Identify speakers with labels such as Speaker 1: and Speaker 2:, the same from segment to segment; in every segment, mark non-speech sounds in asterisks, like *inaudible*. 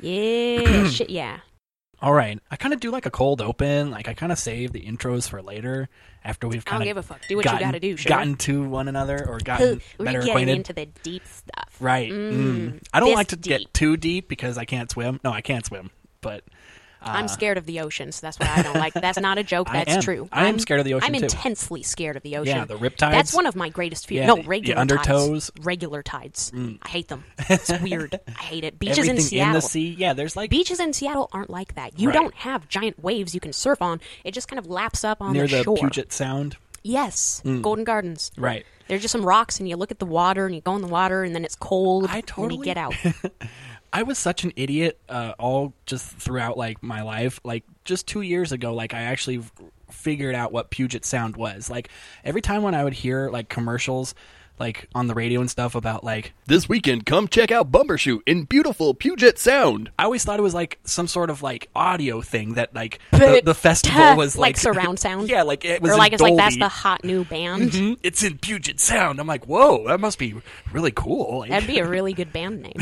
Speaker 1: Yeah,
Speaker 2: *clears throat*
Speaker 1: shit, yeah.
Speaker 2: All right. I kind of do like a cold open. Like I kind of save the intros for later after we've
Speaker 1: I don't
Speaker 2: kind
Speaker 1: give a
Speaker 2: of
Speaker 1: fuck. Do what you gotta do. Sure.
Speaker 2: gotten to one another or gotten
Speaker 1: We're
Speaker 2: better
Speaker 1: getting
Speaker 2: acquainted.
Speaker 1: into the deep stuff.
Speaker 2: right. Mm.
Speaker 1: Mm,
Speaker 2: I don't
Speaker 1: this
Speaker 2: like to
Speaker 1: deep.
Speaker 2: get too deep because I can't swim. No, I can't swim, but uh,
Speaker 1: I'm scared of the ocean, so that's why I don't like. That's not a joke.
Speaker 2: *laughs* I
Speaker 1: That's
Speaker 2: am.
Speaker 1: true.
Speaker 2: I am scared of the ocean,
Speaker 1: I'm
Speaker 2: too.
Speaker 1: intensely scared of the ocean.
Speaker 2: Yeah, the riptides.
Speaker 1: That's one of my greatest fears.
Speaker 2: Yeah,
Speaker 1: no,
Speaker 2: the- the
Speaker 1: regular
Speaker 2: undertows. Mm.
Speaker 1: Tides. Regular tides. I hate
Speaker 2: *laughs*
Speaker 1: them. It's weird. I hate it. Beaches
Speaker 2: everything
Speaker 1: in Seattle.
Speaker 2: the sea. Yeah, there's like
Speaker 1: Beaches in Seattle aren't like that. You
Speaker 2: Right.
Speaker 1: don't have giant waves you can surf on. It just kind of laps up on
Speaker 2: near
Speaker 1: the
Speaker 2: the
Speaker 1: shore.
Speaker 2: Puget Sound.
Speaker 1: Yes, Golden Gardens.
Speaker 2: Right.
Speaker 1: There's just some rocks, and you look at the water, and you go in the water, and then it's cold.
Speaker 2: I
Speaker 1: And then
Speaker 2: totally-
Speaker 1: you
Speaker 2: *laughs*
Speaker 1: get out.
Speaker 2: I was such an idiot uh, all just throughout like my life. Like just two years ago, like I actually f- figured out what Puget Sound was. Like every time when I would hear like commercials, like on the radio and stuff about like
Speaker 3: This weekend, come check out Bumbershoot in beautiful Puget Sound.
Speaker 2: I always thought it was like some sort of like audio thing that like the,
Speaker 1: *laughs*
Speaker 2: the festival was
Speaker 1: like
Speaker 2: like, *laughs*
Speaker 1: surround sound.
Speaker 2: yeah, like it was
Speaker 1: or
Speaker 2: in
Speaker 1: like it's like that's
Speaker 2: Dolby.
Speaker 1: the hot new band.
Speaker 2: Mhm, It's in Puget Sound. I'm like, whoa, that must be really cool.
Speaker 1: *laughs*
Speaker 2: Like,
Speaker 1: That'd be a really good band
Speaker 2: *laughs*
Speaker 1: name.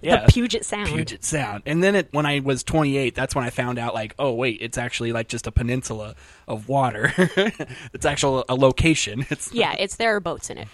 Speaker 2: yeah.
Speaker 1: The Puget Sound.
Speaker 2: Puget Sound. And then it, when I was 28, that's when I found out, like, oh, wait, it's actually like just a peninsula of water. *laughs* it's actually a location. It's
Speaker 1: Yeah, it's there are boats in it.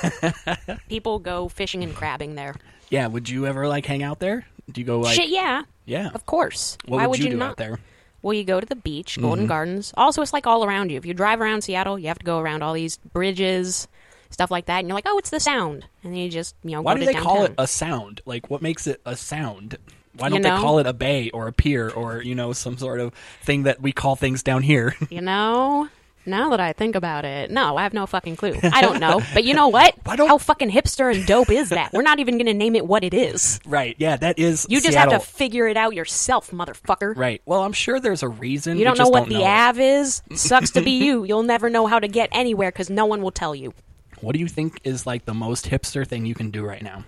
Speaker 2: *laughs*
Speaker 1: People go fishing and crabbing there.
Speaker 2: yeah. Would you ever like hang out there? Do you go like
Speaker 1: Shit, yeah.
Speaker 2: yeah?
Speaker 1: Of course.
Speaker 2: What
Speaker 1: Why
Speaker 2: would
Speaker 1: would
Speaker 2: you
Speaker 1: you,
Speaker 2: do
Speaker 1: not?
Speaker 2: out there? Mm-hmm.
Speaker 1: Well, you go to the beach, Golden Gardens. Also, it's like all around you. If you drive around Seattle, you have to go around all these bridges, stuff like that, and you're like, oh, it's the Sound, and then you just you know
Speaker 2: Why
Speaker 1: go
Speaker 2: do
Speaker 1: to
Speaker 2: they call it
Speaker 1: downtown.
Speaker 2: a sound? Like, what makes it a sound? Why
Speaker 1: You
Speaker 2: don't
Speaker 1: know?
Speaker 2: they call it a bay or a pier or you know some sort of thing that we call things down here? *laughs*
Speaker 1: You know. Now that I think about it, no, I have no fucking clue. I don't know, but you know what?
Speaker 2: *laughs* Why don't-
Speaker 1: How fucking hipster and dope is that? We're not even going to name it what it is.
Speaker 2: right? Yeah, that is.
Speaker 1: You just
Speaker 2: Seattle.
Speaker 1: have to figure it out yourself, motherfucker.
Speaker 2: right. Well, I'm sure there's a reason.
Speaker 1: You don't
Speaker 2: we
Speaker 1: know
Speaker 2: just
Speaker 1: what the
Speaker 2: know.
Speaker 1: Av
Speaker 2: *laughs*
Speaker 1: is. Sucks to be you. You'll never know how to get anywhere because no one will tell you.
Speaker 2: What do you think is like the most hipster thing you can do right now?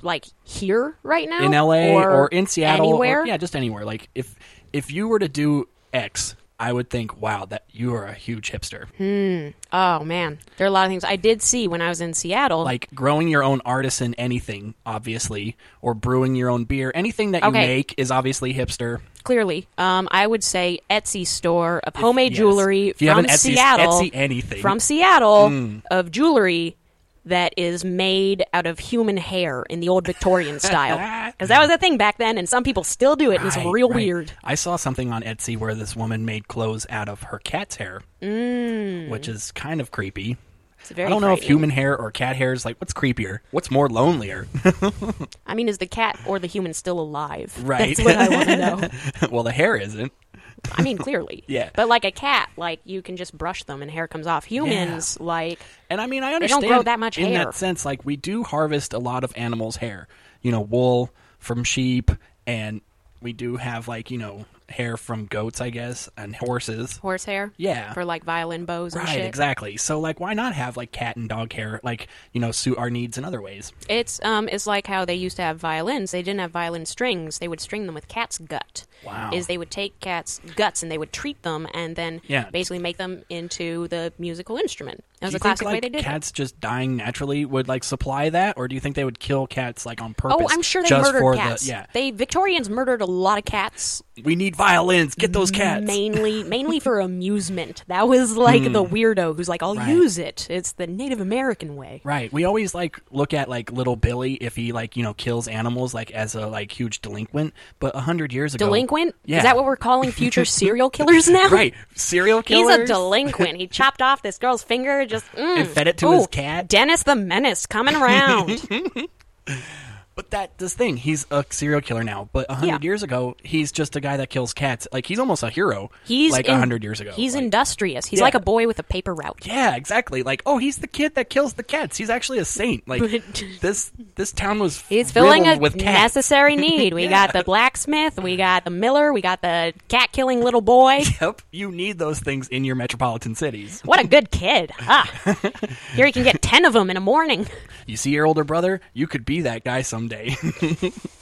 Speaker 1: Like here right now
Speaker 2: in LA or, in Seattle
Speaker 1: anywhere.
Speaker 2: or yeah, just anywhere. Like if if you were to do X, I would think, wow, that you are a huge hipster.
Speaker 1: Oh man, there are a lot of things I did see when I was in Seattle.
Speaker 2: Like growing your own artisan anything, obviously, or brewing your own beer, anything that you
Speaker 1: Okay.
Speaker 2: make is obviously hipster.
Speaker 1: clearly, um, I would say Etsy store of homemade
Speaker 2: yes.
Speaker 1: jewelry
Speaker 2: If you have
Speaker 1: from
Speaker 2: an Etsy-
Speaker 1: Seattle.
Speaker 2: Etsy anything. Hmm.
Speaker 1: from Seattle of jewelry. That is made out of human hair in the old
Speaker 2: *laughs*
Speaker 1: Victorian style. Because that was a thing back then, and some people still do it, and it's
Speaker 2: Right,
Speaker 1: real
Speaker 2: right.
Speaker 1: weird.
Speaker 2: I saw something on Etsy where this woman made clothes out of her cat's hair, which is kind of creepy.
Speaker 1: It's Mm. very
Speaker 2: I don't know if
Speaker 1: frightening.
Speaker 2: human hair or cat hair is like what's creepier, what's more lonelier. *laughs*
Speaker 1: I mean, is the cat or the human still alive? *laughs*
Speaker 2: Right.
Speaker 1: That's what I want to
Speaker 2: *laughs*
Speaker 1: know.
Speaker 2: well, the hair isn't.
Speaker 1: I mean, clearly.
Speaker 2: Yeah.
Speaker 1: But like a cat, like you can just brush them and hair comes off. Humans, like
Speaker 2: And I mean, I
Speaker 1: don't
Speaker 2: understand
Speaker 1: grow that much
Speaker 2: in
Speaker 1: hair.
Speaker 2: that sense. Like we do harvest a lot of animals' hair, you know, wool from sheep, and we do have like you know hair from goats, I guess, and horses.
Speaker 1: horse hair.
Speaker 2: Yeah.
Speaker 1: For like violin bows and
Speaker 2: Right,
Speaker 1: shit.
Speaker 2: exactly. So like, why not have like cat and dog hair, like you know, suit our needs in other ways?
Speaker 1: It's um, it's like how they used to have violins. They didn't have violin strings. They would string them with cat's gut.
Speaker 2: Wow.
Speaker 1: Is they would take cat's guts and they would treat them and then
Speaker 2: Yeah.
Speaker 1: basically make them into the musical instrument. That was
Speaker 2: do you
Speaker 1: a classic
Speaker 2: think
Speaker 1: way
Speaker 2: like
Speaker 1: they did it.
Speaker 2: cats just dying naturally would like supply that, or do you think they would kill cats like on purpose?
Speaker 1: Oh, I'm sure they
Speaker 2: just for
Speaker 1: murdered
Speaker 2: the-
Speaker 1: cats.
Speaker 2: yeah,
Speaker 1: They Victorians murdered a lot of cats.
Speaker 2: we need violins. Get those cats. *laughs*
Speaker 1: mainly mainly for amusement. That was like the weirdo who's like, "I'll
Speaker 2: Hmm. Right.
Speaker 1: use it." It's the Native American way.
Speaker 2: Right. We always like look at like little Billy if he like you know kills animals like as a like huge delinquent. But a hundred years ago,
Speaker 1: Delinquent?
Speaker 2: Yeah.
Speaker 1: Is that what we're calling
Speaker 2: *laughs*
Speaker 1: future serial killers now?
Speaker 2: right? Serial
Speaker 1: He's
Speaker 2: killers.
Speaker 1: a delinquent.
Speaker 2: *laughs*
Speaker 1: He chopped off this girl's finger. Just mm.
Speaker 2: And fed it to
Speaker 1: Ooh,
Speaker 2: his cat?
Speaker 1: Dennis the Menace coming
Speaker 2: *laughs*
Speaker 1: around.
Speaker 2: But that this thing, he's a serial killer now. But a hundred
Speaker 1: Yeah.
Speaker 2: years ago, he's just a guy that kills cats. Like he's almost a hero.
Speaker 1: He's
Speaker 2: like
Speaker 1: in-
Speaker 2: a hundred years ago.
Speaker 1: He's
Speaker 2: like,
Speaker 1: industrious. He's
Speaker 2: Yeah.
Speaker 1: like a boy with a paper route.
Speaker 2: Yeah, exactly. Like, oh, he's the kid that kills the cats. He's actually a saint. Like
Speaker 1: But-
Speaker 2: *laughs* this, this town was
Speaker 1: He's filling a
Speaker 2: riddled with cats. *laughs*
Speaker 1: necessary need. We got the blacksmith. We got the miller. We got the cat killing little
Speaker 2: *laughs*
Speaker 1: boy.
Speaker 2: Yep, you need those things in your metropolitan cities.
Speaker 1: What a good kid.
Speaker 2: *laughs*
Speaker 1: Ah. Here he can get 10 of them in a morning. *laughs*
Speaker 2: You see your older brother, you could be that guy someday. *laughs*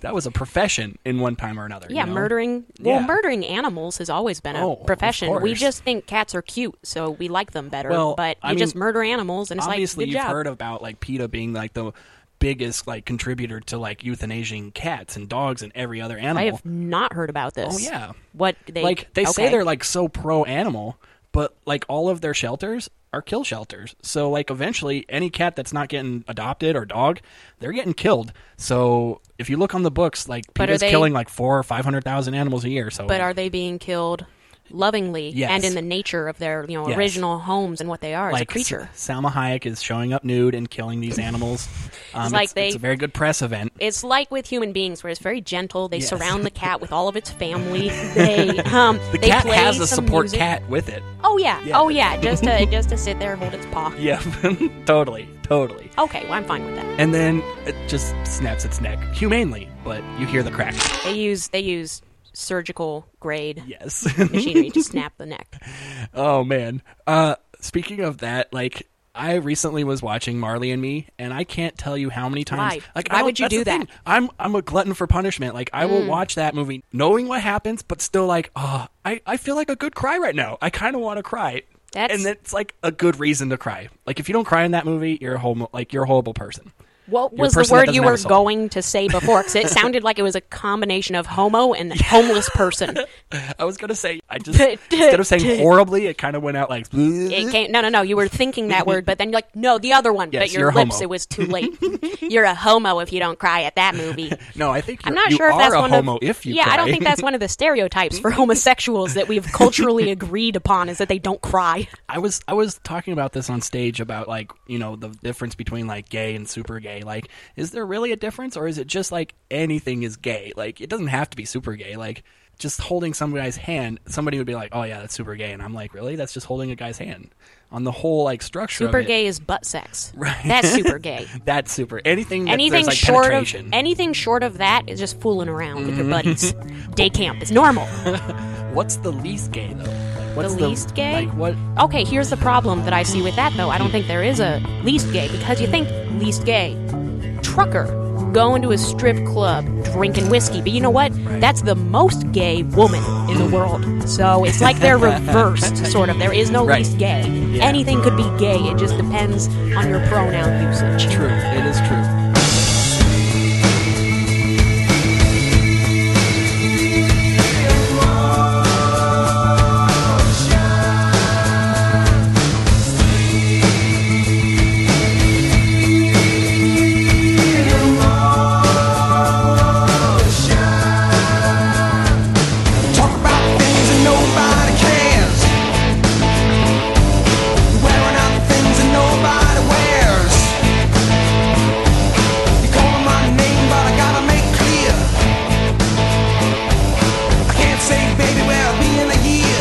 Speaker 2: that was a profession in one time or another.
Speaker 1: Yeah,
Speaker 2: you know?
Speaker 1: murdering. Well,
Speaker 2: Yeah.
Speaker 1: murdering animals has always been a
Speaker 2: Oh, of
Speaker 1: profession. We
Speaker 2: course.
Speaker 1: just think cats are cute, so we like them better.
Speaker 2: Well,
Speaker 1: but you
Speaker 2: I
Speaker 1: just
Speaker 2: mean,
Speaker 1: murder animals, and it's like,
Speaker 2: Obviously,
Speaker 1: good
Speaker 2: you've
Speaker 1: job.
Speaker 2: heard about like PETA being like the biggest like contributor to like euthanizing cats and dogs and every other
Speaker 1: I
Speaker 2: animal.
Speaker 1: have not heard about this.
Speaker 2: Oh, yeah.
Speaker 1: What they
Speaker 2: like they say
Speaker 1: okay.
Speaker 2: they're like so pro animal, but like all of their shelters are kill shelters. So like eventually any cat that's not getting adopted or dog, they're getting killed. So if you look on the books, like
Speaker 1: But are
Speaker 2: PETA's
Speaker 1: they-
Speaker 2: killing like four or five hundred thousand animals a year. So
Speaker 1: but are they being killed lovingly
Speaker 2: Yes.
Speaker 1: and in the nature of their you know
Speaker 2: Yes.
Speaker 1: original homes and what they are as a
Speaker 2: like
Speaker 1: creature?
Speaker 2: S- Salma Hayek is showing up nude and killing
Speaker 1: *laughs*
Speaker 2: these animals. Um,
Speaker 1: like
Speaker 2: it's,
Speaker 1: they-
Speaker 2: it's a very good press event.
Speaker 1: it's like with human beings where it's very gentle they
Speaker 2: Yes.
Speaker 1: surround the cat with all of its
Speaker 2: *laughs*
Speaker 1: family they um
Speaker 2: The
Speaker 1: they
Speaker 2: cat
Speaker 1: play
Speaker 2: has a
Speaker 1: some
Speaker 2: support
Speaker 1: music.
Speaker 2: cat with it. *laughs*
Speaker 1: oh yeah.
Speaker 2: Yeah.
Speaker 1: oh yeah just to
Speaker 2: *laughs*
Speaker 1: just to sit there and hold its paw
Speaker 2: Yeah, *laughs* totally, totally.
Speaker 1: okay well i'm fine with that
Speaker 2: And then it just snaps its neck humanely, but you hear the crack.
Speaker 1: they use they use surgical grade
Speaker 2: Yes. *laughs*
Speaker 1: machinery to snap the neck
Speaker 2: oh man. Uh, speaking of that, like I recently was watching Marley and Me, and I can't tell you how many times.
Speaker 1: Why?
Speaker 2: Like,
Speaker 1: Why
Speaker 2: I'll-
Speaker 1: would you
Speaker 2: that's
Speaker 1: do
Speaker 2: the
Speaker 1: that? Mm.
Speaker 2: thing. I'm I'm a glutton for punishment. Like I will watch that movie knowing what happens, but still like, oh, I I feel like a good cry right now. I kind of want to cry.
Speaker 1: That's-
Speaker 2: And it's like a good reason to cry. Like if you don't cry in that movie, you're a whole like you're a horrible person.
Speaker 1: what
Speaker 2: You're a
Speaker 1: was the
Speaker 2: person that
Speaker 1: word you
Speaker 2: doesn't have
Speaker 1: were
Speaker 2: a soul.
Speaker 1: going to say before because it sounded like it was a combination of homo and homeless person
Speaker 2: I was gonna say
Speaker 1: *laughs*
Speaker 2: I just instead of saying horribly, it kind of went out like.
Speaker 1: it came, no, no, no. You were thinking that word, but then you're like, no, the other one.
Speaker 2: Yes,
Speaker 1: but your
Speaker 2: you're a
Speaker 1: lips,
Speaker 2: homo.
Speaker 1: it was too
Speaker 2: *laughs*
Speaker 1: late. you're a homo if you don't cry at that movie.
Speaker 2: No, I think you're,
Speaker 1: I'm not
Speaker 2: you
Speaker 1: sure if
Speaker 2: are
Speaker 1: that's
Speaker 2: a
Speaker 1: one
Speaker 2: homo
Speaker 1: of
Speaker 2: if you.
Speaker 1: yeah. I don't
Speaker 2: cry.
Speaker 1: think that's one of the stereotypes
Speaker 2: *laughs*
Speaker 1: for homosexuals that we've culturally agreed upon is that they don't cry.
Speaker 2: I was I was talking about this on stage about like you know the difference between like gay and super gay. Like, is there really a difference, or is it just like anything is gay? Like, it doesn't have to be super gay. Like, just holding some guy's hand, somebody would be like, "Oh yeah, that's super gay," and I'm like, "Really? That's just holding a guy's hand." On the whole, like structure, of
Speaker 1: Super
Speaker 2: it,
Speaker 1: gay is butt sex. Right. That's super gay.
Speaker 2: *laughs* That's super. Anything that
Speaker 1: Anything
Speaker 2: there's, like,
Speaker 1: short of
Speaker 2: penetration. Mm-hmm.
Speaker 1: anything short of that is just fooling around with your
Speaker 2: *laughs*
Speaker 1: buddies. Day camp is normal.
Speaker 2: What's the least gay though? Like, what's
Speaker 1: least gay?
Speaker 2: Like what?
Speaker 1: Okay, here's the problem that I see with that though. I don't think there is a least gay because you think least gay trucker going to a strip club drinking whiskey. But you know what? That's the most gay woman in the world. So it's like
Speaker 2: *laughs*
Speaker 1: they're reversed sort of. There is no
Speaker 2: Right.
Speaker 1: least gay. Anything could be gay. It just depends on your pronoun usage.
Speaker 2: True. It is true.
Speaker 4: Talk about things that nobody cares. Wearing out the things that nobody wears. You call my name, but I gotta make clear. I can't say, baby, where I'll be in a year.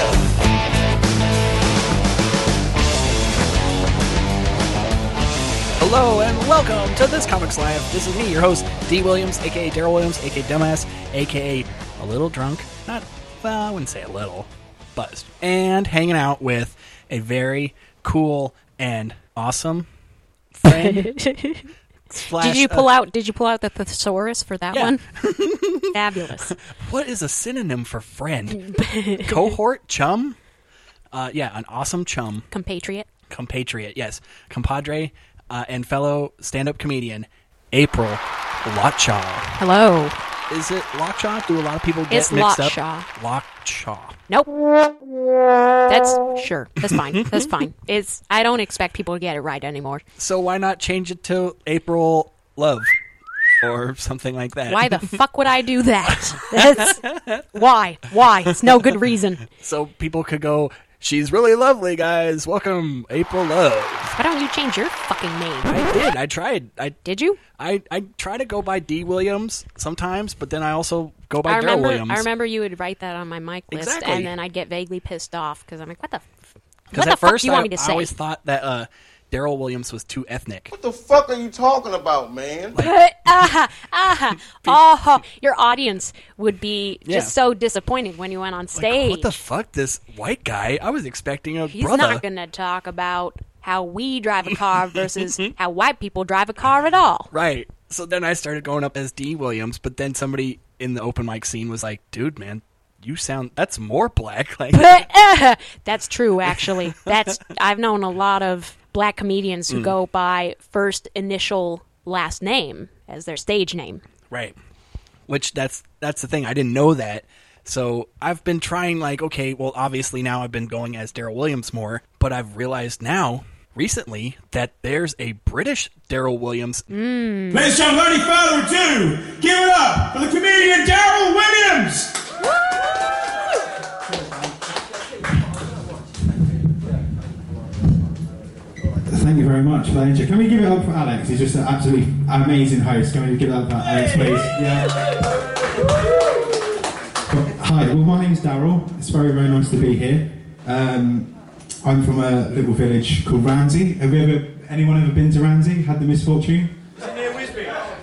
Speaker 2: Hello and welcome to this Comics Live. This is me, your host, D. Williams, aka Daryl Williams, aka Dumbass, aka a little drunk. Not well, I wouldn't say a little, buzzed, and hanging out with a very cool and awesome
Speaker 1: *laughs*
Speaker 2: friend. slash,
Speaker 1: Did you
Speaker 2: uh,
Speaker 1: pull out did you pull out the thesaurus for that
Speaker 2: Yeah. *laughs*
Speaker 1: one? Fabulous.
Speaker 2: what is a synonym for
Speaker 1: *laughs*
Speaker 2: friend? Cohort, chum. Uh, yeah, an awesome chum.
Speaker 1: Compatriot.
Speaker 2: compatriot, yes, compadre, uh, and fellow stand-up comedian April Lotshaw.
Speaker 1: Hello.
Speaker 2: Is it Lotshaw? Do a lot of people get
Speaker 1: It's
Speaker 2: mixed up?
Speaker 1: Lotshaw.
Speaker 2: Lotshaw.
Speaker 1: Nope.
Speaker 2: *laughs*
Speaker 1: That's sure. That's fine. That's fine. It's I don't expect people to get it right anymore.
Speaker 2: So why not change it to April Love or something like that?
Speaker 1: Why the fuck would I do that? That's, why? Why? It's no good reason.
Speaker 2: *laughs* So people could go. She's really lovely, guys. Welcome, April Love.
Speaker 1: Why don't you change your fucking name?
Speaker 2: I did. I tried. I
Speaker 1: Did you?
Speaker 2: I, I try to go by D Williams sometimes, but then I also go by
Speaker 1: I
Speaker 2: Daryl
Speaker 1: remember.
Speaker 2: Williams.
Speaker 1: I remember you would write that on my mic list,
Speaker 2: Exactly.
Speaker 1: and then I'd get vaguely pissed off because I'm like, what the. f- What
Speaker 2: Because
Speaker 1: the
Speaker 2: at
Speaker 1: fuck
Speaker 2: first
Speaker 1: do you want
Speaker 2: I,
Speaker 1: me to
Speaker 2: I
Speaker 1: say?
Speaker 2: always thought that uh, Daryl Williams was too ethnic.
Speaker 5: What the fuck are you talking about, man?
Speaker 1: aha, aha, aha. Uh-huh. Your audience would be
Speaker 2: Yeah.
Speaker 1: just so disappointed when you went on
Speaker 2: Like,
Speaker 1: stage.
Speaker 2: What the fuck? This white guy? I was expecting a
Speaker 1: He's
Speaker 2: brother.
Speaker 1: not going to talk about how we drive
Speaker 2: *laughs*
Speaker 1: a car versus how white people drive a car at all.
Speaker 2: Right. So then I started going up as D Williams, but then somebody in the open mic scene was like, "Dude, man, you sound that's more black." *laughs* Like,
Speaker 1: *laughs* That's true, actually.
Speaker 2: *laughs* Mm.
Speaker 1: That's I've known a lot of black comedians who go by first initial last name as their stage name.
Speaker 2: Right. Which that's that's the thing. I didn't know that. So I've been trying like, okay, well obviously now I've been going as Daryl Williams more, but I've realized now recently that there's a British Daryl Williams
Speaker 6: Ladies and gentlemen, without any further ado, give it up for the comedian Daryl Williams.
Speaker 7: Thank you very much, Valencia. Can we give it up for Alex? He's just an absolutely amazing host. Can we give it up for Alex, please? Yeah. Hi, well, my name's Daryl. It's very, very nice to be here. Um, I'm from a little village called Ramsey. Have you ever, anyone ever been to Ramsey? Had the misfortune?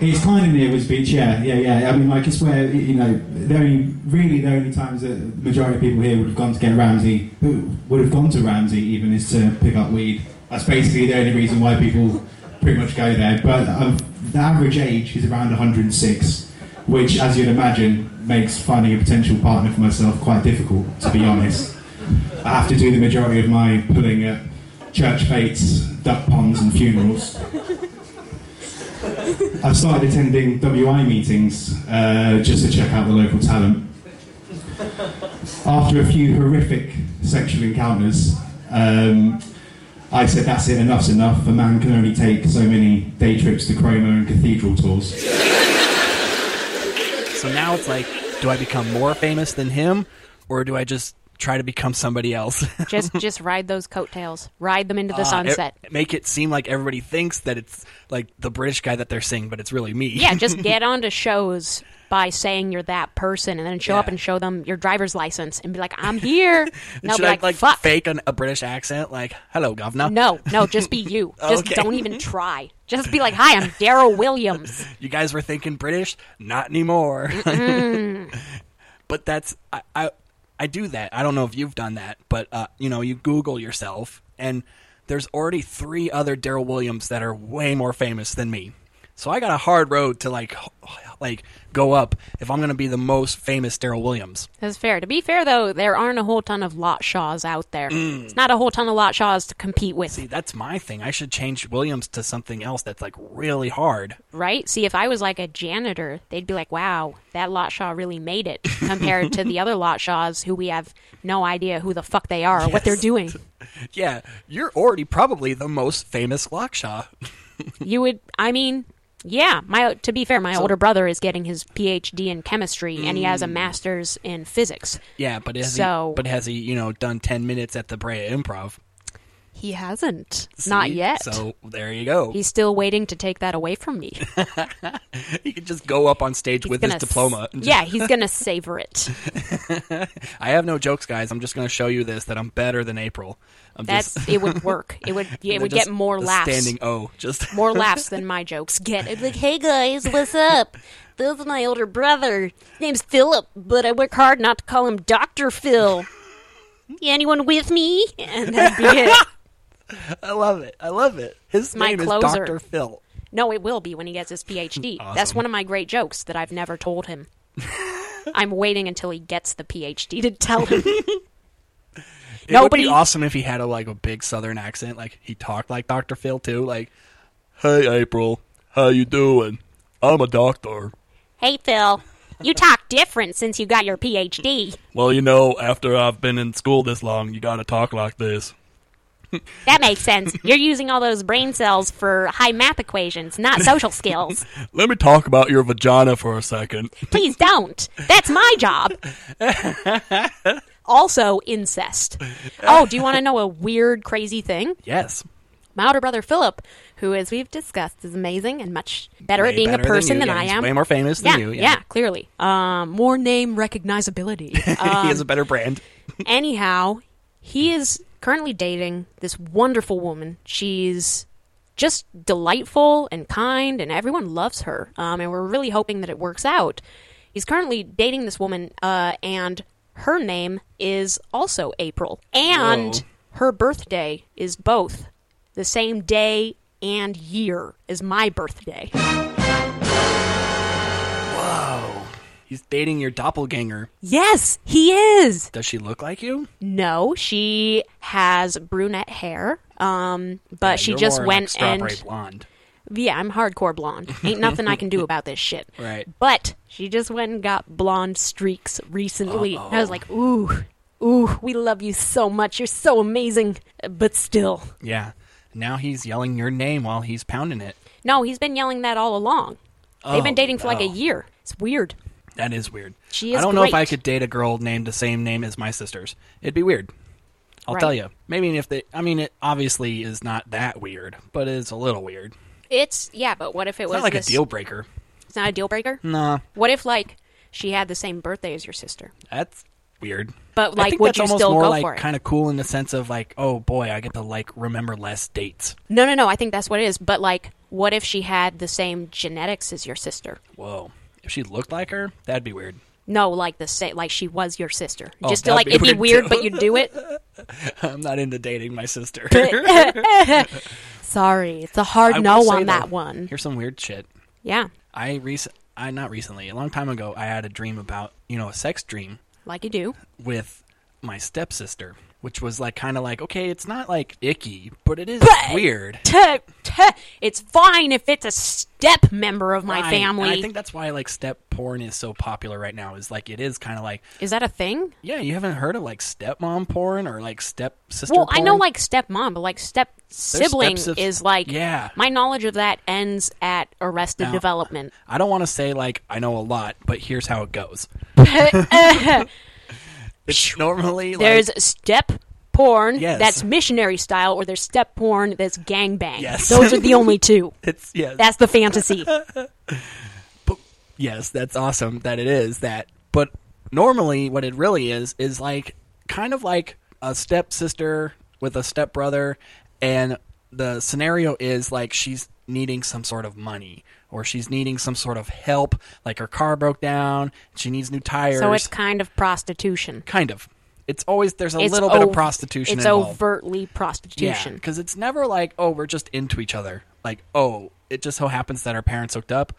Speaker 7: It's kind of near Wiz Beach, yeah, yeah, yeah. I mean, like it's where y- you know the only really the only times that the majority of people here would have gone to get Ramsey, who would have gone to Ramsey even is to pick up weed. That's basically the only reason why people pretty much go there. But um, the average age is around 106, which, as you'd imagine, makes finding a potential partner for myself quite difficult, to be honest. I have to do the majority of my pulling at church fates, duck ponds, and funerals. I've started attending WI meetings uh, just to check out the local talent. After a few horrific sexual encounters, um, I said, That's it, enough's enough. A man can only take so many day trips to Cromer and cathedral tours.
Speaker 2: So now it's like, do I become more famous than him, or do I just try to become somebody else? *laughs*
Speaker 1: Just just ride those coattails, ride them into the sunset.
Speaker 2: E- make it seem like everybody thinks that it's like the British guy that they're seeing, but it's really me.
Speaker 1: yeah,
Speaker 2: *laughs*
Speaker 1: just get onto shows by saying you're that person, and then show up
Speaker 2: Yeah.
Speaker 1: and show them your driver's license, and be like, "I'm
Speaker 2: *laughs*
Speaker 1: here." And they'll
Speaker 2: Should
Speaker 1: be
Speaker 2: I
Speaker 1: like, "Fuck."
Speaker 2: fake an, a British accent? Like, hello, governor.
Speaker 1: No, no, just be
Speaker 2: *laughs*
Speaker 1: you. Just
Speaker 2: Okay.
Speaker 1: don't even try. Just be like, "Hi, I'm Daryl Williams."
Speaker 2: You guys were thinking British? Not anymore. *laughs* but that's I, I I do that. I don't know if you've done that, but uh, you know, you Google yourself, and there's already three other Daryl Williams that are way more famous than me. So I got a hard road to like h- like go up if I'm gonna be the most famous Daryl Williams.
Speaker 1: That's fair. To be fair, though, there aren't a whole ton of lot shaws out there. It's not a whole ton of lot shaws to compete with,
Speaker 2: Mm. See, that's my thing. I should change Williams to something else that's like really hard.
Speaker 1: right? See, if I was like a janitor, they'd be like, "Wow, that lot shaw really made
Speaker 2: *laughs*
Speaker 1: it," compared to the other lot shaws who we have no idea who the fuck they are or what they're
Speaker 2: Yes.
Speaker 1: doing.
Speaker 2: Yeah, you're already probably the most famous Lockshaw.
Speaker 1: You would, I mean, yeah. My to be fair, my older brother is getting his PhD in chemistry, and he has
Speaker 2: Mm.
Speaker 1: a master's in physics.
Speaker 2: Yeah, but has
Speaker 1: So-
Speaker 2: he, but has he, you know, done ten minutes at the Brea Improv?
Speaker 1: He hasn't, not
Speaker 2: See?
Speaker 1: yet.
Speaker 2: So there you go.
Speaker 1: He's still waiting to take that away from me.
Speaker 2: *laughs* he could just go up on stage
Speaker 1: He's
Speaker 2: with his
Speaker 1: gonna s-
Speaker 2: diploma. and just-
Speaker 1: yeah, he's gonna savor
Speaker 2: *laughs*
Speaker 1: it.
Speaker 2: I have no jokes, guys. I'm just going to show you this that I'm better than April. I'm *laughs*
Speaker 1: That's
Speaker 2: just,
Speaker 1: it. Would work. It
Speaker 2: *laughs*
Speaker 1: would. Yeah, it would
Speaker 2: just
Speaker 1: get more
Speaker 2: the
Speaker 1: laughs.
Speaker 2: Standing O, just *laughs*
Speaker 1: More laughs than my jokes get. It'd be like, hey guys, what's up? This is my older brother. His name's Philip, but I work hard not to call him Doctor
Speaker 2: *laughs*
Speaker 1: Phil. Anyone with me? And that'd be
Speaker 2: *laughs*
Speaker 1: it.
Speaker 2: I love it. I love it. His
Speaker 1: My
Speaker 2: name is
Speaker 1: closer.
Speaker 2: Doctor Phil.
Speaker 1: No, it will be when he gets his PhD. That's one of my great jokes that I've never told him. I'm waiting until he gets the PhD to tell
Speaker 2: *laughs*
Speaker 1: him.
Speaker 2: It
Speaker 1: Nobody-
Speaker 2: would be awesome if he had a like a big Southern accent. Like he talked like Doctor Phil too. Like, hey April, how you doing? I'm a doctor.
Speaker 1: hey, Phil, you talk different since you got your PhD.
Speaker 2: Well, you know, after I've been in school this long, you got to talk like this.
Speaker 1: That makes sense. You're using all those brain cells for high math equations, not social skills.
Speaker 2: Let me talk about your vagina for a second.
Speaker 1: Please don't. That's my job. also, incest. Oh, do you want to know a weird, crazy thing?
Speaker 2: Yes.
Speaker 1: My older brother Philip, who, as we've discussed, is amazing and much better at
Speaker 2: Way
Speaker 1: being
Speaker 2: better
Speaker 1: a person
Speaker 2: you.
Speaker 1: than,
Speaker 2: Yeah,
Speaker 1: I
Speaker 2: he's
Speaker 1: am.
Speaker 2: Way more famous
Speaker 1: yeah,
Speaker 2: than you.
Speaker 1: yeah, clearly. Um, more name recognizability.
Speaker 2: *laughs* *laughs* he has a better brand.
Speaker 1: anyhow, he is currently dating this wonderful woman. She's just delightful and kind, and everyone loves her. Um, and we're really hoping that it works out. He's currently dating this woman, uh, and her name is also April, and
Speaker 2: Whoa.
Speaker 1: her birthday is both the same day and year as my birthday.
Speaker 2: He's dating your doppelganger.
Speaker 1: Yes, he is.
Speaker 2: Does she look like you?
Speaker 1: No, she has brunette hair. Um, but
Speaker 2: Yeah,
Speaker 1: she
Speaker 2: you're
Speaker 1: just
Speaker 2: more
Speaker 1: went
Speaker 2: like strawberry
Speaker 1: and
Speaker 2: blonde.
Speaker 1: yeah, I'm hardcore blonde. Ain't nothing I can
Speaker 2: *laughs*
Speaker 1: do about this shit.
Speaker 2: Right.
Speaker 1: But she just went and got blonde streaks recently. I was like, ooh, ooh, we love you so much. You're so amazing. But still.
Speaker 2: Yeah. Now he's yelling your name while he's pounding it.
Speaker 1: No, he's been yelling that all along. They've been
Speaker 2: Oh,
Speaker 1: dating for like a
Speaker 2: oh.
Speaker 1: year. It's weird.
Speaker 2: That is weird.
Speaker 1: She is
Speaker 2: I don't know if I
Speaker 1: great.
Speaker 2: could date a girl named the same name as my sister's. It'd be weird. I'll
Speaker 1: Right.
Speaker 2: tell you. Maybe if they, I mean, it obviously is not that weird, but it's a little weird.
Speaker 1: It's yeah, but what if it
Speaker 2: It's
Speaker 1: was
Speaker 2: not like
Speaker 1: this,
Speaker 2: a deal breaker.
Speaker 1: It's not a deal breaker.
Speaker 2: Nah,
Speaker 1: What if like she had the same birthday as your sister?
Speaker 2: that's weird.
Speaker 1: But,
Speaker 2: I
Speaker 1: like,
Speaker 2: think
Speaker 1: would
Speaker 2: that's
Speaker 1: you
Speaker 2: almost
Speaker 1: still
Speaker 2: more
Speaker 1: go
Speaker 2: like
Speaker 1: for it?
Speaker 2: kind of cool in the sense of like, oh boy, I get to like remember less dates.
Speaker 1: No, no, no. I think that's what it is. But like, what if she had the same genetics as your sister?
Speaker 2: Whoa, if she looked like her, that'd be weird. *laughs*
Speaker 1: No, like the same, like she was your sister.
Speaker 2: Oh,
Speaker 1: Just to
Speaker 2: that'd
Speaker 1: like,
Speaker 2: be
Speaker 1: it'd be
Speaker 2: weird,
Speaker 1: weird,
Speaker 2: too.
Speaker 1: but you'd do
Speaker 2: *laughs*
Speaker 1: it.
Speaker 2: I'm not into dating my sister. *laughs*
Speaker 1: Sorry, it's a
Speaker 2: I
Speaker 1: hard
Speaker 2: will
Speaker 1: no
Speaker 2: say,
Speaker 1: on
Speaker 2: though,
Speaker 1: that one.
Speaker 2: Here's some weird shit.
Speaker 1: Yeah,
Speaker 2: I recent, I not recently, a long time ago, I had a dream about you know a sex dream
Speaker 1: like you do.
Speaker 2: with my stepsister, which was like kind of like okay, it's not like icky, but it is weird.
Speaker 1: Tuh, tuh. It's fine if it's a step member of *laughs* my
Speaker 2: Right.
Speaker 1: family.
Speaker 2: And I think that's why like step porn is so popular right now. Is like it is kind of like
Speaker 1: is that a thing?
Speaker 2: yeah, you haven't heard of like stepmom porn or like stepsister.
Speaker 1: Well, I
Speaker 2: porn?
Speaker 1: know like stepmom, but like step sibling
Speaker 2: steps of-
Speaker 1: is like
Speaker 2: Yeah.
Speaker 1: My knowledge of that ends at Arrested
Speaker 2: Now-
Speaker 1: Development.
Speaker 2: I don't want to say like I know a lot, but here's how it
Speaker 1: *laughs*
Speaker 2: goes. *laughs* it's normally
Speaker 1: There's
Speaker 2: like,
Speaker 1: step porn
Speaker 2: Yes.
Speaker 1: that's missionary style, or there's step porn that's gangbang.
Speaker 2: Yes.
Speaker 1: Those are the
Speaker 2: *laughs*
Speaker 1: only two.
Speaker 2: it's yes,
Speaker 1: That's the
Speaker 2: *laughs*
Speaker 1: fantasy.
Speaker 2: yes, that's awesome that it is that. But normally, what it really is is like kind of like a stepsister with a stepbrother, and the scenario is like she's needing some sort of money or she's needing some sort of help, like her car broke down, she needs new tires.
Speaker 1: so it's kind of prostitution.
Speaker 2: kind of. It's always there's a
Speaker 1: It's
Speaker 2: little bit of
Speaker 1: ov-
Speaker 2: prostitution
Speaker 1: It's
Speaker 2: involved.
Speaker 1: overtly prostitution.
Speaker 2: because it's never like, oh, we're just into each other. Like, oh, it just so happens that our parents hooked up,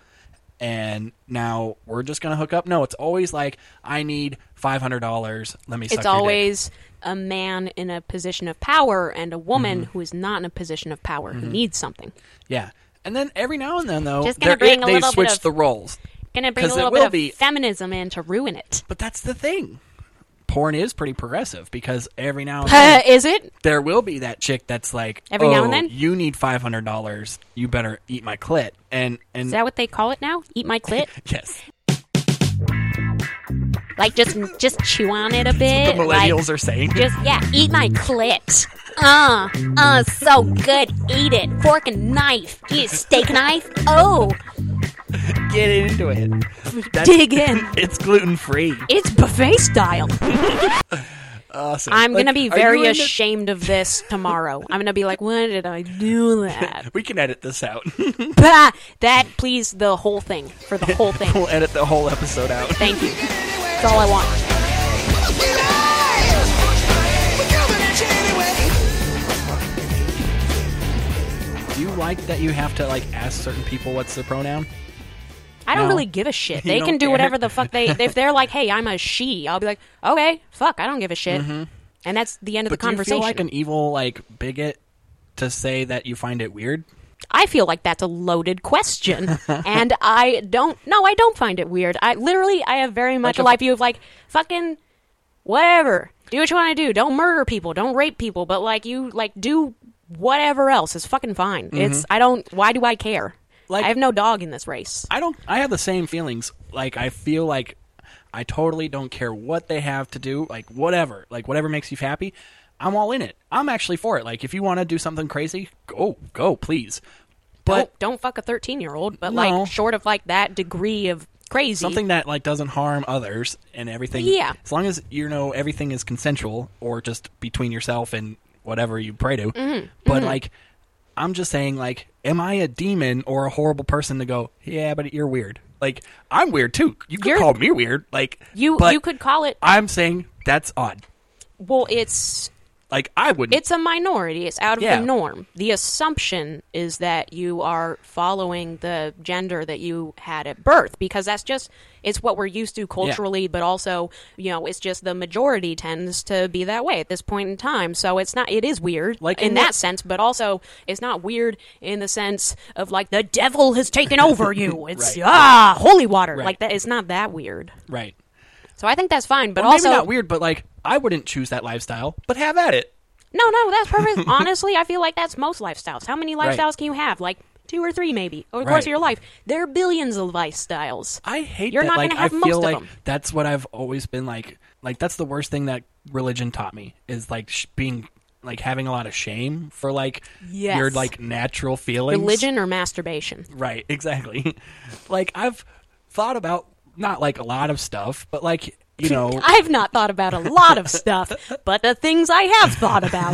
Speaker 2: and now we're just gonna hook up. No, it's always like, I need five hundred dollars. Let me. Suck
Speaker 1: it's
Speaker 2: your dick.
Speaker 1: always a man in a position of power and a woman
Speaker 2: Mm-hmm.
Speaker 1: who is not in a position of power who needs something.
Speaker 2: yeah. And then every now and then, though,
Speaker 1: Just gonna
Speaker 2: they're-
Speaker 1: bring a
Speaker 2: they
Speaker 1: little bit
Speaker 2: switch
Speaker 1: of-
Speaker 2: the roles.
Speaker 1: Gonna bring
Speaker 2: 'Cause
Speaker 1: a
Speaker 2: it
Speaker 1: little
Speaker 2: will
Speaker 1: bit
Speaker 2: be-
Speaker 1: of feminism in to ruin it.
Speaker 2: *laughs* But that's the thing. Porn is pretty progressive because every now and
Speaker 1: Uh,
Speaker 2: then
Speaker 1: *laughs* is it?
Speaker 2: there will be that chick that's like,
Speaker 1: Every now and
Speaker 2: "Oh,
Speaker 1: then?"
Speaker 2: you need five hundred dollars. You better eat my clit. And and
Speaker 1: Is that what they call it now? Eat my clit? *laughs*
Speaker 2: yes,
Speaker 1: like just just chew on it a bit.
Speaker 2: the millennials
Speaker 1: like,
Speaker 2: are saying.
Speaker 1: just yeah, eat my clit. Uh, uh, so good. Eat it. Fork and knife. Eat steak knife. Oh,
Speaker 2: get into *laughs* it. That's-
Speaker 1: dig *laughs* in.
Speaker 2: It's gluten free.
Speaker 1: It's buffet style.
Speaker 2: Awesome.
Speaker 1: I'm
Speaker 2: Like,
Speaker 1: gonna be
Speaker 2: are you
Speaker 1: very
Speaker 2: into-
Speaker 1: ashamed of this
Speaker 2: *laughs*
Speaker 1: tomorrow. I'm gonna be like, why did I do that?
Speaker 2: We can edit this out. *laughs*
Speaker 1: Bah! that please the whole thing for the whole thing.
Speaker 2: *laughs* we'll edit the whole episode out.
Speaker 1: Thank you. That's all I want.
Speaker 2: Do you like that you have to like ask certain people what's their pronoun?
Speaker 1: I don't
Speaker 2: No.
Speaker 1: really give a shit.
Speaker 2: You
Speaker 1: They
Speaker 2: don't
Speaker 1: can do
Speaker 2: care.
Speaker 1: whatever the fuck
Speaker 2: *laughs*
Speaker 1: they. If they're like, "Hey, I'm a she," I'll be like, "Okay, fuck, I don't give a shit," and that's the end of
Speaker 2: Mm-hmm. But
Speaker 1: the
Speaker 2: do you feel
Speaker 1: conversation.
Speaker 2: like an evil like bigot to say that you find it weird?
Speaker 1: I feel like that's a loaded
Speaker 2: *laughs*
Speaker 1: question, and I don't. No, I don't find it weird. I literally, I have very much
Speaker 2: Like
Speaker 1: a
Speaker 2: if-
Speaker 1: life view of like fucking whatever. Do what you want to do. Don't murder people. Don't rape people. But like you, like do whatever else is fucking fine. It's I don't. Why do I care?
Speaker 2: Mm-hmm. Like-
Speaker 1: I have no dog in this race.
Speaker 2: I don't. I have the same feelings. Like I feel like I totally don't care what they have to do. Like whatever. Like whatever makes you happy. I'm all in it. I'm actually for it. Like if you want to do something crazy, go go please. But
Speaker 1: don't, don't fuck a 13 year old but
Speaker 2: No.
Speaker 1: like short of like that degree of crazy
Speaker 2: something that like doesn't harm others and everything
Speaker 1: Yeah.
Speaker 2: as long as you know everything is consensual or just between yourself and whatever you pray to
Speaker 1: Mm-hmm.
Speaker 2: but like i'm just saying like am i a demon or a horrible person to go yeah but you're weird like i'm weird too you could
Speaker 1: You're-
Speaker 2: call me weird like
Speaker 1: you
Speaker 2: but
Speaker 1: you could call it
Speaker 2: i'm saying that's odd
Speaker 1: well it's
Speaker 2: Like I wouldn't.
Speaker 1: It's a minority. It's out of
Speaker 2: Yeah.
Speaker 1: the norm. The assumption is that you are following the gender that you had at birth because that's just it's what we're used to culturally, but also, you know, it's just the majority tends to be that way at this point in time. So it's not it is weird
Speaker 2: Like
Speaker 1: in
Speaker 2: in
Speaker 1: that
Speaker 2: what-
Speaker 1: sense, but also it's not weird in the sense of like the devil has taken over you. It's
Speaker 2: *laughs* Right.
Speaker 1: ah holy water.
Speaker 2: Right.
Speaker 1: Like that it's not that weird.
Speaker 2: right.
Speaker 1: So I think that's fine, but
Speaker 2: Well,
Speaker 1: also
Speaker 2: maybe not weird, but like I wouldn't choose that lifestyle. But have at it.
Speaker 1: No, no, that's
Speaker 2: *laughs*
Speaker 1: perfect. Honestly, I feel like that's most lifestyles. How many lifestyles
Speaker 2: Right.
Speaker 1: can you have? Like two or three, maybe, over the
Speaker 2: Right.
Speaker 1: course of your life. There are billions of lifestyles.
Speaker 2: I hate
Speaker 1: You're
Speaker 2: that.
Speaker 1: not
Speaker 2: like
Speaker 1: gonna have
Speaker 2: I
Speaker 1: most
Speaker 2: feel
Speaker 1: of
Speaker 2: like
Speaker 1: them.
Speaker 2: that's what I've always been like. Like that's the worst thing that religion taught me is like sh- being like having a lot of shame for like your
Speaker 1: Yes.
Speaker 2: like natural feelings.
Speaker 1: Religion or masturbation.
Speaker 2: Right, *laughs* exactly. like I've thought about not like a lot of stuff, but like
Speaker 1: *laughs*
Speaker 2: you know,
Speaker 1: I've not thought about a lot of stuff, but the things I have thought
Speaker 2: *laughs*
Speaker 1: about.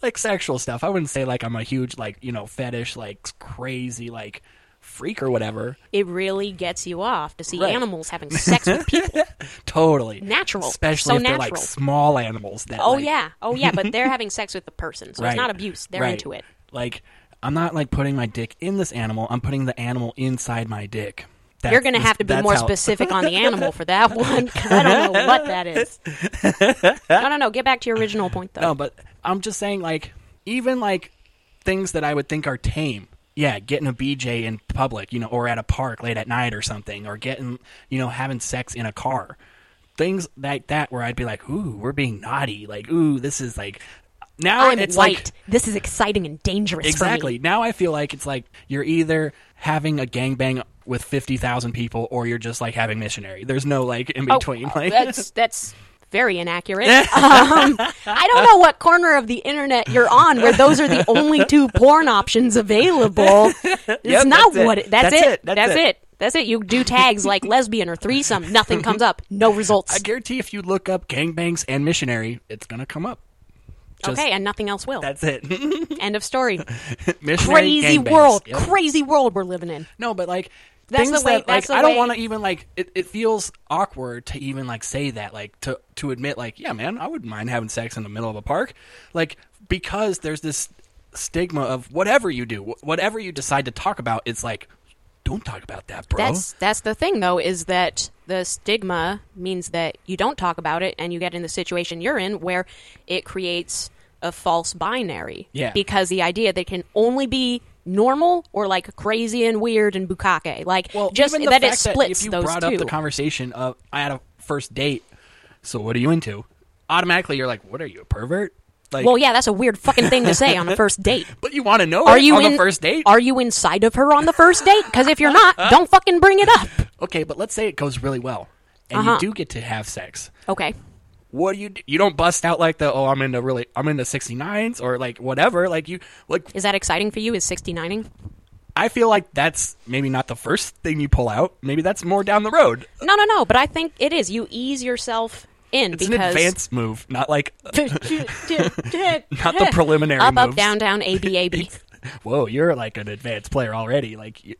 Speaker 2: like sexual stuff. I wouldn't say like I'm a huge like you know fetish like crazy like freak or whatever.
Speaker 1: It really gets you off to see
Speaker 2: Right.
Speaker 1: animals having sex
Speaker 2: *laughs*
Speaker 1: with people.
Speaker 2: Totally
Speaker 1: Natural.
Speaker 2: especially
Speaker 1: So
Speaker 2: if they're like
Speaker 1: natural.
Speaker 2: small animals. That
Speaker 1: Oh,
Speaker 2: like,
Speaker 1: yeah. Oh, yeah, but
Speaker 2: *laughs*
Speaker 1: they're having sex with the person, so
Speaker 2: right,
Speaker 1: it's not abuse. They're
Speaker 2: right.
Speaker 1: into it.
Speaker 2: Like I'm not like putting my dick in this animal. I'm putting the animal inside my dick. That's,
Speaker 1: You're going to
Speaker 2: this-
Speaker 1: have to be
Speaker 2: that's
Speaker 1: more
Speaker 2: how-
Speaker 1: specific on
Speaker 2: *laughs*
Speaker 1: the animal for that one. I don't know what that is. No, no, no. Get back to your original point, though.
Speaker 2: No, but I'm just saying, like, even like things that I would think are tame. Yeah, getting a BJ in public, you know, or at a park late at night or something, or getting, you know, having sex in a car. Things like that where I'd be like, ooh, we're being naughty. Like, ooh, this is like. Now
Speaker 1: I'm
Speaker 2: it's
Speaker 1: white.
Speaker 2: like.
Speaker 1: this is exciting and dangerous.
Speaker 2: Exactly. Now I feel like it's like you're either having a gangbang with 50,000 people or you're just like having missionary. There's no like in
Speaker 1: For me.
Speaker 2: between. like
Speaker 1: Oh, that's that's very
Speaker 2: *laughs*
Speaker 1: inaccurate. um, I don't know what corner of the internet you're on where those are the only two porn options
Speaker 2: *laughs*
Speaker 1: available. It's
Speaker 2: Yep,
Speaker 1: not
Speaker 2: that's it.
Speaker 1: what. It, that's,
Speaker 2: That's
Speaker 1: it.
Speaker 2: it. That's
Speaker 1: That's
Speaker 2: it.
Speaker 1: it. That's it. You do tags like lesbian or threesome. Nothing comes up. No results.
Speaker 2: *laughs* I guarantee if you look up gangbangs and missionary, it's going to come up. Just-
Speaker 1: okay, and nothing else will.
Speaker 2: That's it. *laughs*
Speaker 1: End of story.
Speaker 2: Missionary
Speaker 1: Crazy
Speaker 2: gangbangs.
Speaker 1: world.
Speaker 2: Yep.
Speaker 1: Crazy world we're living in.
Speaker 2: No, but like
Speaker 1: That's
Speaker 2: things
Speaker 1: the way-
Speaker 2: that like
Speaker 1: that's the
Speaker 2: I don't
Speaker 1: way-
Speaker 2: want to even like it, it feels awkward to even like say that like to to admit like yeah man I wouldn't mind having sex in the middle of a park like because there's this stigma of whatever you do wh- whatever you decide to talk about it's like don't talk about that bro
Speaker 1: That's that's the thing though is that the stigma means that you don't talk about it and you get in the situation you're in where it creates a false binary.
Speaker 2: Yeah.
Speaker 1: Because the idea that it can only be normal or like crazy and weird and bukake. Like
Speaker 2: well
Speaker 1: just
Speaker 2: even the
Speaker 1: that it
Speaker 2: fact
Speaker 1: splits
Speaker 2: if you
Speaker 1: those
Speaker 2: brought
Speaker 1: two.
Speaker 2: up the conversation of I had a first date so what are you into automatically you're like what are you a pervert like
Speaker 1: well, yeah, that's a weird fucking thing to say on
Speaker 2: *laughs*
Speaker 1: a first date.
Speaker 2: but you want to know
Speaker 1: Are
Speaker 2: it
Speaker 1: you
Speaker 2: on
Speaker 1: in
Speaker 2: the first date
Speaker 1: Are you inside of her on the first date? Because if you're
Speaker 2: *laughs*
Speaker 1: not, don't fucking bring it up.
Speaker 2: Okay, but let's say it goes really well, and
Speaker 1: Uh-huh.
Speaker 2: you do get to have sex.
Speaker 1: Okay.
Speaker 2: What do you do? You don't bust out like the oh I'm into really I'm into 69s or like whatever. Like you like
Speaker 1: Is that exciting for you? Is 69ing?
Speaker 2: I feel like that's maybe not the first thing you pull out. Maybe that's more down the road.
Speaker 1: No, no, no. But I think it is. You ease yourself in
Speaker 2: It's an
Speaker 1: because *laughs*
Speaker 2: advanced move, not like *laughs*
Speaker 1: not the
Speaker 2: the
Speaker 1: *laughs*
Speaker 2: preliminary
Speaker 1: Up, up,
Speaker 2: moves.
Speaker 1: down, down, A, B, A,
Speaker 2: *laughs*
Speaker 1: B.
Speaker 2: whoa you're like an advanced player already. Like you,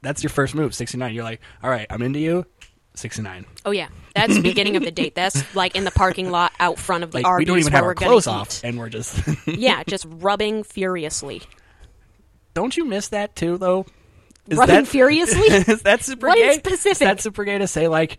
Speaker 2: that's your first move 69. You're like all right I'm into you 69.
Speaker 1: Oh yeah, that's the beginning of the date. That's like in the parking lot out front of the
Speaker 2: Like
Speaker 1: Arby's
Speaker 2: we don't even
Speaker 1: where
Speaker 2: have
Speaker 1: we're
Speaker 2: our clothes
Speaker 1: gonna
Speaker 2: off,
Speaker 1: eat.
Speaker 2: and we're just *laughs*
Speaker 1: Yeah, just rubbing furiously.
Speaker 2: don't you miss that too though? Is
Speaker 1: rubbing
Speaker 2: that-
Speaker 1: furiously.
Speaker 2: *laughs* is that super
Speaker 1: What
Speaker 2: gay?
Speaker 1: is specific?
Speaker 2: Is that super gay to say like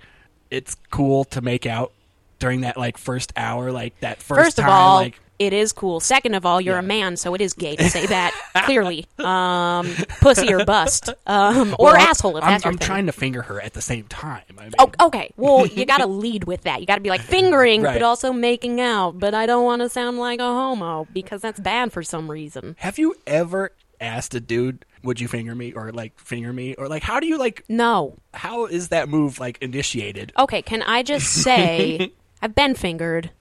Speaker 2: it's cool to make out during that like first hour, like that first,
Speaker 1: First of
Speaker 2: time,
Speaker 1: all,
Speaker 2: like
Speaker 1: it is cool. Second of all, you're a man, so it is gay to say
Speaker 2: *laughs*
Speaker 1: that clearly. Um, pussy or bust, um, or
Speaker 2: Well, I-
Speaker 1: asshole. If
Speaker 2: I'm,
Speaker 1: that's your
Speaker 2: I'm
Speaker 1: thing.
Speaker 2: trying to finger her at the same time. I mean,
Speaker 1: Oh, okay. Well, you got to lead with that. You got to be like fingering,
Speaker 2: Right.
Speaker 1: but also making out. But I don't want to sound like a homo because that's bad for some reason.
Speaker 2: Have you ever asked a dude, "Would you finger me?" or like "finger me?" or like how do you like
Speaker 1: No.
Speaker 2: how is that move like initiated?
Speaker 1: Okay. Can I just
Speaker 2: *laughs*
Speaker 1: say I've been fingered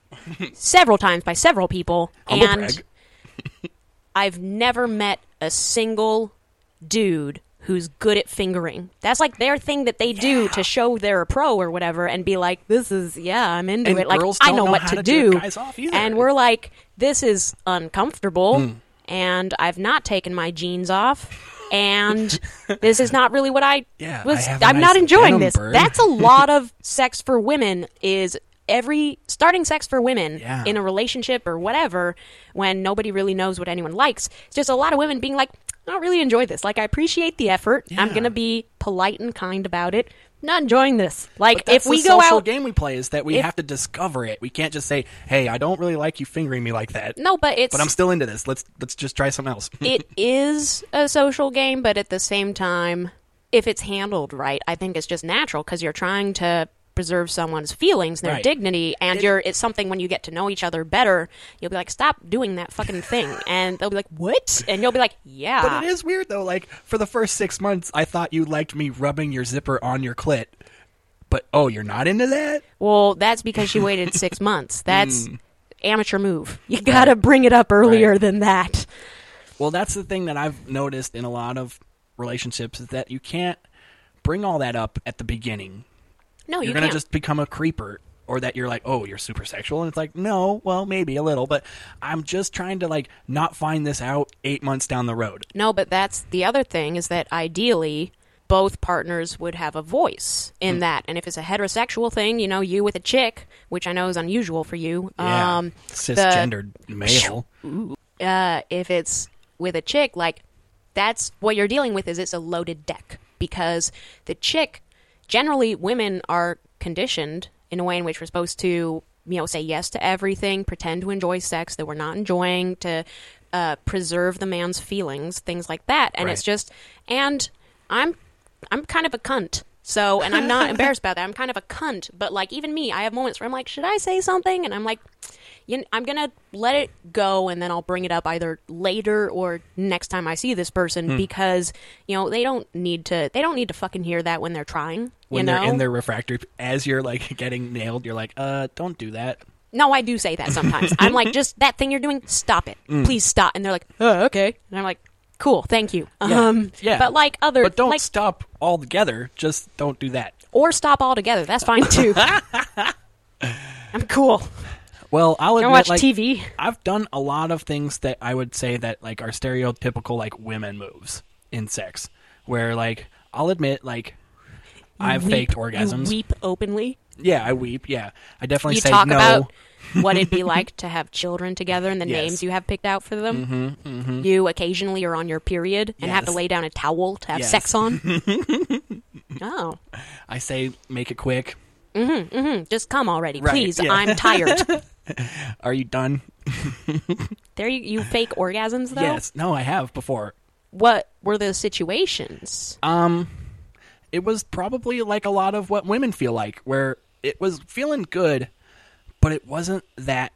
Speaker 1: several times by several people,
Speaker 2: Humble
Speaker 1: and
Speaker 2: brag. *laughs*
Speaker 1: I've never met a single dude who's good at fingering. That's like their thing that they do to show they're a pro or whatever, and be like, "This is yeah, I'm into
Speaker 2: And
Speaker 1: it. Like
Speaker 2: girls
Speaker 1: I
Speaker 2: don't
Speaker 1: know
Speaker 2: know
Speaker 1: what
Speaker 2: how
Speaker 1: to,
Speaker 2: to
Speaker 1: do."
Speaker 2: jerk guys off either. Hmm.
Speaker 1: And we're like, "This is uncomfortable," and I've not taken my jeans off. And this is not really what I
Speaker 2: *laughs* Yeah, I
Speaker 1: was.
Speaker 2: have a
Speaker 1: I'm
Speaker 2: nice
Speaker 1: not enjoying
Speaker 2: denim
Speaker 1: this.
Speaker 2: burn.
Speaker 1: That's a lot of sex for women. Is every starting sex for women
Speaker 2: Yeah.
Speaker 1: in a relationship or whatever when nobody really knows what anyone likes. It's just a lot of women being like, I don't really enjoy this. Like, I appreciate the effort. I'm
Speaker 2: Yeah.
Speaker 1: going to be polite and kind about it. Not enjoying this. Like,
Speaker 2: But that's
Speaker 1: if we
Speaker 2: the
Speaker 1: go
Speaker 2: social
Speaker 1: out.
Speaker 2: game we play is that we
Speaker 1: if-
Speaker 2: have to discover it. We can't just say, "Hey, I don't really like you fingering me like that."
Speaker 1: no, but it's.
Speaker 2: but I'm still into this. Let's let's just try something else.
Speaker 1: it is a social game, but at the same time, if it's handled right, I think it's just natural because you're trying to preserve someone's feelings, their
Speaker 2: Right.
Speaker 1: dignity, and you're it's something when you get to know each other better, you'll be like, "Stop doing that fucking thing,"
Speaker 2: *laughs*
Speaker 1: and they'll be like, "What?" and you'll be like, "Yeah."
Speaker 2: But it is weird though. Like for the first six months, I thought you liked me rubbing your zipper on your clit. But oh, you're not into that.
Speaker 1: Well, that's because she waited
Speaker 2: *laughs*
Speaker 1: six months. That's amateur move. You gotta bring it up earlier
Speaker 2: Mm. Right.
Speaker 1: than that.
Speaker 2: Well, that's the thing that I've noticed in a lot of relationships is that you can't bring all that up at the beginning.
Speaker 1: No,
Speaker 2: You're
Speaker 1: you
Speaker 2: gonna
Speaker 1: can't.
Speaker 2: just become a creeper, or that you're like, oh, you're super sexual, and it's like, no, well, maybe a little, but I'm just trying to like not find this out eight months down the road.
Speaker 1: No, but that's the other thing is that ideally both partners would have a voice
Speaker 2: Hmm.
Speaker 1: in that. And if it's a heterosexual thing, you know, you with a chick, which I know is unusual for you.
Speaker 2: Yeah,
Speaker 1: Um
Speaker 2: cisgendered male.
Speaker 1: The, uh, if it's with a chick, like that's what you're dealing with is it's a loaded deck because the chick generally women are conditioned in a way in which we're supposed to you know say yes to everything pretend to enjoy sex that we're not enjoying to uh, preserve the man's feelings things like that and it's
Speaker 2: Right.
Speaker 1: just and i'm i'm kind of a cunt so and i'm not embarrassed about that i'm kind of a cunt but like even me i have moments where i'm like should i say something and i'm like you kn- i'm gonna let it go and then i'll bring it up either later or next time i see this person
Speaker 2: Hmm.
Speaker 1: because you know they don't need to they don't need to fucking hear that when they're trying
Speaker 2: when
Speaker 1: you know
Speaker 2: they're in their refractory, as you're like *laughs* getting nailed, you're like, uh, don't do that.
Speaker 1: No, I do say that sometimes.
Speaker 2: *laughs*
Speaker 1: I'm like, just that thing you're doing, stop it.
Speaker 2: Hmm.
Speaker 1: Please stop. And they're like, oh, okay. And I'm like, cool, thank you. Um,
Speaker 2: yeah.
Speaker 1: But like other,
Speaker 2: But don't
Speaker 1: like,
Speaker 2: stop altogether. Just don't do that.
Speaker 1: or stop altogether. That's fine
Speaker 2: *laughs*
Speaker 1: too. I'm cool.
Speaker 2: Well, I'll admit,
Speaker 1: watch
Speaker 2: like,
Speaker 1: TV.
Speaker 2: I've done a lot of things that I would say that like are stereotypical like women moves in sex, where like I'll admit like I've
Speaker 1: Weep-
Speaker 2: faked
Speaker 1: you
Speaker 2: orgasms.
Speaker 1: weep openly.
Speaker 2: Yeah, I weep. Yeah, I definitely
Speaker 1: you
Speaker 2: say
Speaker 1: talk
Speaker 2: no.
Speaker 1: about what
Speaker 2: *laughs*
Speaker 1: it'd be like to have children together and the
Speaker 2: Yes. Mm-hmm,
Speaker 1: names you have picked out for them. You occasionally are on your period and have to
Speaker 2: Yes.
Speaker 1: lay down a towel to have
Speaker 2: Yes.
Speaker 1: sex
Speaker 2: *laughs*
Speaker 1: on. oh, mm,
Speaker 2: I say make it quick.
Speaker 1: just come already,
Speaker 2: Right,
Speaker 1: please.
Speaker 2: yeah.
Speaker 1: I'm
Speaker 2: *laughs*
Speaker 1: tired.
Speaker 2: Are you done?
Speaker 1: there, you, you fake orgasms though.
Speaker 2: Yes. No, I have before.
Speaker 1: what were the situations?
Speaker 2: Um, it was probably like a lot of what women feel like, where it was feeling good, but it wasn't that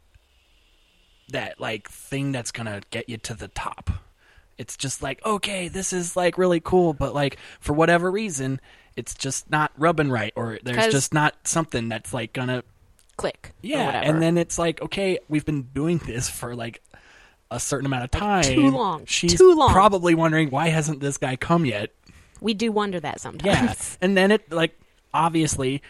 Speaker 2: that like thing that's gonna get you to the top. It's just like, okay, this is like really cool, but like for whatever reason, it's just not rubbing right, or there's
Speaker 1: 'Cause-
Speaker 2: just not something that's like gonna
Speaker 1: Click. or
Speaker 2: yeah.
Speaker 1: whatever.
Speaker 2: And then it's like, okay, we've been doing this for like a certain amount of time.
Speaker 1: Like, too long,
Speaker 2: She's
Speaker 1: too long.
Speaker 2: Probably wondering why hasn't this guy come yet.
Speaker 1: we do wonder that sometimes. *laughs*
Speaker 2: Yeah. and then it like obviously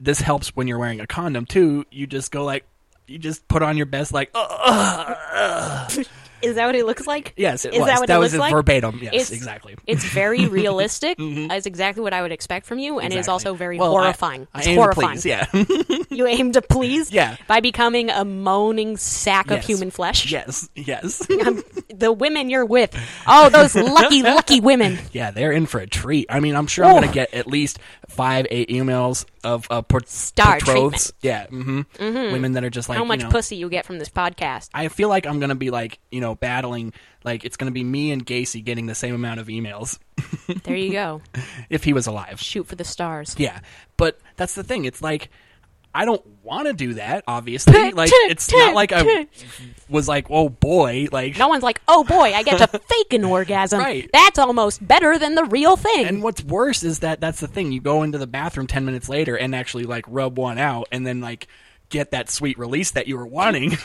Speaker 2: this helps when you're wearing a condom too. You just go like you just put on your best like oh
Speaker 1: Is that what it looks like?
Speaker 2: yes it
Speaker 1: Is
Speaker 2: was
Speaker 1: that what it
Speaker 2: was
Speaker 1: looks like?
Speaker 2: verbatim yes
Speaker 1: It's-
Speaker 2: exactly Mm-hmm.
Speaker 1: It's
Speaker 2: *laughs*
Speaker 1: very realistic. It's exactly what I would expect from you, and it's
Speaker 2: Exactly.
Speaker 1: also very
Speaker 2: Well, I-
Speaker 1: horrifying.
Speaker 2: I
Speaker 1: it's
Speaker 2: aim to
Speaker 1: horrifying. *laughs*
Speaker 2: please, yeah
Speaker 1: You aim to please
Speaker 2: Yeah.
Speaker 1: by becoming a moaning sack of
Speaker 2: Yes.
Speaker 1: human flesh.
Speaker 2: yes
Speaker 1: *laughs*
Speaker 2: yes
Speaker 1: Um, the women you're with. Oh, those lucky,
Speaker 2: *laughs*
Speaker 1: lucky women.
Speaker 2: yeah they're in for a treat. I mean I'm sure I'm gonna get at least five eight emails of uh, per-
Speaker 1: Star
Speaker 2: betroths. yeah mm-hmm. women that are just like
Speaker 1: How
Speaker 2: you
Speaker 1: much
Speaker 2: know,
Speaker 1: pussy you get from this podcast.
Speaker 2: I feel like I'm gonna be like you know battling like it's gonna be me and Gacy getting the same amount of emails *laughs*
Speaker 1: There you go.
Speaker 2: if he was alive.
Speaker 1: Shoot for the stars.
Speaker 2: Yeah, but that's the thing. It's like I don't want to do that. Obviously, like it's not like I was like, oh boy, like.
Speaker 1: No one's like, oh boy, I get
Speaker 2: *laughs*
Speaker 1: to fake an orgasm.
Speaker 2: Right.
Speaker 1: That's almost better than the real thing.
Speaker 2: And what's worse is that that's the thing. You go into the bathroom ten minutes later and actually like rub one out, and then like get that sweet release that you were wanting,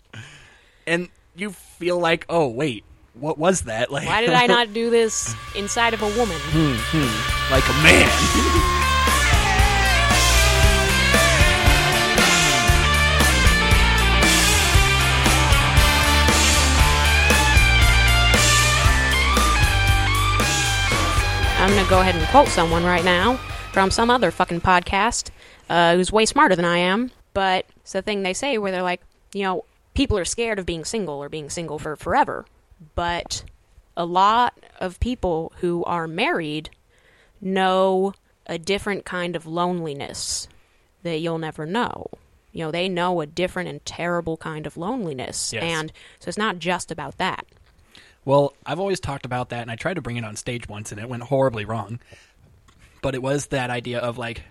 Speaker 2: *laughs* and you feel like, oh wait, what was that? Like,
Speaker 1: Why did I not do this inside of a woman?
Speaker 2: like a man?
Speaker 1: I'm going to go ahead and quote someone right now from some other fucking podcast uh, who's way smarter than I am. But it's the thing they say where they're like, you know, people are scared of being single or being single for forever. But a lot of people who are married know a different kind of loneliness that you'll never know. You know, they know a different and terrible kind of loneliness.
Speaker 2: Yes.
Speaker 1: And so it's not just about that. *laughs*
Speaker 2: Well, I've always talked about that, and I tried to bring it on stage once, and it went horribly wrong. But it was that idea of like,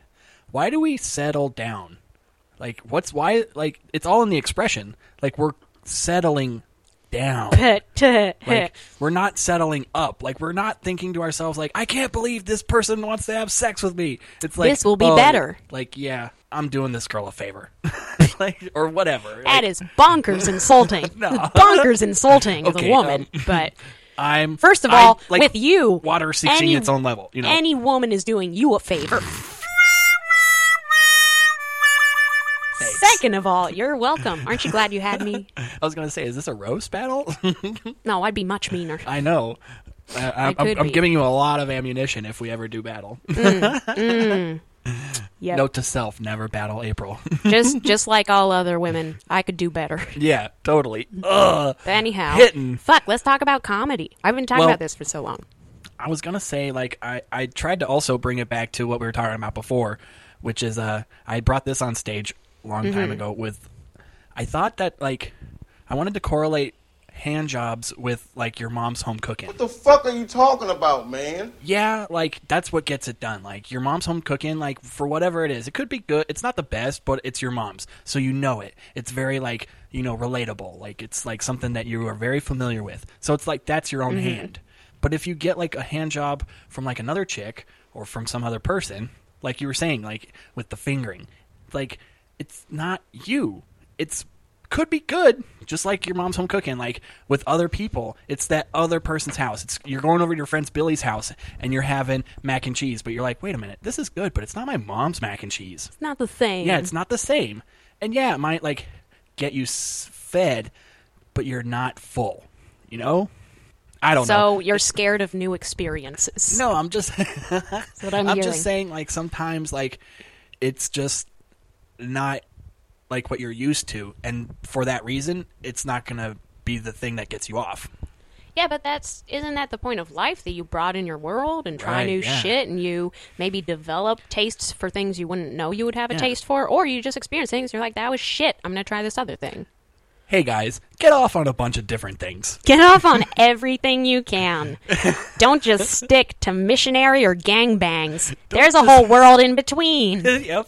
Speaker 2: why do we settle down? Like, what's why? Like, it's all in the expression. Like, we're settling down.
Speaker 1: *laughs*
Speaker 2: Like, we're not settling up. Like, we're not thinking to ourselves, like, I can't believe this person wants to have sex with me. It's like
Speaker 1: This will be
Speaker 2: oh,
Speaker 1: better.
Speaker 2: Like, yeah, I'm doing this girl a favor, *laughs* like, or whatever.
Speaker 1: that
Speaker 2: Like,
Speaker 1: is
Speaker 2: *laughs*
Speaker 1: bonkers insulting. bonkers insulting of
Speaker 2: Okay,
Speaker 1: a woman.
Speaker 2: *laughs*
Speaker 1: but
Speaker 2: I'm
Speaker 1: first of
Speaker 2: I'm,
Speaker 1: all,
Speaker 2: like,
Speaker 1: with you,
Speaker 2: water seeking
Speaker 1: any-
Speaker 2: its own level. You know,
Speaker 1: any woman is doing you a favor.
Speaker 2: Thanks.
Speaker 1: Second of all, you're welcome. Aren't you glad you had me?
Speaker 2: I was gonna say, is this a roast battle?
Speaker 1: No, I'd be much meaner.
Speaker 2: *laughs* I know. I, I,
Speaker 1: could
Speaker 2: I'm, I'm
Speaker 1: be.
Speaker 2: giving you a lot of ammunition if we ever do
Speaker 1: *laughs*
Speaker 2: battle.
Speaker 1: Yep.
Speaker 2: Note to self: never battle April. *laughs*
Speaker 1: just just like all other women, I could do better.
Speaker 2: yeah, totally. Ugh.
Speaker 1: But anyhow,
Speaker 2: Hitting.
Speaker 1: fuck, let's talk about comedy. I've been talking
Speaker 2: Well-
Speaker 1: about this for so long.
Speaker 2: I was gonna say like I, I tried to also bring it back to what we were talking about before, which is uh I brought this on stage a long
Speaker 1: Mm-hmm.
Speaker 2: time ago with I thought that like I wanted to correlate hand jobs with like your mom's home cooking.
Speaker 5: What the fuck are you talking about, man?
Speaker 2: yeah, like that's what gets it done. Like your mom's home cooking, like for whatever it is, it could be good. It's not the best, but it's your mom's, so you know it. It's very like you know relatable. Like it's like something that you are very familiar with. So it's like that's your own hand. But if you get like a hand job from like another chick or from some other person, like you were saying, like with the fingering, like it's not you. It's could be good, just like your mom's home cooking, like with other people. It's that other person's house. It's you're going over to your friend's Billy's house and you're having mac and cheese, but you're like, wait a minute, this is good, but it's not my mom's mac and cheese.
Speaker 1: It's not the thing.
Speaker 2: Yeah, it's not the same. And yeah, it might like get you s- fed, but you're not full. You know, I don't know.
Speaker 1: so you're scared of new experiences.
Speaker 2: No, I'm just *laughs*
Speaker 1: That's what I'm,
Speaker 2: I'm
Speaker 1: hearing.
Speaker 2: just saying, like sometimes, like it's just not like what you're used to, and for that reason, it's not gonna be the thing that gets you off.
Speaker 1: Yeah, but that's isn't that the point of life that you broaden your world and try
Speaker 2: Right,
Speaker 1: new
Speaker 2: yeah.
Speaker 1: shit and you maybe develop tastes for things you wouldn't know you would have a
Speaker 2: Yeah.
Speaker 1: taste for, or you just experience things and you're like, that was shit. I'm gonna try this other thing.
Speaker 2: Hey guys, get off on a bunch of different things.
Speaker 1: Get off *laughs* on everything you
Speaker 2: *laughs*
Speaker 1: can. Don't just stick to missionary or gangbangs. There's a whole world in between.
Speaker 2: *laughs* yep.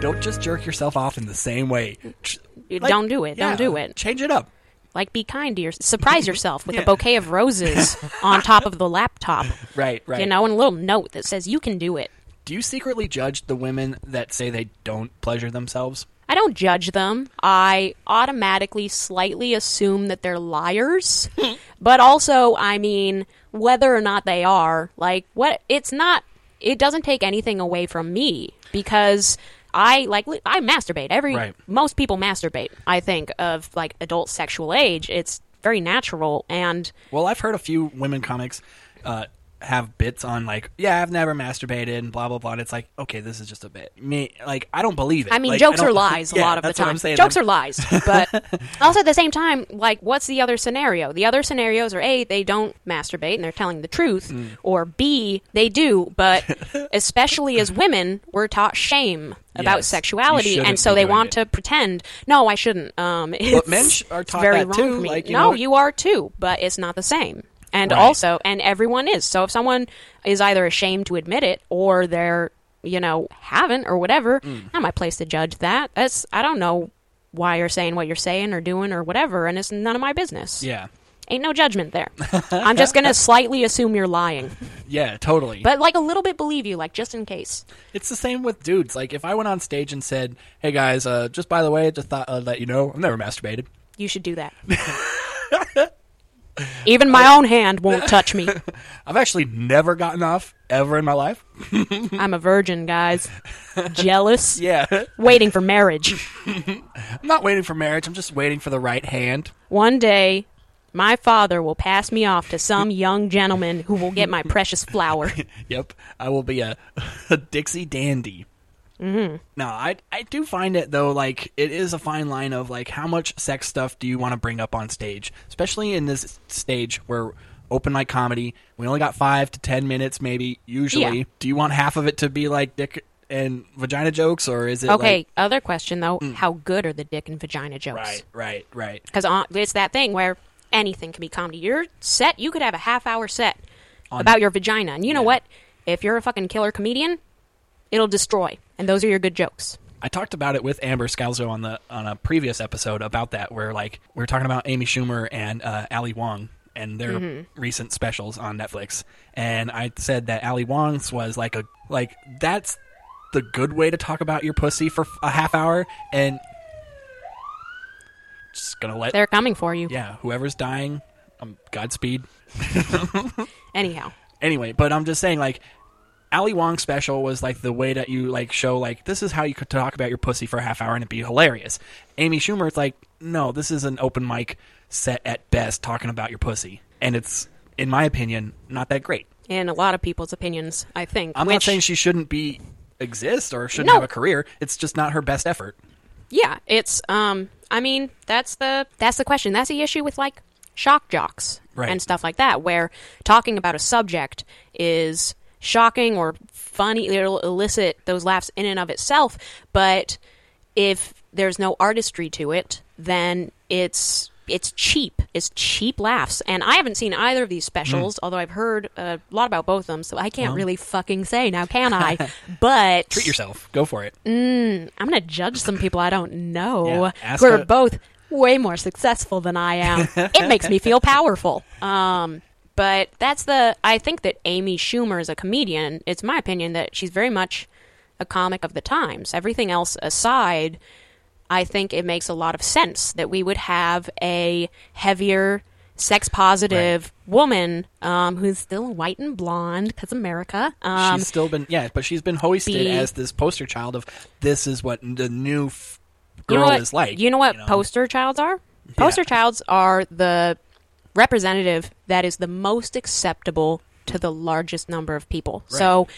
Speaker 2: Don't just jerk yourself off in the same way. Ch-
Speaker 1: You
Speaker 2: like-
Speaker 1: don't do it.
Speaker 2: yeah,
Speaker 1: Don't do it.
Speaker 2: Change it up.
Speaker 1: Like, be kind to yourself. Surprise yourself with
Speaker 2: Yeah.
Speaker 1: a bouquet of roses on top of the laptop.
Speaker 2: *laughs* Right, right.
Speaker 1: You know, and a little note that says, you can do it.
Speaker 2: Do you secretly judge the women that say they don't pleasure themselves?
Speaker 1: I don't judge them. I automatically slightly assume that they're liars. but also, I mean, whether or not they are, like what it's not it doesn't take anything away from me because I like li- I masturbate. Every
Speaker 2: Right.
Speaker 1: most people masturbate, I think, of like adult sexual age. It's very natural and
Speaker 2: Well, I've heard a few women comics uh, have bits on like, yeah, I've never masturbated and blah blah blah. And it's like, okay, this is just a bit. Me, like, I don't believe it.
Speaker 1: I mean,
Speaker 2: Like,
Speaker 1: jokes
Speaker 2: don't-
Speaker 1: are lies
Speaker 2: *laughs*
Speaker 1: a
Speaker 2: Yeah,
Speaker 1: lot of the
Speaker 2: that's
Speaker 1: time.
Speaker 2: What I'm saying.
Speaker 1: Jokes
Speaker 2: I'm-
Speaker 1: are
Speaker 2: *laughs*
Speaker 1: lies, but also at the same time, like, what's the other scenario? The other scenarios are a they don't masturbate and they're telling the truth,
Speaker 2: Mm.
Speaker 1: or b they do,
Speaker 2: *laughs*
Speaker 1: but especially as women, we're taught shame about
Speaker 2: Yes, you
Speaker 1: sexuality,
Speaker 2: shouldn't
Speaker 1: and so
Speaker 2: be
Speaker 1: they
Speaker 2: doing
Speaker 1: want
Speaker 2: it.
Speaker 1: to pretend. No, I shouldn't. Um, it's,
Speaker 2: men sh- are
Speaker 1: it's
Speaker 2: taught
Speaker 1: very
Speaker 2: that
Speaker 1: wrong
Speaker 2: too,
Speaker 1: for me.
Speaker 2: like, you
Speaker 1: no,
Speaker 2: know-
Speaker 1: you are too, but it's not the same. And
Speaker 2: Right.
Speaker 1: also, and everyone is. So if someone is either ashamed to admit it or they're, you know, haven't or whatever,
Speaker 2: Mm.
Speaker 1: not my place to judge that. That's I don't know why you're saying what you're saying or doing or whatever, and it's none of my business.
Speaker 2: Yeah,
Speaker 1: Ain't no judgment
Speaker 2: *laughs*
Speaker 1: there. I'm just gonna slightly assume you're lying.
Speaker 2: yeah, totally.
Speaker 1: But like a little bit believe you, like just in case.
Speaker 2: It's the same with dudes. Like, if I went on stage and said, "Hey guys, uh, just by the way, just thought I'd let you know, I've never masturbated."
Speaker 1: You should do
Speaker 2: *laughs*
Speaker 1: that. Even my own hand won't touch me.
Speaker 2: I've actually never gotten off ever in my life. *laughs*
Speaker 1: I'm a virgin, guys. Jealous.
Speaker 2: Yeah, I'm
Speaker 1: Waiting for marriage.
Speaker 2: not waiting for marriage. I'm just waiting for the right hand.
Speaker 1: One day, My father will pass me off to
Speaker 2: *laughs*
Speaker 1: some young gentleman who will get my precious flower.
Speaker 2: Yep, I will be a, *laughs* a Dixie dandy. Mm-hmm. Now, I I do find it though, like it is a fine line of like how much sex stuff do you want to bring up on stage, especially in this stage where open mic comedy we only got five to ten minutes maybe usually.
Speaker 1: Yeah.
Speaker 2: Do you want half of it to be like dick and vagina jokes, or is it
Speaker 1: Okay,
Speaker 2: like-
Speaker 1: other question though. How good are the dick and vagina jokes?
Speaker 2: Mm. right, right, right.
Speaker 1: Because it's that thing where anything can be comedy. Your set, you could have a half hour set about your vagina. And you know
Speaker 2: Yeah.
Speaker 1: what? If you're a fucking killer comedian, it'll destroy. And those are your good jokes.
Speaker 2: I talked about it with Amber Scalzo on the on a previous episode about that, where like we were talking about Amy Schumer and uh, Ali Wong and their recent specials on Netflix, and I said that Ali Wong's was like a like that's the good way to talk about your pussy for a half hour, and just gonna let
Speaker 1: They're coming for you.
Speaker 2: yeah whoever's dying, um, Godspeed.
Speaker 1: Anyhow.
Speaker 2: anyway, but I'm just saying like Ali Wong special was like the way that you like show like this is how you could talk about your pussy for a half hour and it'd be hilarious. Amy Schumer's like, no, this is an open mic set at best talking about your pussy. And it's in my opinion, not that great.
Speaker 1: In a lot of people's opinions, I think.
Speaker 2: I'm not
Speaker 1: which-
Speaker 2: saying she shouldn't be exist or shouldn't
Speaker 1: No.
Speaker 2: have a career. It's just not her best effort.
Speaker 1: Yeah, it's um I mean, that's the that's the question. That's the issue with like shock jocks
Speaker 2: Right.
Speaker 1: and stuff like that where talking about a subject is shocking or funny, it'll elicit those laughs in and of itself, but if there's no artistry to it, then it's it's cheap. It's cheap laughs. And I haven't seen either of these specials, although I've heard a lot about both of them, so I can't really fucking say now, can I? *laughs* but
Speaker 2: Treat yourself. Go for it.
Speaker 1: I'm going to judge some people I don't
Speaker 2: Yeah,
Speaker 1: know
Speaker 2: ask
Speaker 1: who are
Speaker 2: a-
Speaker 1: both way more successful than I am. it makes me feel powerful. Um, but that's the. I think that Amy Schumer is a comedian. It's my opinion that she's very much a comic of the times. Everything else aside, I think it makes a lot of sense that we would have a heavier, sex positive woman um, who's still white and blonde because America. Um,
Speaker 2: she's still been yeah, but she's been hoisted
Speaker 1: be-
Speaker 2: as this poster child of this is what the new f-
Speaker 1: You
Speaker 2: girl
Speaker 1: know what-
Speaker 2: is like.
Speaker 1: You know what
Speaker 2: poster.
Speaker 1: poster childs are? Poster childs are the representative that is the most acceptable to the largest number of people. So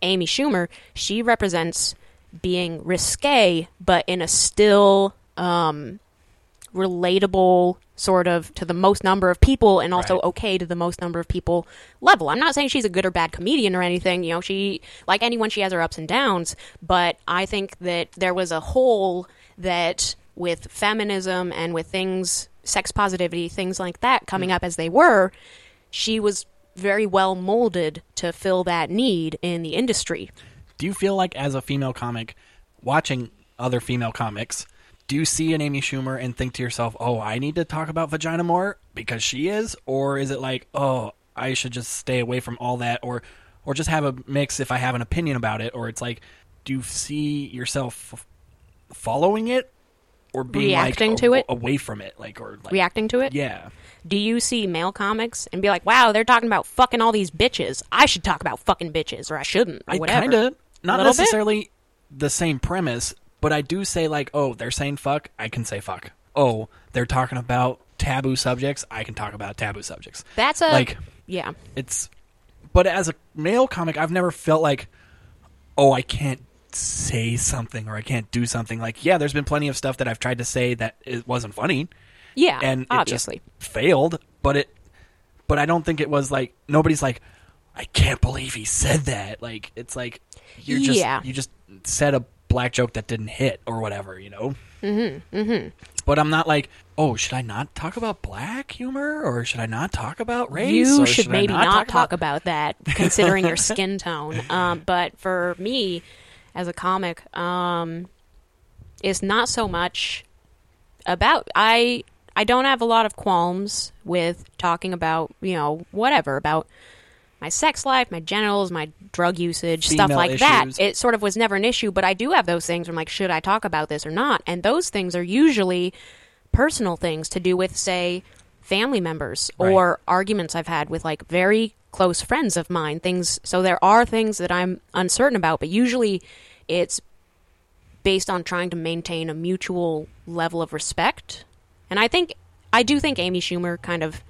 Speaker 1: Amy Schumer, she represents being risque, but in a still um, relatable sort of to the most number of people and also
Speaker 2: Right.
Speaker 1: okay to the most number of people level. I'm not saying she's a good or bad comedian or anything, you know, she like anyone she has her ups and downs, but I think that there was a hole that with feminism and with things sex positivity, things like that coming up as they were, she was very well molded to fill that need in the industry.
Speaker 2: Do you feel like, as a female comic, watching other female comics, do you see an Amy Schumer and think to yourself, "Oh, I need to talk about vagina more because she is," or is it like, "Oh, I should just stay away from all that," or, or just have a mix if I have an opinion about it, or it's like, do you see yourself f- following it or being
Speaker 1: Reacting
Speaker 2: like,
Speaker 1: to
Speaker 2: a-
Speaker 1: it?
Speaker 2: away from it, like or like,
Speaker 1: Reacting to it?
Speaker 2: Yeah,
Speaker 1: Do you see male comics and be like, "Wow, they're talking about fucking all these bitches. I should talk about fucking bitches, or I shouldn't, or
Speaker 2: I
Speaker 1: whatever."
Speaker 2: kind of not
Speaker 1: Little bit?
Speaker 2: necessarily the same premise, but I do say like, oh, they're saying fuck, I can say fuck. Oh, they're talking about taboo subjects, I can talk about taboo subjects.
Speaker 1: That's a
Speaker 2: like
Speaker 1: yeah.
Speaker 2: it's but as a male comic, I've never felt like oh, I can't say something or I can't do something. Like, yeah, there's been plenty of stuff that I've tried to say that it wasn't funny
Speaker 1: Yeah,
Speaker 2: and it
Speaker 1: obviously.
Speaker 2: just failed, but it but I don't think it was like nobody's like I can't believe he said that. Like it's like you just
Speaker 1: Yeah.
Speaker 2: you just said a black joke that didn't hit or whatever, you know. Mhm. Mhm.
Speaker 1: Mm-hmm,
Speaker 2: But I'm not like, "Oh, should I not talk about black humor or should I not talk about race?"
Speaker 1: you
Speaker 2: or
Speaker 1: should,
Speaker 2: I
Speaker 1: maybe not, talk,
Speaker 2: about
Speaker 1: about
Speaker 2: *laughs*
Speaker 1: that, considering your skin tone. Um, but for me, as a comic, um, it's not so much about I. I don't have a lot of qualms with talking about you know whatever about my sex life, my genitals, my drug usage, stuff
Speaker 2: Female
Speaker 1: like that.
Speaker 2: issues.
Speaker 1: It sort of was never an issue, but I do have those things. Where I'm like, should I talk about this or not? And those things are usually personal things to do with, say, family members or arguments I've had with like very close friends of mine. Things. So there are things that I'm uncertain about, but usually it's based on trying to maintain a mutual level of respect. And I think I do think Amy Schumer kind of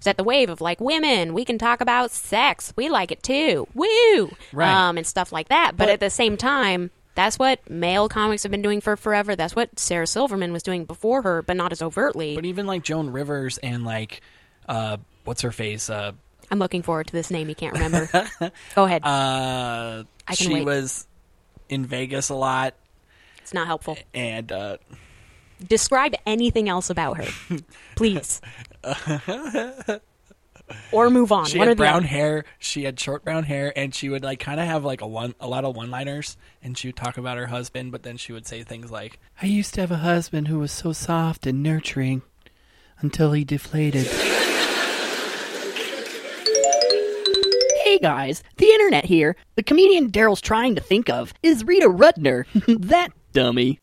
Speaker 1: set the wave of like women. We can talk about sex. We like it too. Woo!
Speaker 2: Right.
Speaker 1: Um, and stuff like that. But, at the same time, that's what male comics have been doing for forever. That's what Sarah Silverman was doing before her, but not as overtly.
Speaker 2: But even like Joan Rivers and like uh what's her face? Uh
Speaker 1: I'm looking forward to this name. You can't remember. Go ahead.
Speaker 2: *laughs* uh
Speaker 1: I can
Speaker 2: she
Speaker 1: wait.
Speaker 2: was in Vegas a lot
Speaker 1: it's not helpful.
Speaker 2: and uh
Speaker 1: Describe anything else about
Speaker 2: *laughs*
Speaker 1: her, please. or move on.
Speaker 2: she
Speaker 1: One or
Speaker 2: had
Speaker 1: the other.
Speaker 2: brown hair, she had short brown hair and she would like kind of have like a one a lot of one-liners and she would talk about her husband but then she would say things like I used to have a husband who was so soft and nurturing until he deflated.
Speaker 8: Hey guys, the internet here. The comedian Daryl's trying to think of is Rita Rudner.
Speaker 1: *laughs*
Speaker 8: that dummy.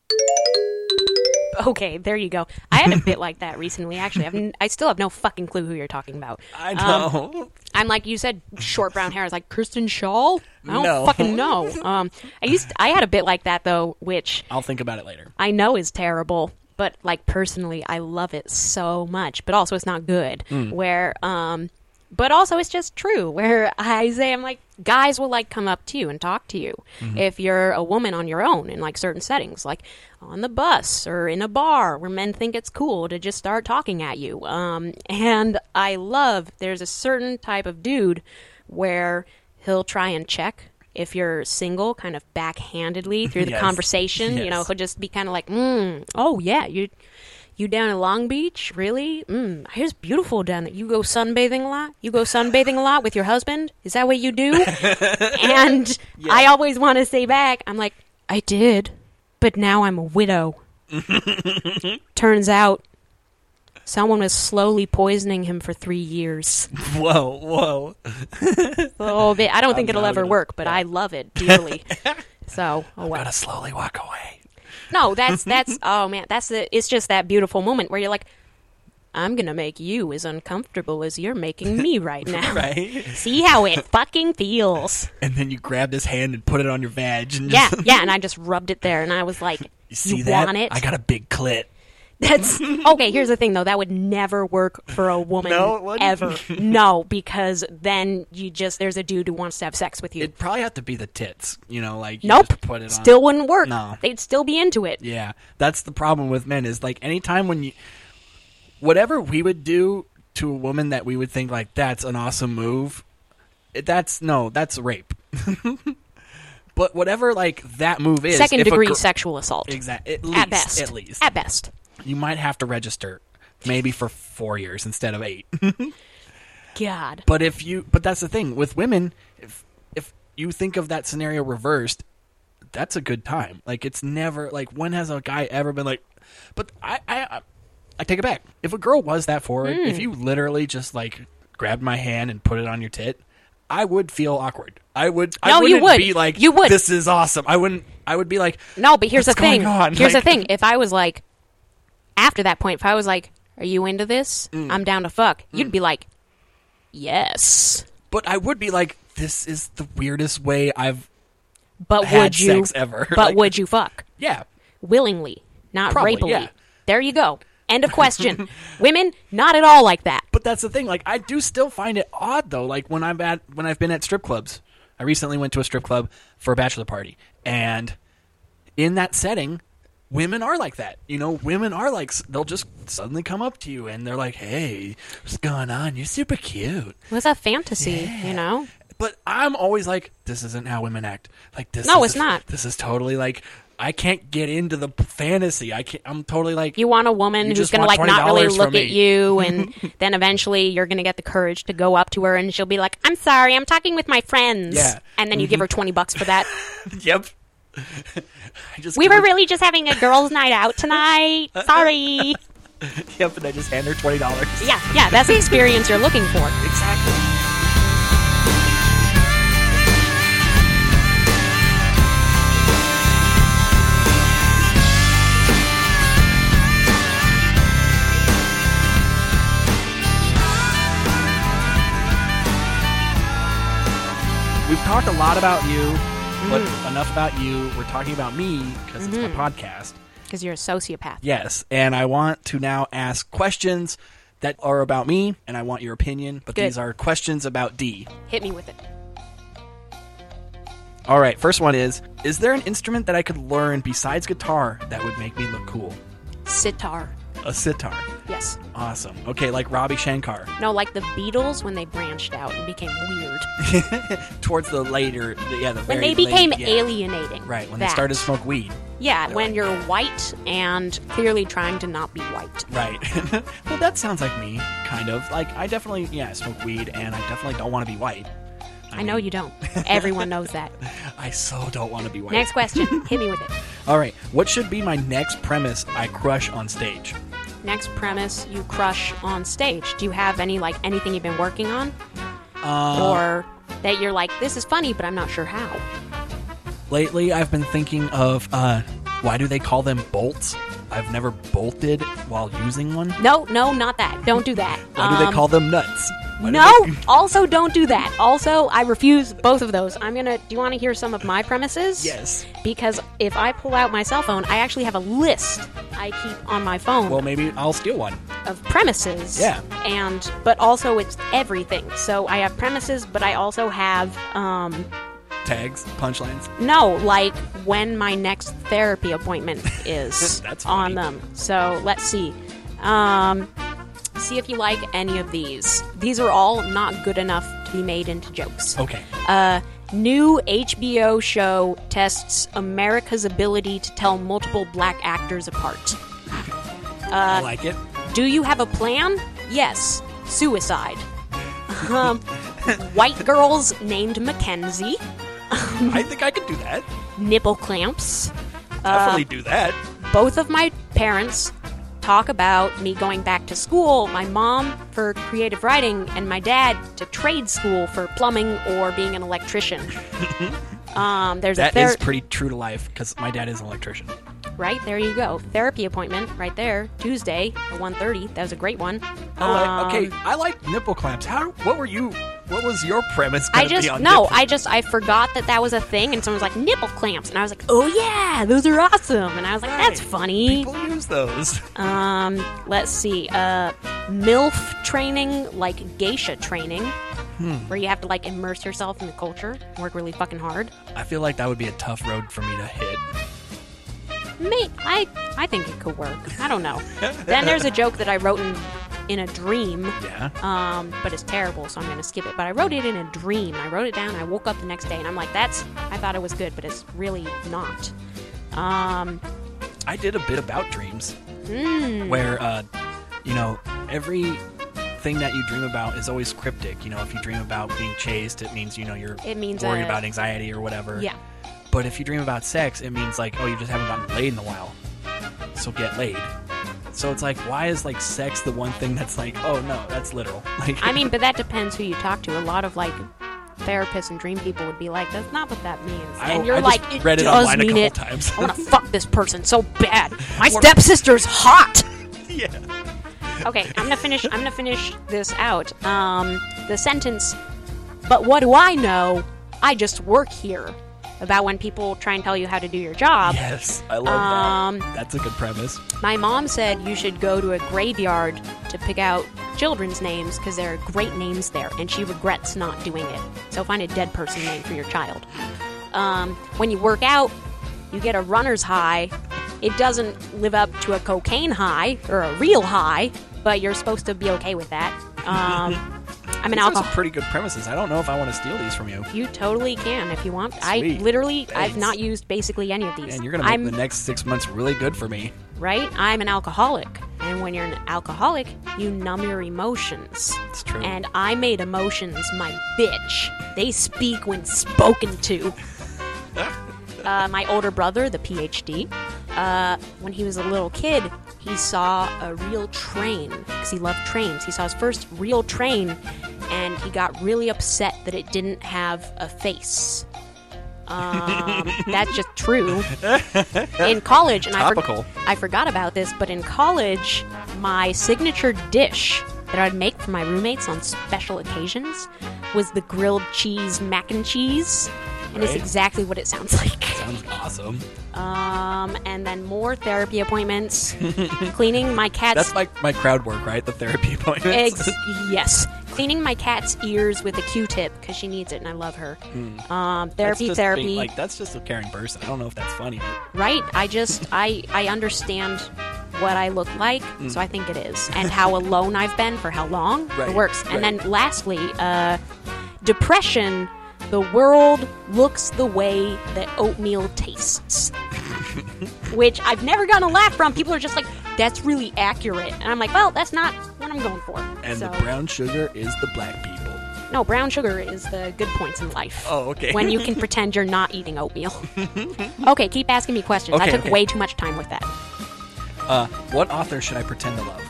Speaker 1: Okay, there you go. I had a bit like that recently. Actually, I've, n- I still have no fucking clue who you're talking about.
Speaker 2: *laughs* I
Speaker 1: Um,
Speaker 2: know.
Speaker 1: I'm like you said, short brown hair. I was like Kristen Shaw. I don't
Speaker 2: No.
Speaker 1: fucking know. Um, I used I had a bit like that though, which
Speaker 2: I'll think about it later.
Speaker 1: I know is terrible, but like personally, I love it so much. But also, it's not good. Where, um, but also, it's just true. Where *laughs* I say, I'm like, guys will like come up to you and talk to you if you're a woman on your own in like certain settings, like on the bus or in a bar where men think it's cool to just start talking at you. Um, and I love there's a certain type of dude where he'll try and check if you're single kind of backhandedly through the
Speaker 2: Yes.
Speaker 1: conversation you know
Speaker 2: Yes.
Speaker 1: he'll just be kind of like mm, oh yeah you you down in long beach really mm, here's beautiful down there you go sunbathing a lot you go sunbathing a lot with your husband is that what you do
Speaker 2: *laughs*
Speaker 1: and i always want to say back i'm like i did but now i'm a
Speaker 2: *laughs*
Speaker 1: widow turns out someone was slowly poisoning him for three
Speaker 2: *laughs*
Speaker 1: years
Speaker 2: Whoa, whoa.
Speaker 1: oh, bit. I don't think it'll
Speaker 2: not
Speaker 1: ever
Speaker 2: gonna-
Speaker 1: work, but I love it
Speaker 2: *laughs*
Speaker 1: dearly. so, oh well.
Speaker 2: Gotta slowly walk away.
Speaker 1: No,
Speaker 2: *laughs*
Speaker 1: that's that's oh man, that's the. It's just that beautiful moment where you're like, I'm gonna make you as uncomfortable as you're making
Speaker 2: *laughs*
Speaker 1: me right now.
Speaker 2: Right?
Speaker 1: See how it fucking
Speaker 2: *laughs*
Speaker 1: feels.
Speaker 2: And then you grabbed his hand and put it on your vag and *laughs*
Speaker 1: Yeah,
Speaker 2: just
Speaker 1: yeah. And I just rubbed it there, and I was like,
Speaker 2: You see that?
Speaker 1: want it?
Speaker 2: I got a big clit.
Speaker 1: *laughs*
Speaker 2: *laughs*
Speaker 1: That's okay. Here's the thing, though. That would never work for a woman
Speaker 2: No, it wouldn't. *laughs*
Speaker 1: ever. No, because then you just there's a dude who wants to have sex with you.
Speaker 2: It'd probably have to be the tits, you know, like you
Speaker 1: nope.
Speaker 2: just put it on.
Speaker 1: Still wouldn't work.
Speaker 2: No.
Speaker 1: They'd still be into it.
Speaker 2: Yeah, that's the problem with men is like anytime when you, whatever we would do to a woman that we would think like that's an awesome move, it- that's no, that's rape. *laughs* but whatever like that move is,
Speaker 1: Second
Speaker 2: if a
Speaker 1: degree
Speaker 2: gir-
Speaker 1: sexual assault.
Speaker 2: Exactly. At least,
Speaker 1: At best.
Speaker 2: at least,
Speaker 1: At best.
Speaker 2: you might have to register, maybe for four years instead of eight.
Speaker 1: God.
Speaker 2: But if you, but that's the thing with women. If if you think of that scenario reversed, that's a good time. Like it's never like when has a guy ever been like? But I I I take it back. If a girl was that forward,
Speaker 1: Hmm.
Speaker 2: if you literally just like grabbed my hand and put it on your tit, I would feel awkward. I would. I
Speaker 1: No, you
Speaker 2: wouldn't
Speaker 1: would.
Speaker 2: be like
Speaker 1: You would.
Speaker 2: This is awesome. I wouldn't. I would be like
Speaker 1: No, but here's
Speaker 2: "What's
Speaker 1: the thing.
Speaker 2: going on?"
Speaker 1: Here's
Speaker 2: Like,
Speaker 1: the thing. If I was like, after that point, if I was like, are you into this?
Speaker 2: Mm.
Speaker 1: I'm down to fuck. You'd be like, yes.
Speaker 2: But I would be like, this is the weirdest way I've.
Speaker 1: But
Speaker 2: Had
Speaker 1: would you?
Speaker 2: sex ever.
Speaker 1: *laughs* But
Speaker 2: Like-
Speaker 1: would you fuck?
Speaker 2: Yeah.
Speaker 1: Willingly, not
Speaker 2: Probably,
Speaker 1: rapily.
Speaker 2: yeah.
Speaker 1: There you go. End of
Speaker 2: *laughs*
Speaker 1: question. Women, not at all like that.
Speaker 2: But that's the thing. Like, I do still find it odd though. Like when I'm at when I've been at strip clubs. I recently went to a strip club for a bachelor party, and in that setting, women are like that. You know, women are like s- they'll just suddenly come up to you and they're like, "Hey, what's going on? You're super cute."
Speaker 1: It was a fantasy, you know?
Speaker 2: But I'm always like, "This isn't how women act. Like this.
Speaker 1: No,
Speaker 2: is-
Speaker 1: it's not.
Speaker 2: This is totally like." I can't get into the p- fantasy. I can't. I'm totally like
Speaker 1: You want a woman
Speaker 2: You
Speaker 1: who's
Speaker 2: just
Speaker 1: going to
Speaker 2: want
Speaker 1: like not really
Speaker 2: $20 from
Speaker 1: look at
Speaker 2: me. *laughs*
Speaker 1: you, and then eventually you're going to get the courage to go up to her, and she'll be like, "I'm sorry, I'm talking with my friends,"
Speaker 2: Yeah. Mm-hmm.
Speaker 1: and then you give her twenty bucks for that.
Speaker 2: *laughs* Yep. *laughs* I just
Speaker 1: we
Speaker 2: give
Speaker 1: were
Speaker 2: her-
Speaker 1: really just having a girls' night out
Speaker 2: *laughs*
Speaker 1: tonight. Sorry.
Speaker 2: Yep, and I just hand her twenty dollars.
Speaker 1: Yeah, yeah, that's the experience you're looking for.
Speaker 2: Exactly. We've talked a lot about you, but enough about you. We're talking about me because it's my podcast.
Speaker 1: because you're a sociopath.
Speaker 2: Yes, and I want to now ask questions that are about me, and I want your opinion. But
Speaker 1: Good.
Speaker 2: these are questions about D.
Speaker 1: Hit me with it.
Speaker 2: All right, first one is: Is there an instrument that I could learn besides guitar that would make me look cool?
Speaker 1: Sitar.
Speaker 2: A sitar.
Speaker 1: Yes.
Speaker 2: Awesome. Okay, like Robbie Shankar.
Speaker 1: No, like the Beatles when they branched out and became weird.
Speaker 2: Towards the later, the, yeah, the
Speaker 1: When
Speaker 2: very
Speaker 1: they became
Speaker 2: late, yeah.
Speaker 1: alienating.
Speaker 2: Right when
Speaker 1: That.
Speaker 2: they started to smoke weed.
Speaker 1: Yeah, when you're white and clearly trying to not be white.
Speaker 2: Right. *laughs* well, that sounds like me, kind of. Like I definitely, yeah, I smoke weed, and I definitely don't want to be white.
Speaker 1: I, know you
Speaker 2: *laughs*
Speaker 1: don't. Everyone knows that.
Speaker 2: I so don't want to be white.
Speaker 1: Next
Speaker 2: *laughs*
Speaker 1: question. Hit me with it.
Speaker 2: All right, what should be my next premise I crush on stage?
Speaker 1: Next premise you crush on stage. Do you have any, like, anything you've been working on?
Speaker 2: Uh,
Speaker 1: or that you're like, this is funny, but I'm not sure how.
Speaker 2: Lately, I've been thinking of uh, why do they call them bolts? I've never bolted while using one.
Speaker 1: No, no, not that. Don't do that.
Speaker 2: Why do they
Speaker 1: Um,
Speaker 2: call them nuts? Why do
Speaker 1: No.
Speaker 2: they-
Speaker 1: also, don't do that. Also, I refuse both of those. I'm gonna. Do you want to hear some of my premises?
Speaker 2: Yes.
Speaker 1: Because if I pull out my cell phone, I actually have a list I keep on my phone
Speaker 2: well, maybe I'll steal one.
Speaker 1: of premises.
Speaker 2: Yeah.
Speaker 1: And but also it's everything. So I have premises, but I also have um
Speaker 2: Tags, punchlines.
Speaker 1: no like when my next therapy appointment
Speaker 2: *laughs*
Speaker 1: is
Speaker 2: That's
Speaker 1: on
Speaker 2: funny.
Speaker 1: them. So let's see. Um. See if you like any of these. These are all not good enough to be made into jokes.
Speaker 2: Okay.
Speaker 1: Uh, new HBO show tests America's ability to tell multiple black actors apart. Uh,
Speaker 2: I like it.
Speaker 1: Do you have a plan? Yes. Suicide.
Speaker 2: *laughs*
Speaker 1: Um, white girls named Mackenzie. mhm.
Speaker 2: I think I could do that.
Speaker 1: Nipple clamps. Uh,
Speaker 2: Definitely do that.
Speaker 1: both of my parents talk about me going back to school, my mom for creative writing, and my dad to trade school for plumbing or being an
Speaker 2: *laughs*
Speaker 1: electrician. um, there's
Speaker 2: That
Speaker 1: a ther-
Speaker 2: is pretty true to life because my dad is an electrician.
Speaker 1: right there you go therapy appointment right there Tuesday at 1.30 that was a great one.
Speaker 2: I
Speaker 1: Um,
Speaker 2: like, okay, I like nipple clamps. How? What were you? What was your premise?
Speaker 1: I
Speaker 2: Gonna
Speaker 1: just
Speaker 2: be on
Speaker 1: no,
Speaker 2: nipple-
Speaker 1: I just I forgot that that was a thing, and someone was like nipple clamps, and I was like, oh yeah, those are awesome, and I was like, that's
Speaker 2: Right.
Speaker 1: funny.
Speaker 2: People use those. *laughs*
Speaker 1: Um, let's see. Uh, MILF training, like geisha training,
Speaker 2: Hmm.
Speaker 1: where you have to like immerse yourself in the culture, work really fucking hard.
Speaker 2: I feel like that would be a tough road for me to hit.
Speaker 1: Mate, I I think it could work. I don't
Speaker 2: *laughs*
Speaker 1: know. then there's a joke that I wrote in in a dream.
Speaker 2: Yeah.
Speaker 1: Um, but it's terrible, so I'm gonna skip it. But I wrote it in a dream. I wrote it down. I woke up the next day, and I'm like, that's. I thought it was good, but it's really not. Um,
Speaker 2: I did a bit about dreams,
Speaker 1: Hmm.
Speaker 2: where uh, you know every thing that you dream about is always cryptic. You know, if you dream about being chased, it means you know you're
Speaker 1: It means,
Speaker 2: worried
Speaker 1: uh,
Speaker 2: about anxiety or whatever.
Speaker 1: yeah.
Speaker 2: But if you dream about sex, it means like oh you just haven't gotten laid in a while, so get laid. So it's like why is like sex the one thing that's like oh no that's literal. *laughs* Like
Speaker 1: I mean, but that depends who you talk to. A lot of like therapists and dream people would be like, "That's not what that means,"
Speaker 2: I-
Speaker 1: and you're
Speaker 2: I just
Speaker 1: like, "It
Speaker 2: read it
Speaker 1: does
Speaker 2: online a
Speaker 1: mean
Speaker 2: couple
Speaker 1: it."
Speaker 2: times.
Speaker 1: I want to fuck this person so bad. My
Speaker 2: What-
Speaker 1: stepsister's hot.
Speaker 2: *laughs* yeah.
Speaker 1: Okay, I'm gonna finish. I'm gonna finish this out. Um, the sentence. But what do I know? I just work here. About when people try and tell you how to do your job.
Speaker 2: Yes, I love
Speaker 1: Um,
Speaker 2: that. That's a good premise.
Speaker 1: My mom said you should go to a graveyard to pick out children's names because there are great names there, and she regrets not doing it. So find a dead person name for your child. Um, when you work out, you get a runner's high. It doesn't live up to a cocaine high or a real high, but you're supposed to be okay with that.
Speaker 2: *laughs*
Speaker 1: Um, I'm an
Speaker 2: These are some
Speaker 1: alcoholic.
Speaker 2: pretty good premises. I don't know if I want to steal these from you.
Speaker 1: You totally can if you want.
Speaker 2: Sweet.
Speaker 1: I literally,
Speaker 2: Thanks.
Speaker 1: I've not used basically any of these.
Speaker 2: And you're gonna make
Speaker 1: I'm-
Speaker 2: the next six months really good for me.
Speaker 1: right? I'm an alcoholic. And when you're an alcoholic, you numb your emotions.
Speaker 2: It's true.
Speaker 1: And I made emotions my bitch. They speak when spoken
Speaker 2: *laughs*
Speaker 1: to. uh, my older brother, the PhD, uh, when he was a little kid, he saw a real train because he loved trains. He saw his first real train and he got really upset that it didn't have a face. Um,
Speaker 2: *laughs*
Speaker 1: that's just true. In college, and I,
Speaker 2: Topical.
Speaker 1: for- I forgot about this, but in college, my signature dish that I'd make for my roommates on special occasions was the grilled cheese mac and cheese. And it's
Speaker 2: Right.
Speaker 1: exactly what it sounds *laughs* like.
Speaker 2: Sounds awesome.
Speaker 1: Um, and then more therapy
Speaker 2: *laughs*
Speaker 1: appointments, cleaning my cat's
Speaker 2: That's my my crowd work, right? The therapy *laughs* appointments.
Speaker 1: eggs. Yes, cleaning my cat's ears with a Q-tip because she needs it, and I love her. Um,
Speaker 2: Hmm. That's
Speaker 1: *laughs* therapy,
Speaker 2: just
Speaker 1: therapy.
Speaker 2: being- like that's just a caring person. I don't know if that's funny. but-
Speaker 1: right i just i i understand what i look like
Speaker 2: Mm.
Speaker 1: so i think it is and
Speaker 2: *laughs*
Speaker 1: how alone i've been for how long
Speaker 2: Right,
Speaker 1: it works
Speaker 2: right.
Speaker 1: and then lastly uh depression the world looks the way that oatmeal
Speaker 2: *laughs*
Speaker 1: tastes which i've never gotten a laugh from people are just like that's really accurate and i'm like well that's not what i'm going for
Speaker 2: And
Speaker 1: so
Speaker 2: the brown sugar is the black people.
Speaker 1: no brown sugar is the good points in life
Speaker 2: Oh, okay.
Speaker 1: when you
Speaker 2: *laughs*
Speaker 1: can pretend you're not eating oatmeal okay keep asking me questions
Speaker 2: Okay,
Speaker 1: i took
Speaker 2: okay.
Speaker 1: way too much time with that
Speaker 2: Uh, what author should I pretend to love?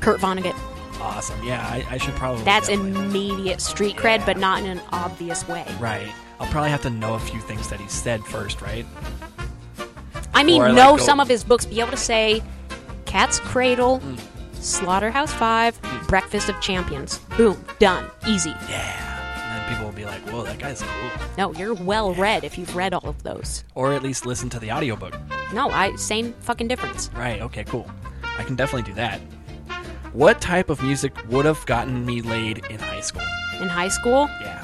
Speaker 1: Kurt Vonnegut.
Speaker 2: Awesome. Yeah, I, I should probably.
Speaker 1: That's
Speaker 2: definitely-
Speaker 1: immediate street cred, but not in an obvious way.
Speaker 2: right. I'll probably have to know a few things that he said first, right?
Speaker 1: I mean,
Speaker 2: Or I like
Speaker 1: know
Speaker 2: to-
Speaker 1: some of his books, be able to say Cat's Cradle,
Speaker 2: Mm.
Speaker 1: Slaughterhouse Five, Breakfast of Champions. Boom, done. Easy.
Speaker 2: And then people will be like, "Whoa, that guy's cool,"
Speaker 1: No, you're well read if you've read all of those.
Speaker 2: or at least listen to the audiobook.
Speaker 1: No, I same fucking difference.
Speaker 2: Right. Okay. Cool. I can definitely do that. What type of music would have gotten me laid in high school?
Speaker 1: In high school,
Speaker 2: Yeah.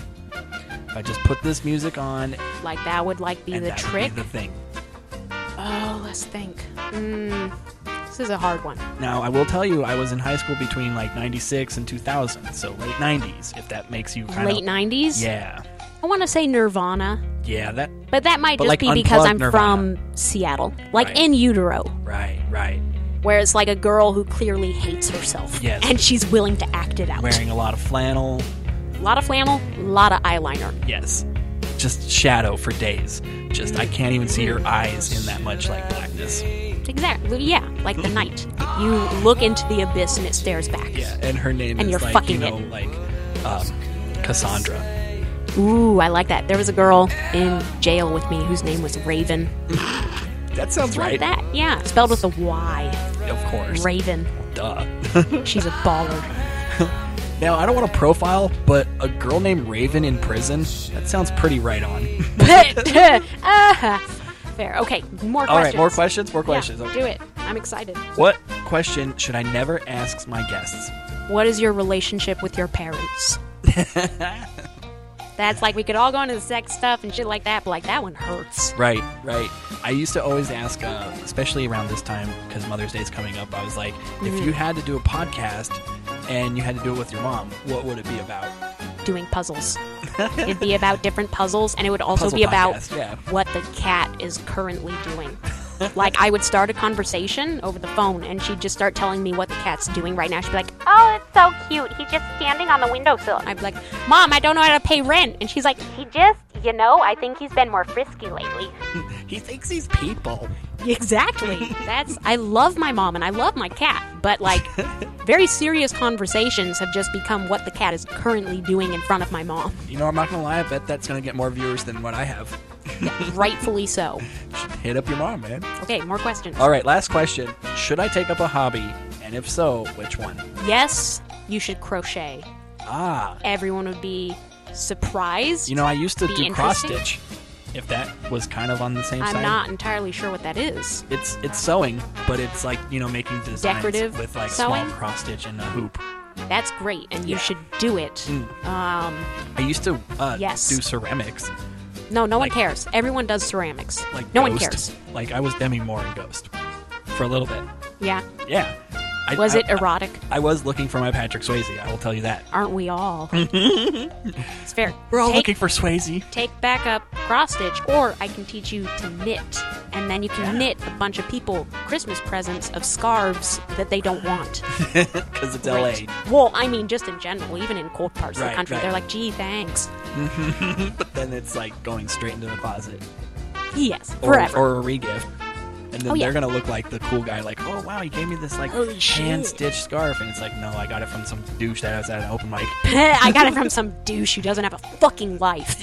Speaker 2: If I just put this music on,
Speaker 1: like that would like be
Speaker 2: and
Speaker 1: the
Speaker 2: that
Speaker 1: trick.
Speaker 2: would be the thing.
Speaker 1: Oh, let's think. Mm, this is a hard one.
Speaker 2: Now, I will tell you, I was in high school between like '96 and 2000, so late '90s, if that makes you kind
Speaker 1: Late
Speaker 2: of.
Speaker 1: '90s.
Speaker 2: Yeah.
Speaker 1: I want to say Nirvana.
Speaker 2: Yeah. That.
Speaker 1: But that might
Speaker 2: But,
Speaker 1: just
Speaker 2: like,
Speaker 1: be because
Speaker 2: unplugged
Speaker 1: I'm
Speaker 2: Nirvana.
Speaker 1: from Seattle, like
Speaker 2: Right.
Speaker 1: in utero,
Speaker 2: Right. Right.
Speaker 1: where it's like a girl who clearly hates herself,
Speaker 2: Yes.
Speaker 1: and she's willing to act it out.
Speaker 2: Wearing a lot of flannel.
Speaker 1: A lot of flannel, a lot of eyeliner.
Speaker 2: Yes. Just shadow for days. Just I can't even see your eyes in that much like blackness.
Speaker 1: Exactly, yeah, like the night. You look into the abyss and it stares back.
Speaker 2: Yeah, and her name
Speaker 1: And
Speaker 2: is
Speaker 1: you're
Speaker 2: like
Speaker 1: fucking
Speaker 2: you know
Speaker 1: it.
Speaker 2: like um, Cassandra.
Speaker 1: Ooh, I like that. There was a girl in jail with me whose name was Raven.
Speaker 2: That sounds
Speaker 1: Like
Speaker 2: right.
Speaker 1: that, yeah, spelled with a Y.
Speaker 2: Of course.
Speaker 1: Raven.
Speaker 2: Duh.
Speaker 1: She's a
Speaker 2: *laughs*
Speaker 1: baller. *laughs*
Speaker 2: Now I don't want to profile, but a girl named Raven in prison. That sounds pretty right on. *laughs*
Speaker 1: Ah, Fair. Okay, more questions.
Speaker 2: All right, more questions. More
Speaker 1: Yeah,
Speaker 2: questions. okay.
Speaker 1: Do it. I'm excited.
Speaker 2: What question should I never ask my guests?
Speaker 1: what is your relationship with your
Speaker 2: *laughs*
Speaker 1: parents? That's like we could all go into the sex stuff and shit like that, but like that one hurts.
Speaker 2: Right, right. I used to always ask, uh, especially around this time because Mother's Day's coming up. I was like,
Speaker 1: Mm.
Speaker 2: if you had to do a podcast and you had to do it with your mom, what would it be about?
Speaker 1: Doing
Speaker 2: *laughs*
Speaker 1: puzzles. It'd be about different puzzles, and it would also
Speaker 2: Puzzle
Speaker 1: be about
Speaker 2: podcast, yeah.
Speaker 1: what the cat is currently doing. like I would start a conversation over the phone, and she'd just start telling me what the cat's doing right now. She'd be like,
Speaker 9: Oh, it's so cute. He's just standing on the windowsill.
Speaker 1: "I'd be like, Mom, I don't know how to pay rent," and she's like,
Speaker 9: He just, you know, I think he's been more frisky lately.
Speaker 2: He thinks he's people.
Speaker 1: Exactly. That's I love my mom and I love my cat, but
Speaker 2: *laughs*
Speaker 1: like very serious conversations have just become what the cat is currently doing in front of my mom.
Speaker 2: You know, I'm not gonna lie. I bet that's gonna get more viewers than what I have.
Speaker 1: Rightfully so.
Speaker 2: Should hit up your mom, man.
Speaker 1: Okay, more questions.
Speaker 2: All right, last question. Should I take up a hobby? And if so, which one?
Speaker 1: Yes, you should crochet.
Speaker 2: Ah,
Speaker 1: Everyone would be surprised.
Speaker 2: you know, I used to
Speaker 1: Be
Speaker 2: do cross
Speaker 1: interesting.
Speaker 2: stitch. If that was kind of on the same
Speaker 1: I'm
Speaker 2: side.
Speaker 1: not entirely sure what that is.
Speaker 2: It's it's sewing, but it's like you know making designs
Speaker 1: Decorative
Speaker 2: with like
Speaker 1: sewing?
Speaker 2: small cross stitch and a hoop.
Speaker 1: That's great and you
Speaker 2: Yeah. Mm.
Speaker 1: should do it. Um
Speaker 2: I used to uh,
Speaker 1: Yes.
Speaker 2: do ceramics.
Speaker 1: no, no
Speaker 2: Like-
Speaker 1: one cares. Everyone does ceramics.
Speaker 2: Like
Speaker 1: no one
Speaker 2: Ghost.
Speaker 1: cares.
Speaker 2: Like I was Demi Moore in Ghost for a little bit.
Speaker 1: Yeah.
Speaker 2: Yeah. I,
Speaker 1: Was
Speaker 2: I-
Speaker 1: it erotic?
Speaker 2: I, I was looking for my Patrick Swayze. I will tell you that.
Speaker 1: Aren't we
Speaker 2: *laughs*
Speaker 1: all? it's fair.
Speaker 2: We're all
Speaker 1: Take
Speaker 2: looking for Swayze.
Speaker 1: take back up cross stitch, or I can teach you to knit. And then you can knit a bunch of people Christmas presents of scarves that they don't want.
Speaker 2: because it's
Speaker 1: Great.
Speaker 2: LA.
Speaker 1: Well, I mean, just in general, even in cold parts of
Speaker 2: Right,
Speaker 1: the country,
Speaker 2: right.
Speaker 1: they're like, gee, thanks.
Speaker 2: But then it's like going straight into the closet
Speaker 1: Yes,
Speaker 2: or,
Speaker 1: forever.
Speaker 2: or a regift. And then
Speaker 1: Oh, yeah.
Speaker 2: they're gonna look like the cool guy, like, oh wow, he gave me this like
Speaker 1: Holy shit.
Speaker 2: hand stitched scarf, and it's like, no, I got it from some douche that was at an open mic.
Speaker 1: *laughs*
Speaker 2: *laughs*
Speaker 1: I got it from some douche who doesn't have a fucking life.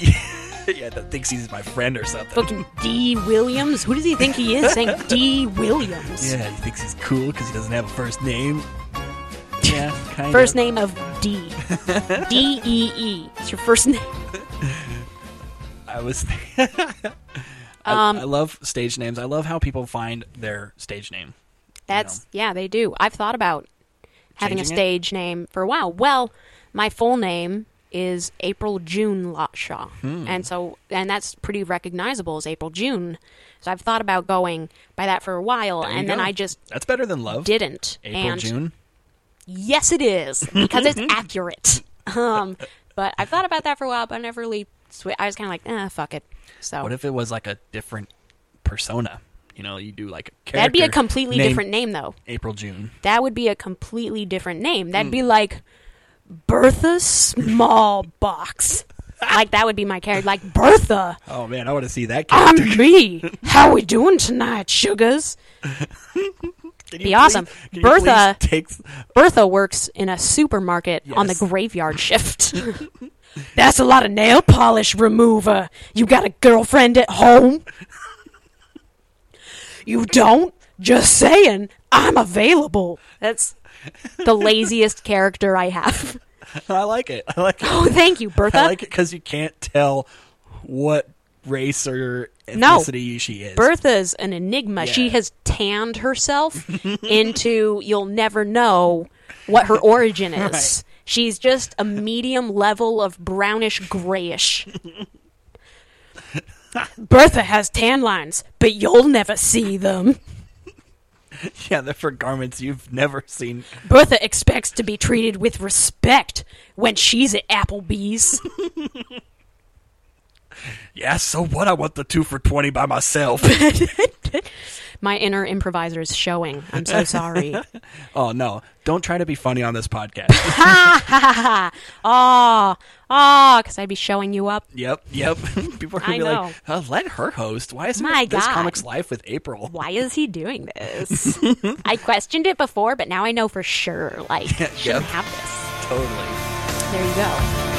Speaker 2: *laughs* yeah, that thinks he's my friend or something.
Speaker 1: fucking D. Williams? Who does he think he is
Speaker 2: *laughs*
Speaker 1: saying D. Williams?
Speaker 2: Yeah, he thinks he's cool because he doesn't have a first name. Yeah, kind
Speaker 1: First
Speaker 2: of.
Speaker 1: name of
Speaker 2: *laughs*
Speaker 1: D. D E E. It's your first name.
Speaker 2: *laughs* I was.
Speaker 1: Um,
Speaker 2: I, I love stage names. I love how people find their stage name.
Speaker 1: That's yeah, they do. I've thought about having a
Speaker 2: Changing it?
Speaker 1: stage name for a while. Well, my full name is April June Lotshaw,
Speaker 2: Hmm.
Speaker 1: and so and that's pretty recognizable as April June. So I've thought about going by that for a while,
Speaker 2: There you
Speaker 1: and then
Speaker 2: go.
Speaker 1: I just
Speaker 2: that's better than love.
Speaker 1: didn't.
Speaker 2: April
Speaker 1: and
Speaker 2: June.
Speaker 1: yes, it is because
Speaker 2: *laughs*
Speaker 1: it's accurate. Um, but I've thought about that for a while, but I never really. Sw- I was kind of like, eh, fuck it. So
Speaker 2: What if it was like a different persona? You know, you do like a character.
Speaker 1: that'd be a completely
Speaker 2: named
Speaker 1: different name, though.
Speaker 2: April June.
Speaker 1: that would be a completely different name. That'd
Speaker 2: Hmm.
Speaker 1: be like Bertha Small Box. like that would be my character. Like Bertha,
Speaker 2: Oh man, I want to see that. character. *laughs*
Speaker 1: I'm me. How we doing tonight, sugars?
Speaker 2: Can
Speaker 1: be awesome.
Speaker 2: can you
Speaker 1: Bertha-
Speaker 2: please takes
Speaker 1: Bertha works in a supermarket on the
Speaker 2: Yes. *laughs*
Speaker 1: graveyard shift. *laughs* That's a lot of nail polish remover. You got a girlfriend at home? You don't? Just saying, I'm available. That's the laziest character I
Speaker 2: *laughs*
Speaker 1: have.
Speaker 2: I like it. I like it.
Speaker 1: Oh, thank you, Bertha.
Speaker 2: I like it because you can't tell what race or
Speaker 1: No.
Speaker 2: ethnicity she is.
Speaker 1: Bertha's an enigma. She
Speaker 2: Yeah.
Speaker 1: has tanned
Speaker 2: *laughs*
Speaker 1: herself into you'll never know what her origin is.
Speaker 2: *laughs* Right.
Speaker 1: She's just a medium level of brownish
Speaker 2: *laughs*
Speaker 1: grayish. Bertha has tan lines, but you'll never see them.
Speaker 2: Yeah, they're for garments you've never seen.
Speaker 1: Bertha expects to be treated with respect when she's at
Speaker 2: *laughs*
Speaker 1: Applebee's.
Speaker 2: Yeah, so what? I want the two for twenty
Speaker 1: *laughs*
Speaker 2: by myself.
Speaker 1: My inner improviser is showing. I'm so
Speaker 2: *laughs*
Speaker 1: sorry.
Speaker 2: oh no! Don't try to be funny on this
Speaker 1: *laughs*
Speaker 2: podcast.
Speaker 1: Ah, ah, because I'd be showing you up.
Speaker 2: yep, yep. *laughs* People are gonna
Speaker 1: I
Speaker 2: be
Speaker 1: know.
Speaker 2: like, oh, "Let her host." Why isn't
Speaker 1: My
Speaker 2: it this
Speaker 1: God.
Speaker 2: comics life with April?
Speaker 1: why is he doing this? I questioned it before, but now I know for sure. Like, shouldn't
Speaker 2: Yep.
Speaker 1: have
Speaker 2: Totally.
Speaker 1: this. There you go.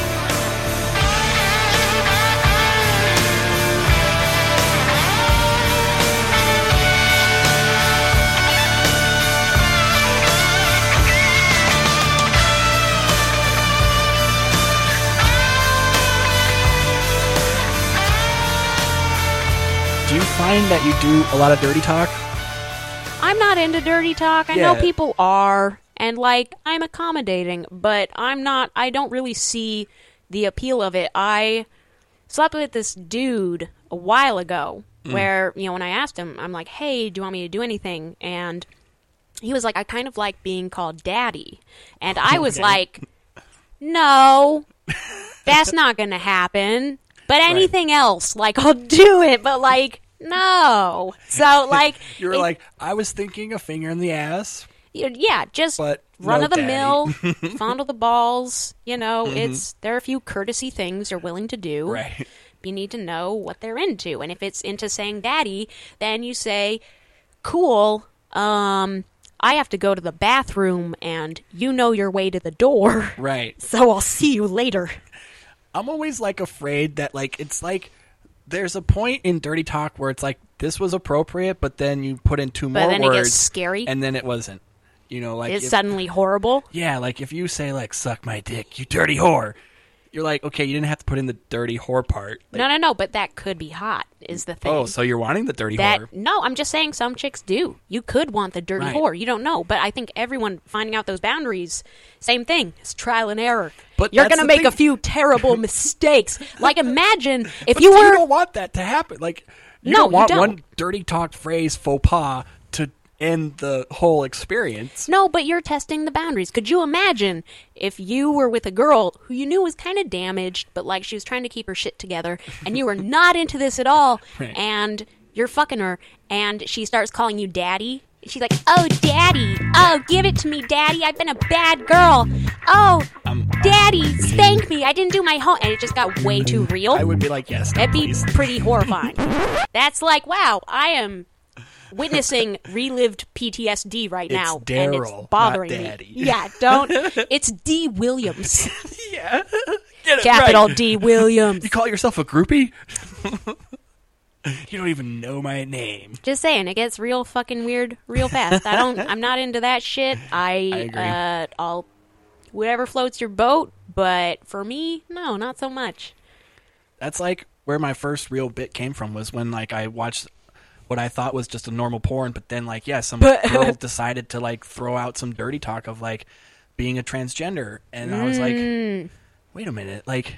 Speaker 2: Do you find that you do a lot of dirty talk?
Speaker 1: I'm not into dirty talk. I know
Speaker 2: Yeah.
Speaker 1: people are, and like, I'm accommodating, but I'm not. I don't really see the appeal of it. I slept with this dude a while ago, where you know, when I asked him, I'm like, "Hey, do you want me to do anything?" and he was like, "I kind of like being called daddy," and I was like, "No, that's not going to happen. But anything else, like I'll do it, but like no. So like
Speaker 2: You were
Speaker 1: it-
Speaker 2: like, "I was thinking a finger in the ass."
Speaker 1: y- yeah, just
Speaker 2: but
Speaker 1: run
Speaker 2: no
Speaker 1: of
Speaker 2: Mm-hmm.
Speaker 1: the
Speaker 2: *laughs*
Speaker 1: mill, fondle the balls. You know, it's there are a few courtesy things you're willing to do.
Speaker 2: Right.
Speaker 1: You need to know what they're into, and if it's into saying daddy, then you say, "Cool, um, I have to go to the bathroom, and you know your way to the door, *laughs*
Speaker 2: Right.
Speaker 1: so I'll see you later."
Speaker 2: I'm always like afraid that like it's like there's a point in dirty talk where it's like this was appropriate, but then you put in two
Speaker 1: But
Speaker 2: more
Speaker 1: then it
Speaker 2: words,
Speaker 1: gets scary.
Speaker 2: and then it wasn't. You know, like
Speaker 1: It's
Speaker 2: if-
Speaker 1: suddenly
Speaker 2: *laughs*
Speaker 1: horrible.
Speaker 2: yeah, like if you say like "suck my dick," you dirty whore. You're like, okay, you didn't have to put in the dirty whore part. Like,
Speaker 1: No, no, no. But that could be hot. Is the thing.
Speaker 2: oh, so you're wanting the dirty
Speaker 1: that
Speaker 2: whore?
Speaker 1: no, I'm just saying some chicks do. You could want the dirty
Speaker 2: Right.
Speaker 1: whore. You don't know, but I think everyone finding out those boundaries, same thing. It's trial and error.
Speaker 2: But
Speaker 1: you're
Speaker 2: that's
Speaker 1: gonna
Speaker 2: the
Speaker 1: make a
Speaker 2: thing.
Speaker 1: few terrible *laughs* mistakes. Like imagine if
Speaker 2: But
Speaker 1: you were
Speaker 2: don't want that to happen. Like, you
Speaker 1: No,
Speaker 2: don't
Speaker 1: you
Speaker 2: want
Speaker 1: don't.
Speaker 2: one dirty talk phrase faux pas to end the whole experience.
Speaker 1: No, but you're testing the boundaries. Could you imagine if you were with a girl who you knew was kind of damaged, but like she was trying to keep her shit together, and you
Speaker 2: *laughs*
Speaker 1: were not into this at all,
Speaker 2: Right.
Speaker 1: and you're fucking her, and she starts calling you daddy? She's like, oh, daddy. Oh, give it to me, daddy. I've been a bad girl. Oh, daddy, spank me. I didn't do my home. And it just got way too real.
Speaker 2: I would be like, yes, no,
Speaker 1: That'd be
Speaker 2: please.
Speaker 1: pretty horrifying. That's like, wow, I am
Speaker 2: *laughs*
Speaker 1: witnessing relived PTSD right now, and it's
Speaker 2: Daryl, not
Speaker 1: bothering me.
Speaker 2: Daddy.
Speaker 1: Yeah,
Speaker 2: *laughs*
Speaker 1: don't. It's D. Williams,
Speaker 2: yeah, Get it
Speaker 1: capital
Speaker 2: right.
Speaker 1: D. Williams. *laughs*
Speaker 2: You call yourself a groupie? *laughs* you don't even know my name.
Speaker 1: Just saying, it gets real fucking weird real fast. I don't. I'm not into that
Speaker 2: *laughs*
Speaker 1: shit. I,
Speaker 2: agree.
Speaker 1: uh, I'll whatever floats your boat, but for me, no, not so much.
Speaker 2: That's like where my first real bit came from was when like I watched what I thought was just a normal porn, but then like yeah, some *laughs* girl decided to like throw out some dirty talk of like being a transgender, and I was like, wait a minute, like.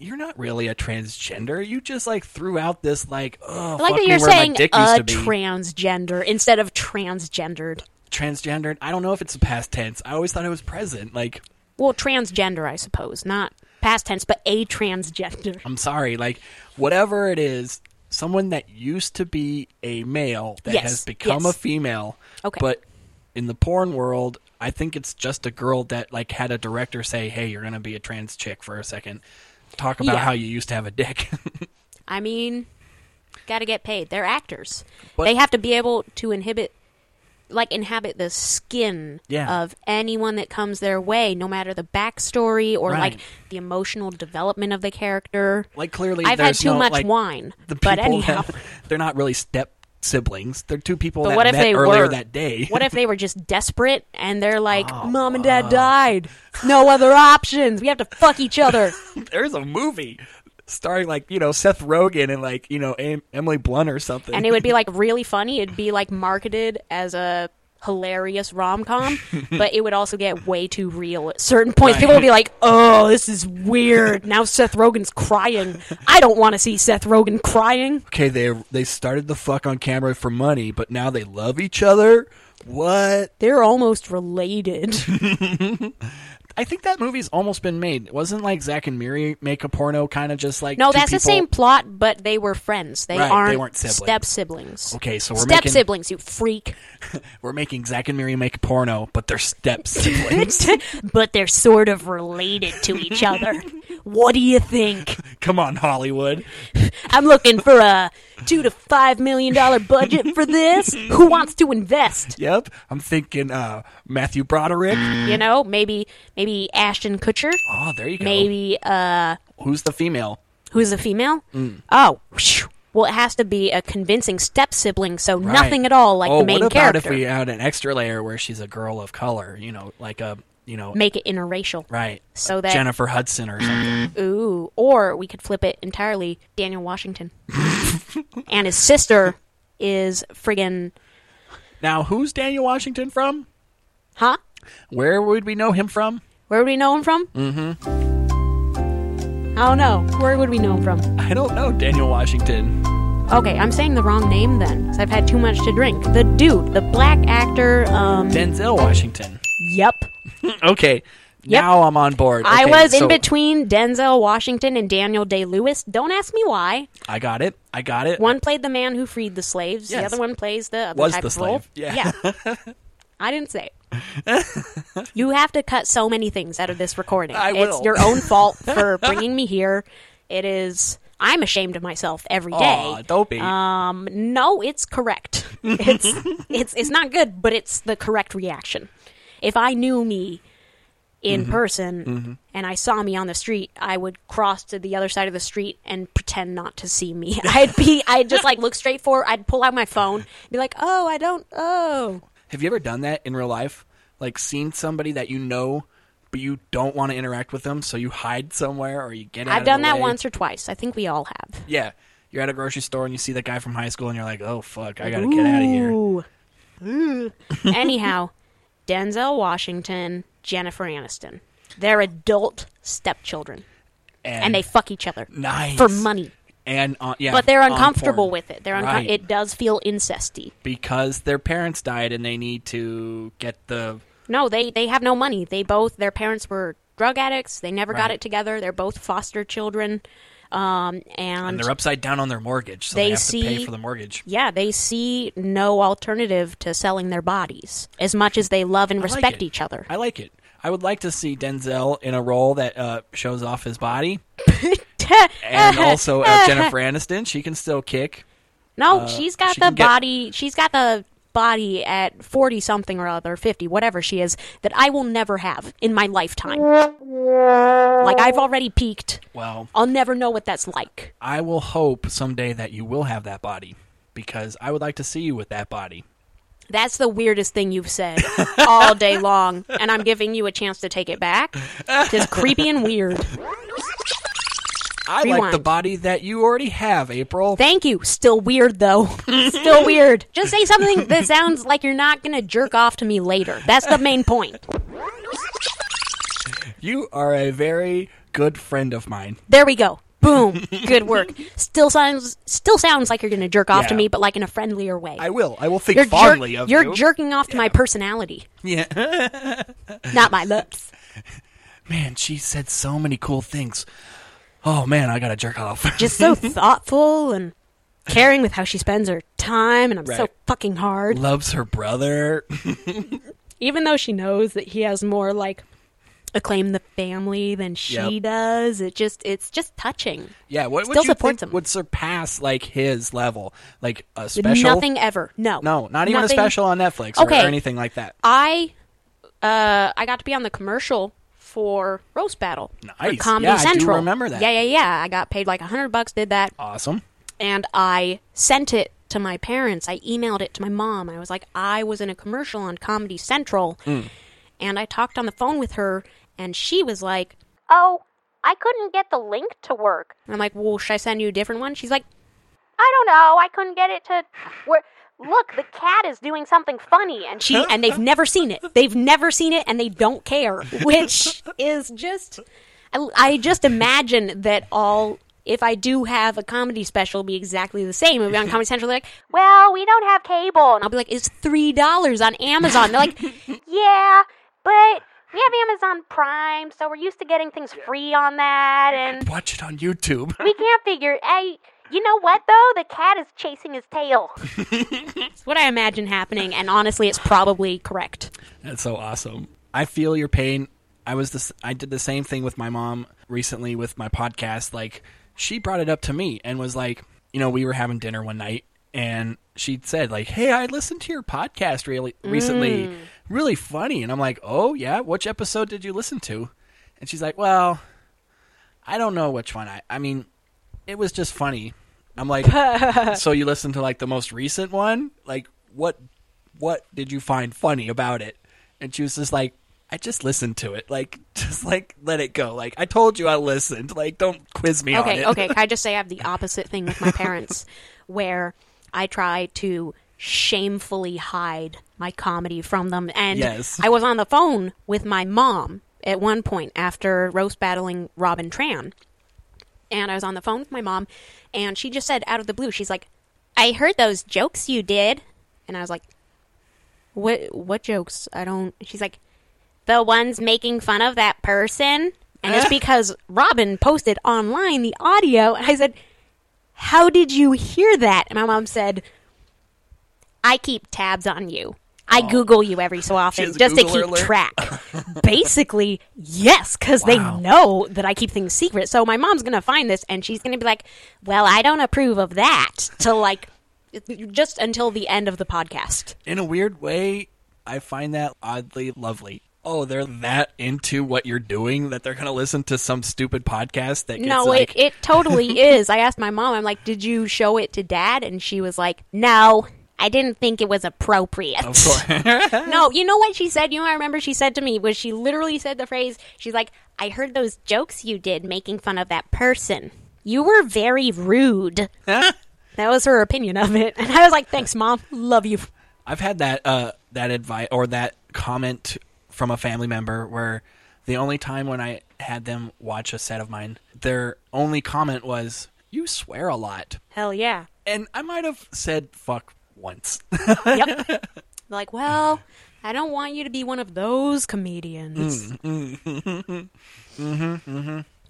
Speaker 2: You're not really a transgender. You just like threw out this like, oh,
Speaker 1: I like
Speaker 2: fuck
Speaker 1: that
Speaker 2: me
Speaker 1: you're
Speaker 2: where my
Speaker 1: saying
Speaker 2: dick used
Speaker 1: a
Speaker 2: to be."
Speaker 1: transgender instead of transgendered.
Speaker 2: transgendered. I don't know if it's the past tense. I always thought it was present. Like,
Speaker 1: Well, transgender, I suppose, not past tense, but a transgender.
Speaker 2: I'm sorry. Like, whatever it is, someone that used to be a male that
Speaker 1: Yes,
Speaker 2: has become
Speaker 1: yes.
Speaker 2: a female.
Speaker 1: Okay.
Speaker 2: But in the porn world, I think it's just a girl that like had a director say, "Hey, you're gonna be a trans chick for a second. Talk about
Speaker 1: Yeah.
Speaker 2: how you used to have a dick." *laughs*
Speaker 1: I mean, got to get paid. They're actors.
Speaker 2: But-
Speaker 1: they have to be able to inhibit, like inhabit the skin
Speaker 2: Yeah.
Speaker 1: of anyone that comes their way, no matter the backstory or
Speaker 2: Right.
Speaker 1: like the emotional development of the character.
Speaker 2: like, clearly,
Speaker 1: I've had
Speaker 2: there's
Speaker 1: too
Speaker 2: no,
Speaker 1: much
Speaker 2: like,
Speaker 1: wine,
Speaker 2: The people
Speaker 1: but anyhow.
Speaker 2: that- *laughs* they're not really step siblings. They're two people
Speaker 1: But
Speaker 2: that
Speaker 1: what if
Speaker 2: met
Speaker 1: they
Speaker 2: earlier
Speaker 1: were
Speaker 2: that day.
Speaker 1: *laughs*
Speaker 2: *laughs*
Speaker 1: what if they were just desperate and they're like,
Speaker 2: Oh,
Speaker 1: "Mom and Dad died. No other options. We have to fuck each
Speaker 2: *laughs*
Speaker 1: other."
Speaker 2: there's a movie starring like you know Seth Rogen and like you know em- Emily Blunt or something.
Speaker 1: and it would be like really funny. It'd be like marketed as a hilarious rom
Speaker 2: *laughs*
Speaker 1: com, but it would also get way too real at certain points. People would be like, "Oh, this is weird." Now Seth Rogen's crying. I don't want to see Seth Rogen crying.
Speaker 2: okay, they they started the fuck on camera for money, but now they love each other. What?
Speaker 1: They're almost
Speaker 2: *laughs*
Speaker 1: related.
Speaker 2: I think that movie's almost been made. Wasn't like Zach and Miri make a porno kind of just like
Speaker 1: No,
Speaker 2: two
Speaker 1: that's the
Speaker 2: people-
Speaker 1: same plot, but they were friends. They
Speaker 2: Right, they
Speaker 1: aren't
Speaker 2: weren't siblings.
Speaker 1: step siblings.
Speaker 2: Okay, so we're
Speaker 1: step
Speaker 2: making-
Speaker 1: siblings, you freak.
Speaker 2: We're making Zach and Miri make a porno, but they're step siblings.
Speaker 1: *laughs* but they're sort of related to each
Speaker 2: *laughs*
Speaker 1: other. What do you think?
Speaker 2: *laughs* Come on, Hollywood.
Speaker 1: I'm looking for a two to five million dollar budget for this. Who wants to invest?
Speaker 2: Yep, I'm thinking uh, Matthew Broderick.
Speaker 1: You know, maybe maybe Ashton Kutcher,
Speaker 2: Oh, there you go.
Speaker 1: maybe uh,
Speaker 2: Who's the female?
Speaker 1: who's a female?
Speaker 2: Mm.
Speaker 1: Oh, phew. well, it has to be a convincing step sibling, so
Speaker 2: Right.
Speaker 1: nothing at all like
Speaker 2: oh,
Speaker 1: the main
Speaker 2: what about
Speaker 1: character.
Speaker 2: if we add an extra layer where she's a girl of color? You know, like a you know,
Speaker 1: Make it interracial,
Speaker 2: right?
Speaker 1: So that
Speaker 2: Jennifer Hudson or something.
Speaker 1: ooh, or we could flip it entirely. Daniel
Speaker 2: *laughs*
Speaker 1: Washington and his sister is friggin'
Speaker 2: now, who's Daniel Washington from?
Speaker 1: huh?
Speaker 2: Where would we know him from?
Speaker 1: Where would we know him from? Mm-hmm. I don't know. Where would we know him from?
Speaker 2: I don't know Daniel Washington.
Speaker 1: Okay, I'm saying the wrong name then, because I've had too much to drink. The dude, the black actor, um,
Speaker 2: Denzel Washington.
Speaker 1: yep.
Speaker 2: *laughs* Okay,
Speaker 1: Yep.
Speaker 2: now I'm on board.
Speaker 1: I
Speaker 2: Okay,
Speaker 1: was
Speaker 2: so
Speaker 1: in between Denzel Washington and Daniel Day Lewis. Don't ask me why.
Speaker 2: I got it. I got it.
Speaker 1: One played the man who freed the slaves, the
Speaker 2: Yes.
Speaker 1: other one plays the other
Speaker 2: Was
Speaker 1: type
Speaker 2: the
Speaker 1: of role.
Speaker 2: slave. Yeah. *laughs*
Speaker 1: Yeah. I didn't say it. you have to cut so many things out of this recording.
Speaker 2: I
Speaker 1: It's
Speaker 2: will.
Speaker 1: your own fault for
Speaker 2: *laughs*
Speaker 1: bringing me here. It is. I'm ashamed of myself every day.
Speaker 2: Aw, don't be.
Speaker 1: Um, no, it's correct. It's it's it's not good, but it's the correct reaction. If I knew me in person and I saw me on the street, I would cross to the other side of the street and pretend not to see me. I'd be I'd just like look straight forward. I'd pull out my phone, be like, "Oh, I don't. Oh,
Speaker 2: Have you ever done that in real life? Like, seen somebody that you know, but you don't want to interact with them, so you hide somewhere or you get. out
Speaker 1: I've
Speaker 2: of
Speaker 1: done
Speaker 2: the
Speaker 1: that
Speaker 2: way?
Speaker 1: once or twice. I think we all have. *laughs*
Speaker 2: Yeah. You're at a grocery store and you see that guy from high school and you're like, oh, fuck, I gotta get out of here.
Speaker 1: Anyhow, Denzel Washington, Jennifer Aniston, they're adult stepchildren, and they fuck each other
Speaker 2: Nice.
Speaker 1: for money.
Speaker 2: And on, yeah,
Speaker 1: But they're
Speaker 2: on
Speaker 1: uncomfortable
Speaker 2: porn.
Speaker 1: with it. They're uncom-
Speaker 2: Right.
Speaker 1: it does feel incesty.
Speaker 2: because their parents died and they need to get the
Speaker 1: No, they they have no money. They both their parents were drug addicts. They never got
Speaker 2: Right.
Speaker 1: it together. They're both foster children, um,
Speaker 2: and
Speaker 1: and,
Speaker 2: they're upside down on their mortgage, so they,
Speaker 1: They
Speaker 2: have to pay
Speaker 1: see-
Speaker 2: for the mortgage.
Speaker 1: yeah, they see no alternative to selling their bodies as much as they love and
Speaker 2: I like
Speaker 1: respect
Speaker 2: it.
Speaker 1: each other.
Speaker 2: I like it. I would like to see Denzel in a role that uh, shows off
Speaker 1: *laughs*
Speaker 2: his body, and also uh, Jennifer Aniston. She can still kick.
Speaker 1: No, she's got
Speaker 2: uh, she
Speaker 1: the
Speaker 2: can get-
Speaker 1: body. She's got the body at 40 something or other, 50, whatever she is, that I will never have in my lifetime. Like, I've already peaked.
Speaker 2: Well,
Speaker 1: I'll never know what that's like.
Speaker 2: I will hope someday that you will have that body because I would like to see you with that body.
Speaker 1: That's the weirdest thing you've said all day
Speaker 2: *laughs*
Speaker 1: long, and I'm giving you a chance to take it back. It's creepy and weird.
Speaker 2: I like
Speaker 1: Rewind.
Speaker 2: the body that you already have, April.
Speaker 1: Thank you. Still weird
Speaker 2: *laughs*
Speaker 1: though. Still weird. Just say something that sounds like you're not gonna jerk off to me later. That's the main point.
Speaker 2: you are a very good friend of mine.
Speaker 1: There we go. Boom. Good work. Still sounds still sounds like you're gonna jerk off to
Speaker 2: Yeah.
Speaker 1: me, but like in a friendlier way.
Speaker 2: I will. I will think
Speaker 1: You're, jerk-
Speaker 2: fondly of
Speaker 1: you're
Speaker 2: you.
Speaker 1: jerking off to my personality.
Speaker 2: yeah. *laughs*
Speaker 1: Not my lips.
Speaker 2: Man, she said so many cool things. Oh man, I gotta jerk off. *laughs*
Speaker 1: Just so thoughtful and caring with how she spends her time and I'm so
Speaker 2: Right.
Speaker 1: fucking hard.
Speaker 2: Loves her brother.
Speaker 1: Even though she knows that he has more like acclaim in the family than she
Speaker 2: Yep.
Speaker 1: does, it just it's just touching.
Speaker 2: Yeah, what
Speaker 1: Still
Speaker 2: would you
Speaker 1: supports
Speaker 2: think
Speaker 1: him.
Speaker 2: would surpass like his level, like a special?
Speaker 1: Nothing ever. No.
Speaker 2: No, not even a
Speaker 1: Nothing.
Speaker 2: special on Netflix or,
Speaker 1: Okay.
Speaker 2: or anything like that.
Speaker 1: I uh I got to be on the commercial for Roast Battle. For
Speaker 2: Nice.
Speaker 1: Comedy
Speaker 2: Yeah, I do
Speaker 1: Central.
Speaker 2: remember that.
Speaker 1: Yeah, yeah, yeah. I got paid like a hundred bucks, did that,
Speaker 2: Awesome.
Speaker 1: and I sent it to my parents. I emailed it to my mom. I was like, I was in a commercial on Comedy Central and I talked on the phone with her and she was like
Speaker 9: Oh, I couldn't get the link to work.
Speaker 1: and I'm like, Well, should I send you a different one? She's like,
Speaker 9: I don't know. I couldn't get it to where. Look, the cat is doing something funny, and she.
Speaker 1: she and they've never seen it. They've never seen it, and they don't care, which is just. I, I just imagine that all. If I do have a comedy special, it'll be exactly the same. It'll be on Comedy Central. They're like,
Speaker 9: Well, we don't have cable, and
Speaker 1: I'll
Speaker 9: I'll be
Speaker 1: be like, it's three dollars on Amazon. They're like,
Speaker 9: yeah, but we have Amazon Prime, so we're used to getting things free on that, and
Speaker 2: Watch it on YouTube.
Speaker 9: we can't figure. I, you know what though? The cat is chasing his tail.
Speaker 1: it's what I imagine happening, and honestly, it's probably correct.
Speaker 2: That's so awesome. I feel your pain. I was this. I did the same thing with my mom recently with my podcast. Like she brought it up to me and was like, you know, we were having dinner one night and she said like, "Hey, I listened to your podcast really recently. Really funny." And I'm like, "Oh yeah, which episode did you listen to?" And she's like, "Well, I don't know which one. I I mean, it was just funny."
Speaker 1: *laughs*
Speaker 2: I'm like, "So you listened to like the most recent one? Like what what did you find funny about it? And she was just like, I just listened to it. Like, *laughs* just like let it go. Like, I told you I listened. Like, don't quiz me on
Speaker 1: Okay,
Speaker 2: it.
Speaker 1: okay.
Speaker 2: *laughs*
Speaker 1: Can I just say I have the opposite thing with my parents, where I try to shamefully hide my comedy from them. And
Speaker 2: Yes.
Speaker 1: I was on the phone with my mom at one point after roast battling Robin Tran. And I was on the phone with my mom, and she just said out of the blue, she's like, I heard those jokes you did. And I was like, What what jokes? I don't she's like, the ones making fun of that person. And
Speaker 2: Eh?
Speaker 1: it's because Robin posted online the audio. And I said, How did you hear that? And my mom said, I keep tabs on you. I Google you every
Speaker 2: *laughs*
Speaker 1: so
Speaker 2: has
Speaker 1: often
Speaker 2: a
Speaker 1: just to
Speaker 2: Google
Speaker 1: keep
Speaker 2: alert.
Speaker 1: track.
Speaker 2: *laughs*
Speaker 1: Basically, yes, because
Speaker 2: Wow.
Speaker 1: they know that I keep things secret. So my mom's going to find this and she's going to be like, Well, I don't approve of that. To like, just until the end of the podcast.
Speaker 2: In a weird way, I find that oddly lovely. Oh, they're that into what you're doing that they're gonna listen to some stupid podcast that gets
Speaker 1: No,
Speaker 2: like,
Speaker 1: it, it *laughs* totally is. I asked my mom, I'm like, did you show it to dad? And she was like, no, I didn't think it was appropriate. Of course. *laughs* no, you know what she said? You know what I remember she said to me was she literally said the phrase, she's like, I heard those jokes you did making fun of that person. You were very *laughs* rude. that was her opinion of it. And I was like, thanks, mom. Love you.
Speaker 2: I've had that uh, that advice or that comment from a family member where the only time when I had them watch a set of mine, their only comment was, "You swear a lot,"
Speaker 1: Hell yeah.
Speaker 2: and I might have said "fuck" once. *laughs*
Speaker 1: *laughs* Yep. like, well, I don't want you to be one of those comedians.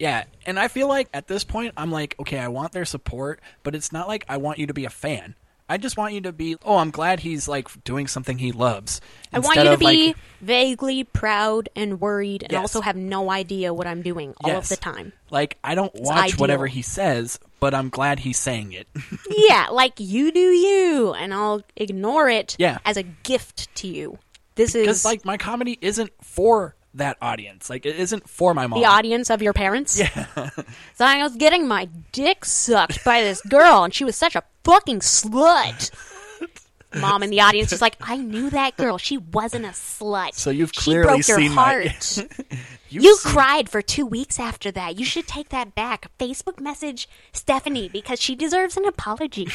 Speaker 2: Yeah, and I feel like at this point I'm like, okay, I want their support, but it's not like I want you to be a fan. I just want you to be, oh, I'm glad he's like doing something he loves.
Speaker 1: I want
Speaker 2: Instead
Speaker 1: you to
Speaker 2: of, like-
Speaker 1: be vaguely proud and worried and
Speaker 2: Yes.
Speaker 1: also have no idea what I'm doing all of
Speaker 2: Yes.
Speaker 1: the
Speaker 2: *laughs*
Speaker 1: time.
Speaker 2: Like I don't watch
Speaker 1: ideal.
Speaker 2: whatever he says, but I'm glad he's saying it. *laughs*
Speaker 1: yeah, like you do you, and I'll ignore it
Speaker 2: Yeah.
Speaker 1: as a gift to you. This
Speaker 2: Because
Speaker 1: is
Speaker 2: like my comedy isn't for that audience. Like it isn't for my mom.
Speaker 1: the audience of your parents. Yeah. *laughs* so I was getting my dick sucked by this girl, and she was such a fucking
Speaker 2: *laughs*
Speaker 1: slut. Mom in the audience is like, I knew that girl. She wasn't a slut.
Speaker 2: So you've
Speaker 1: She
Speaker 2: clearly
Speaker 1: broke your
Speaker 2: *laughs* seen my-
Speaker 1: heart.
Speaker 2: You
Speaker 9: You
Speaker 2: seem-
Speaker 9: cried for two weeks after that. You should take that back. Facebook message Stephanie because she deserves an
Speaker 2: *laughs*
Speaker 9: apology.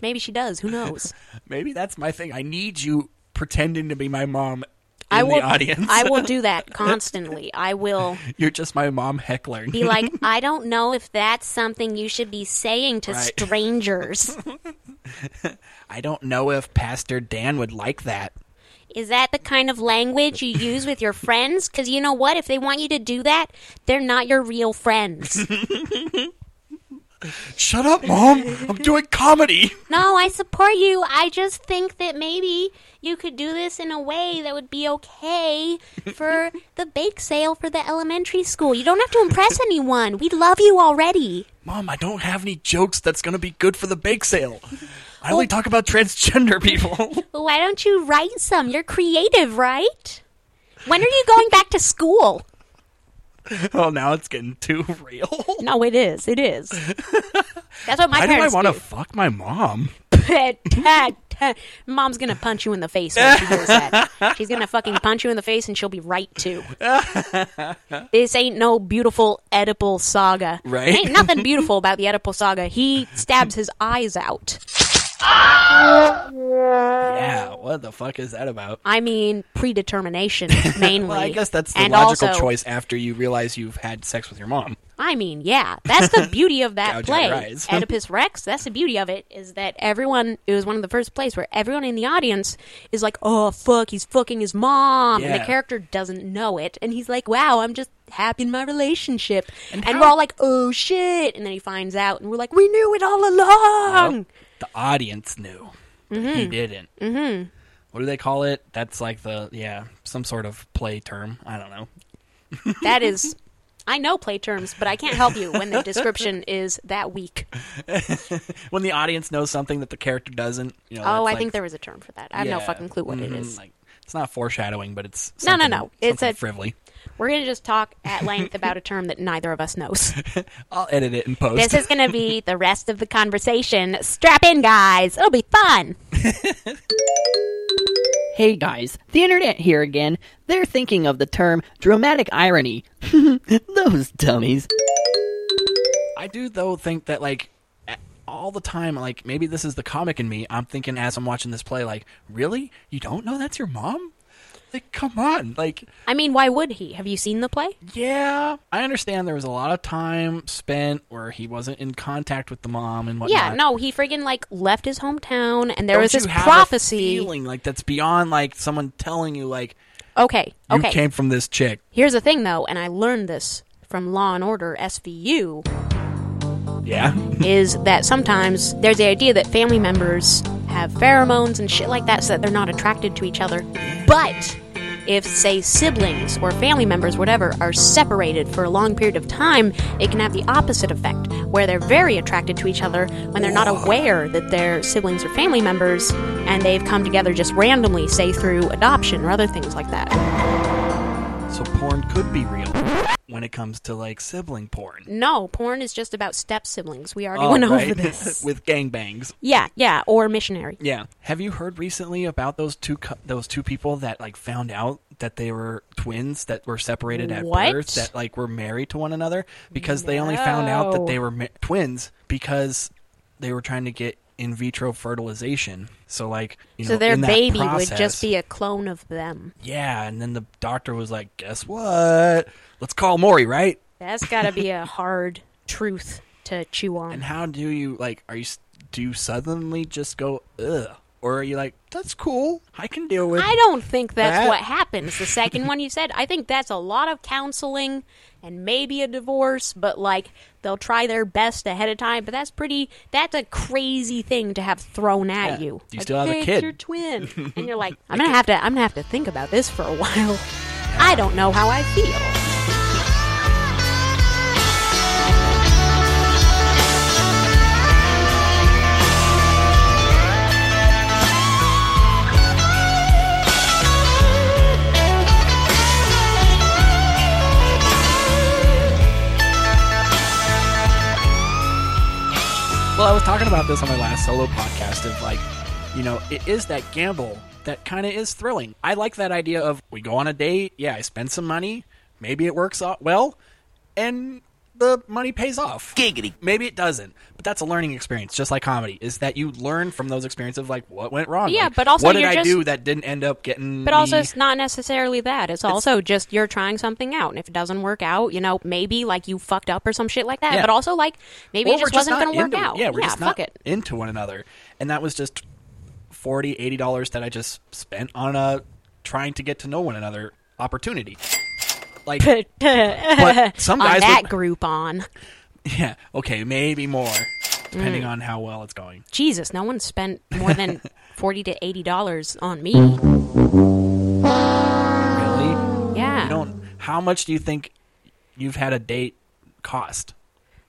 Speaker 1: Maybe she does. Who knows?
Speaker 2: Maybe that's my thing. I need you pretending to be my mom in
Speaker 1: I will.
Speaker 2: the audience.
Speaker 1: I will do that constantly. I will
Speaker 2: *laughs* You're just my mom heckler.
Speaker 9: Be like, I don't know if that's something you should be saying to
Speaker 2: Right.
Speaker 9: strangers.
Speaker 2: I don't know if Pastor Dan would like that.
Speaker 9: Is that the kind of language you use with your friends? Because you know what? If they want you to do that, they're not your real friends.
Speaker 2: Shut up, mom. I'm doing comedy.
Speaker 9: no, I support you. I just think that maybe you could do this in a way that would be okay for the bake sale for the elementary school. You don't have to impress anyone. We love you already.
Speaker 2: Mom, I don't have any jokes that's going to be good for the bake sale. I only talk about transgender people. *laughs*
Speaker 9: Why don't you write some? You're creative, right? When are you going back to school?
Speaker 2: oh, now it's getting too real.
Speaker 1: No, it is. It is. That's
Speaker 2: *laughs*
Speaker 1: what my
Speaker 2: Why do I
Speaker 1: parents *laughs*
Speaker 2: want to fuck my mom?
Speaker 1: do. Mom's gonna punch you in the face when she hears that.
Speaker 2: *laughs*
Speaker 1: She's gonna fucking punch you in the face, and she'll be right too. this ain't no beautiful Oedipal saga.
Speaker 2: Right.
Speaker 1: Ain't nothing beautiful about the Oedipal saga. He stabs his eyes out.
Speaker 2: Yeah, what the fuck is that about?
Speaker 1: I mean,
Speaker 2: *laughs*
Speaker 1: predetermination mainly.
Speaker 2: Well, I guess that's the
Speaker 1: And
Speaker 2: logical
Speaker 1: also-
Speaker 2: choice after you realize you've had sex with your mom.
Speaker 1: I mean, yeah, that's the beauty of that
Speaker 2: *laughs* Gouge out your
Speaker 1: play,
Speaker 2: eyes.
Speaker 1: Oedipus Rex. That's the beauty of it is that everyone. It was one of the first plays where everyone in the audience is like, "Oh fuck, he's fucking his mom," and
Speaker 2: Yeah.
Speaker 1: the character doesn't know it, and he's like, "Wow, I'm just happy in my relationship," and, we're all like, "Oh shit," and then he finds out, and we're like, "We knew it all along."
Speaker 2: The audience knew. but He didn't. Mm-hmm. What do they call it? That's like the, yeah, some sort of play term. I don't know.
Speaker 1: *laughs* That is. I know play terms, but I can't help you when the description is that
Speaker 2: *laughs*
Speaker 1: weak.
Speaker 2: When the audience knows something that the character doesn't. You know,
Speaker 1: Oh, I
Speaker 2: that's
Speaker 1: think
Speaker 2: like-
Speaker 1: there was a term for that. I have no
Speaker 2: Yeah.
Speaker 1: fucking clue what it
Speaker 2: Mhm,
Speaker 1: is.
Speaker 2: Like, it's not foreshadowing, but it's
Speaker 1: No, no,
Speaker 2: something-
Speaker 1: no. It's
Speaker 2: something
Speaker 1: a-
Speaker 2: frivolly.
Speaker 1: We're going to just talk at length about a term that neither of us *laughs* knows.
Speaker 2: I'll edit it in post.
Speaker 9: This is going to be the rest of the conversation. Strap in, guys. It'll be fun.
Speaker 8: Hey guys, the internet here again. They're thinking of the term dramatic irony. *laughs* Those dummies.
Speaker 2: I do though think that like a- all the time, like maybe this is the comic in me. I'm thinking as I'm watching this play, like, really, you don't know that's your mom? Like, come on, like,
Speaker 1: I mean, why would he? Have you seen the play?
Speaker 2: yeah, I understand there was a lot of time spent where he wasn't in contact with the mom and whatnot.
Speaker 1: Yeah, no, he friggin' like left his hometown and there
Speaker 2: Don't
Speaker 1: was this
Speaker 2: you have a
Speaker 1: prophecy.
Speaker 2: feeling like that's beyond like someone telling you like
Speaker 1: Okay,
Speaker 2: you
Speaker 1: okay.
Speaker 2: came from this chick.
Speaker 1: Here's the thing though, and I learned this from Law and Order SVU
Speaker 2: Yeah,
Speaker 1: is that sometimes there's the idea that family members have pheromones and shit like that so that they're not attracted to each other. But if, say, siblings or family members, whatever, are separated for a long period of time, it can have the opposite effect, where they're very attracted to each other when they're not aware that they're siblings or family members and they've come together just randomly, say, through adoption or other things like that.
Speaker 2: so porn could be real when it comes to like sibling porn.
Speaker 1: No, porn is just about step siblings. We already went
Speaker 2: Oh, right.
Speaker 1: over this.
Speaker 2: *laughs* with gangbangs.
Speaker 1: yeah, yeah, or missionary.
Speaker 2: Yeah. Have you heard recently about those two cou- those two people that like found out that they were twins that were separated at
Speaker 1: What?
Speaker 2: birth that like were married to one another because they only found out that
Speaker 1: No.
Speaker 2: they were ma- twins because they were trying to get in vitro fertilization. So like you know
Speaker 1: So their
Speaker 2: in that
Speaker 1: baby would
Speaker 2: process-
Speaker 1: just be a clone of them.
Speaker 2: yeah, and then the doctor was like, "Guess what? Let's call Maury, right?"
Speaker 1: That's got to
Speaker 2: *laughs*
Speaker 1: be a hard truth to chew on.
Speaker 2: And how do you like? Are you s- do you suddenly just go ugh, or are you like, "That's cool, I can deal with."
Speaker 1: I don't think that's
Speaker 2: That-
Speaker 1: what happens. The second one you said, I think that's a lot of counseling and maybe a divorce, but like they'll try their best ahead of time. But that's pretty. That's a crazy thing to have thrown at
Speaker 2: Yeah.
Speaker 1: you.
Speaker 2: You
Speaker 1: Like,
Speaker 2: still have a
Speaker 1: "Hey, it's
Speaker 2: kid."
Speaker 1: your
Speaker 2: *laughs*
Speaker 1: twin, and you're like, I'm gonna have to. I'm gonna have to think about this for a *laughs* while. I don't know how I feel.
Speaker 2: Well, I was talking about this on my last solo podcast of like, you know, it is that gamble that kind of is thrilling. I like that idea of we go on a date, yeah, I spend some money, maybe it works out well, and the money pays off. Giggity. Maybe it doesn't, but that's a learning experience, just like comedy, is that you learn from those experiences of like what went wrong.
Speaker 3: Yeah,
Speaker 2: like,
Speaker 3: but also
Speaker 2: what did
Speaker 3: you're
Speaker 2: I
Speaker 3: just-
Speaker 2: do that didn't end up getting.
Speaker 3: But also,
Speaker 2: me-
Speaker 3: it's not necessarily that. It's, also just you're trying something out, and if it doesn't work out, you know, maybe like you fucked up or some shit like that.
Speaker 2: Yeah.
Speaker 3: But also, like maybe
Speaker 2: Or
Speaker 3: it
Speaker 2: we're
Speaker 3: just wasn't
Speaker 2: not
Speaker 3: going to work
Speaker 2: into it.
Speaker 3: out.
Speaker 2: Yeah, we're just not
Speaker 3: fuck it.
Speaker 2: into one another. And that was just 40 dollars that I just spent on a trying to get to know one another opportunity.
Speaker 3: *laughs*
Speaker 2: Like, but some
Speaker 3: on
Speaker 2: guys
Speaker 3: that
Speaker 2: would-
Speaker 3: group on
Speaker 2: *laughs* yeah, okay, maybe more, depending
Speaker 3: Mm.
Speaker 2: on how well it's going.
Speaker 3: Jesus, no one spent more than forty to eighty dollars on me.
Speaker 2: Really,
Speaker 3: Yeah.
Speaker 2: you don't. How much do you think you've had a date cost?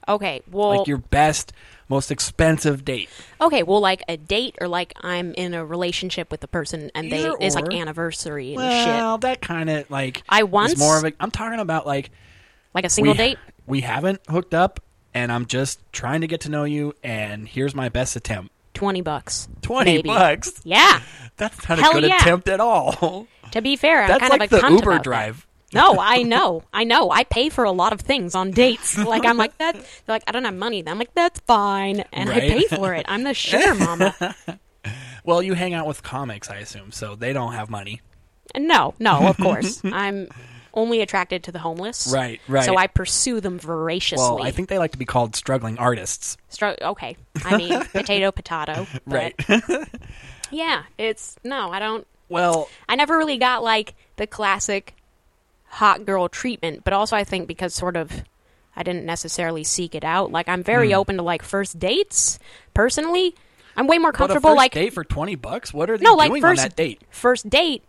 Speaker 3: okay. Well,
Speaker 2: Like your best, most expensive date.
Speaker 3: Okay, well, like a date or like I'm in a relationship with the person and they
Speaker 2: Either
Speaker 3: it's like
Speaker 2: or.
Speaker 3: anniversary and
Speaker 2: Well,
Speaker 3: shit.
Speaker 2: that kind of like
Speaker 3: I
Speaker 2: is
Speaker 3: once-
Speaker 2: more of a. I'm talking about like
Speaker 3: Like a single
Speaker 2: we,
Speaker 3: date.
Speaker 2: We haven't hooked up, and I'm just trying to get to know you. And here's my best attempt.
Speaker 3: 20 bucks.
Speaker 2: Twenty
Speaker 3: maybe.
Speaker 2: bucks.
Speaker 3: Yeah.
Speaker 2: That's not
Speaker 3: Hell
Speaker 2: a good
Speaker 3: yeah.
Speaker 2: attempt at all. *laughs*
Speaker 3: To be fair, I'm
Speaker 2: That's
Speaker 3: kind
Speaker 2: like
Speaker 3: of a
Speaker 2: the
Speaker 3: cunt
Speaker 2: Uber
Speaker 3: about that.
Speaker 2: drive.
Speaker 3: No, I know. I know. I pay for a lot of things on
Speaker 2: *laughs*
Speaker 3: dates. Like I'm like that they're like I don't have money. I'm like that's fine and I
Speaker 2: Right.
Speaker 3: pay for it.
Speaker 2: *laughs*
Speaker 3: I'm the sugar mama.
Speaker 2: Well, you hang out with comics, I assume, so they don't have money.
Speaker 3: No,
Speaker 2: *laughs*
Speaker 3: no, of course. I'm only attracted to the homeless.
Speaker 2: Right, right.
Speaker 3: So I pursue them voraciously.
Speaker 2: Well, I think they like to be called struggling artists.
Speaker 3: Stro- okay.
Speaker 2: *laughs*
Speaker 3: I mean, potato, potato. but-
Speaker 2: right. *laughs*
Speaker 3: Yeah, it's no, I don't.
Speaker 2: well,
Speaker 3: I never really got like the classic hot girl treatment, but also I think because sort of I didn't necessarily seek it out. Like I'm
Speaker 2: Hmm.
Speaker 3: very open to like first dates personally. I'm way more
Speaker 2: but a first
Speaker 3: comfortable like
Speaker 2: date for twenty bucks. What are they
Speaker 3: no, like
Speaker 2: doing
Speaker 3: first
Speaker 2: on that date?
Speaker 3: First date,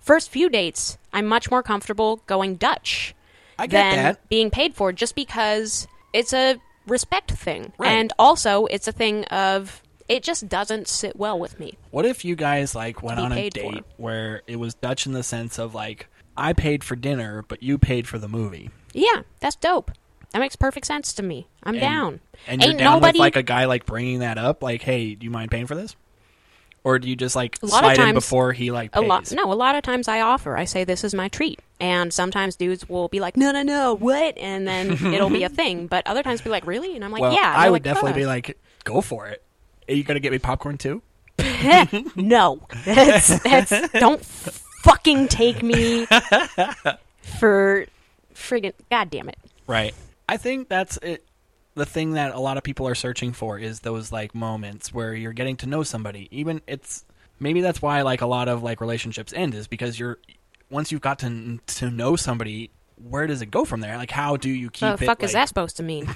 Speaker 3: first few dates, I'm much more comfortable going Dutch
Speaker 2: I get
Speaker 3: than
Speaker 2: that.
Speaker 3: being paid for, just because it's a respect thing,
Speaker 2: Right.
Speaker 3: and also it's a thing of it just doesn't sit well with me.
Speaker 2: What if you guys like went
Speaker 3: Be
Speaker 2: on a
Speaker 3: paid for.
Speaker 2: date where it was Dutch in the sense of like I paid for dinner, but you paid for the movie.
Speaker 3: Yeah, that's dope. That makes perfect sense to me. I'm down.
Speaker 2: And
Speaker 3: Ain't
Speaker 2: you're down
Speaker 3: nobody.
Speaker 2: with like a guy like bringing that up, like, "Hey, do you mind paying for this?" Or do you just like
Speaker 3: lot
Speaker 2: slide
Speaker 3: of
Speaker 2: in
Speaker 3: times-
Speaker 2: before he like
Speaker 3: a
Speaker 2: pays?
Speaker 3: lot. No, a lot of times I offer. I say this is my treat, and sometimes dudes will be like, "No, no, no, what?"
Speaker 2: *laughs*
Speaker 3: And then it'll be a thing. But other times, be like, "Really?" And I'm like,
Speaker 2: Well,
Speaker 3: "Yeah." And
Speaker 2: I
Speaker 3: they're
Speaker 2: would
Speaker 3: like,
Speaker 2: definitely be
Speaker 3: "Fuck."
Speaker 2: like, "Go for it." Are you gonna get me popcorn too?
Speaker 3: "No,
Speaker 2: *laughs*
Speaker 3: that's, that's don't fucking
Speaker 2: *laughs*
Speaker 3: take me for friggin' god damn it."
Speaker 2: Right. I think that's it. The thing that a lot of people are searching for is those like moments where you're getting to know somebody. Even it's maybe that's why like a lot of like relationships end is because you're once you've got to to know somebody, where does it go from there? Like how do you keep
Speaker 3: The
Speaker 2: it?
Speaker 3: fuck is
Speaker 2: like-
Speaker 3: that supposed to mean?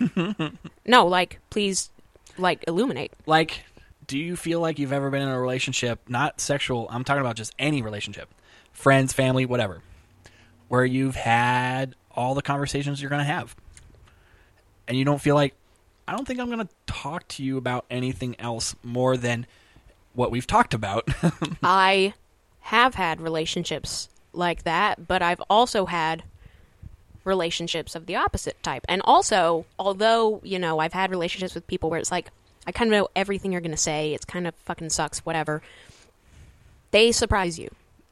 Speaker 2: *laughs*
Speaker 3: no, like, please, like, illuminate.
Speaker 2: like do you feel like you've ever been in a relationship not sexual i'm talking about just any relationship friends family whatever where you've had all the conversations you're going to have and you don't feel like i don't think i'm going to talk to you about anything else more than what we've talked about *laughs*
Speaker 3: I have had relationships like that, but I've also had relationships of the opposite type. And also, although, you know, I've had relationships with people where it's like, I kind of know everything you're going to say. It's kind of fucking sucks, whatever. They surprise you.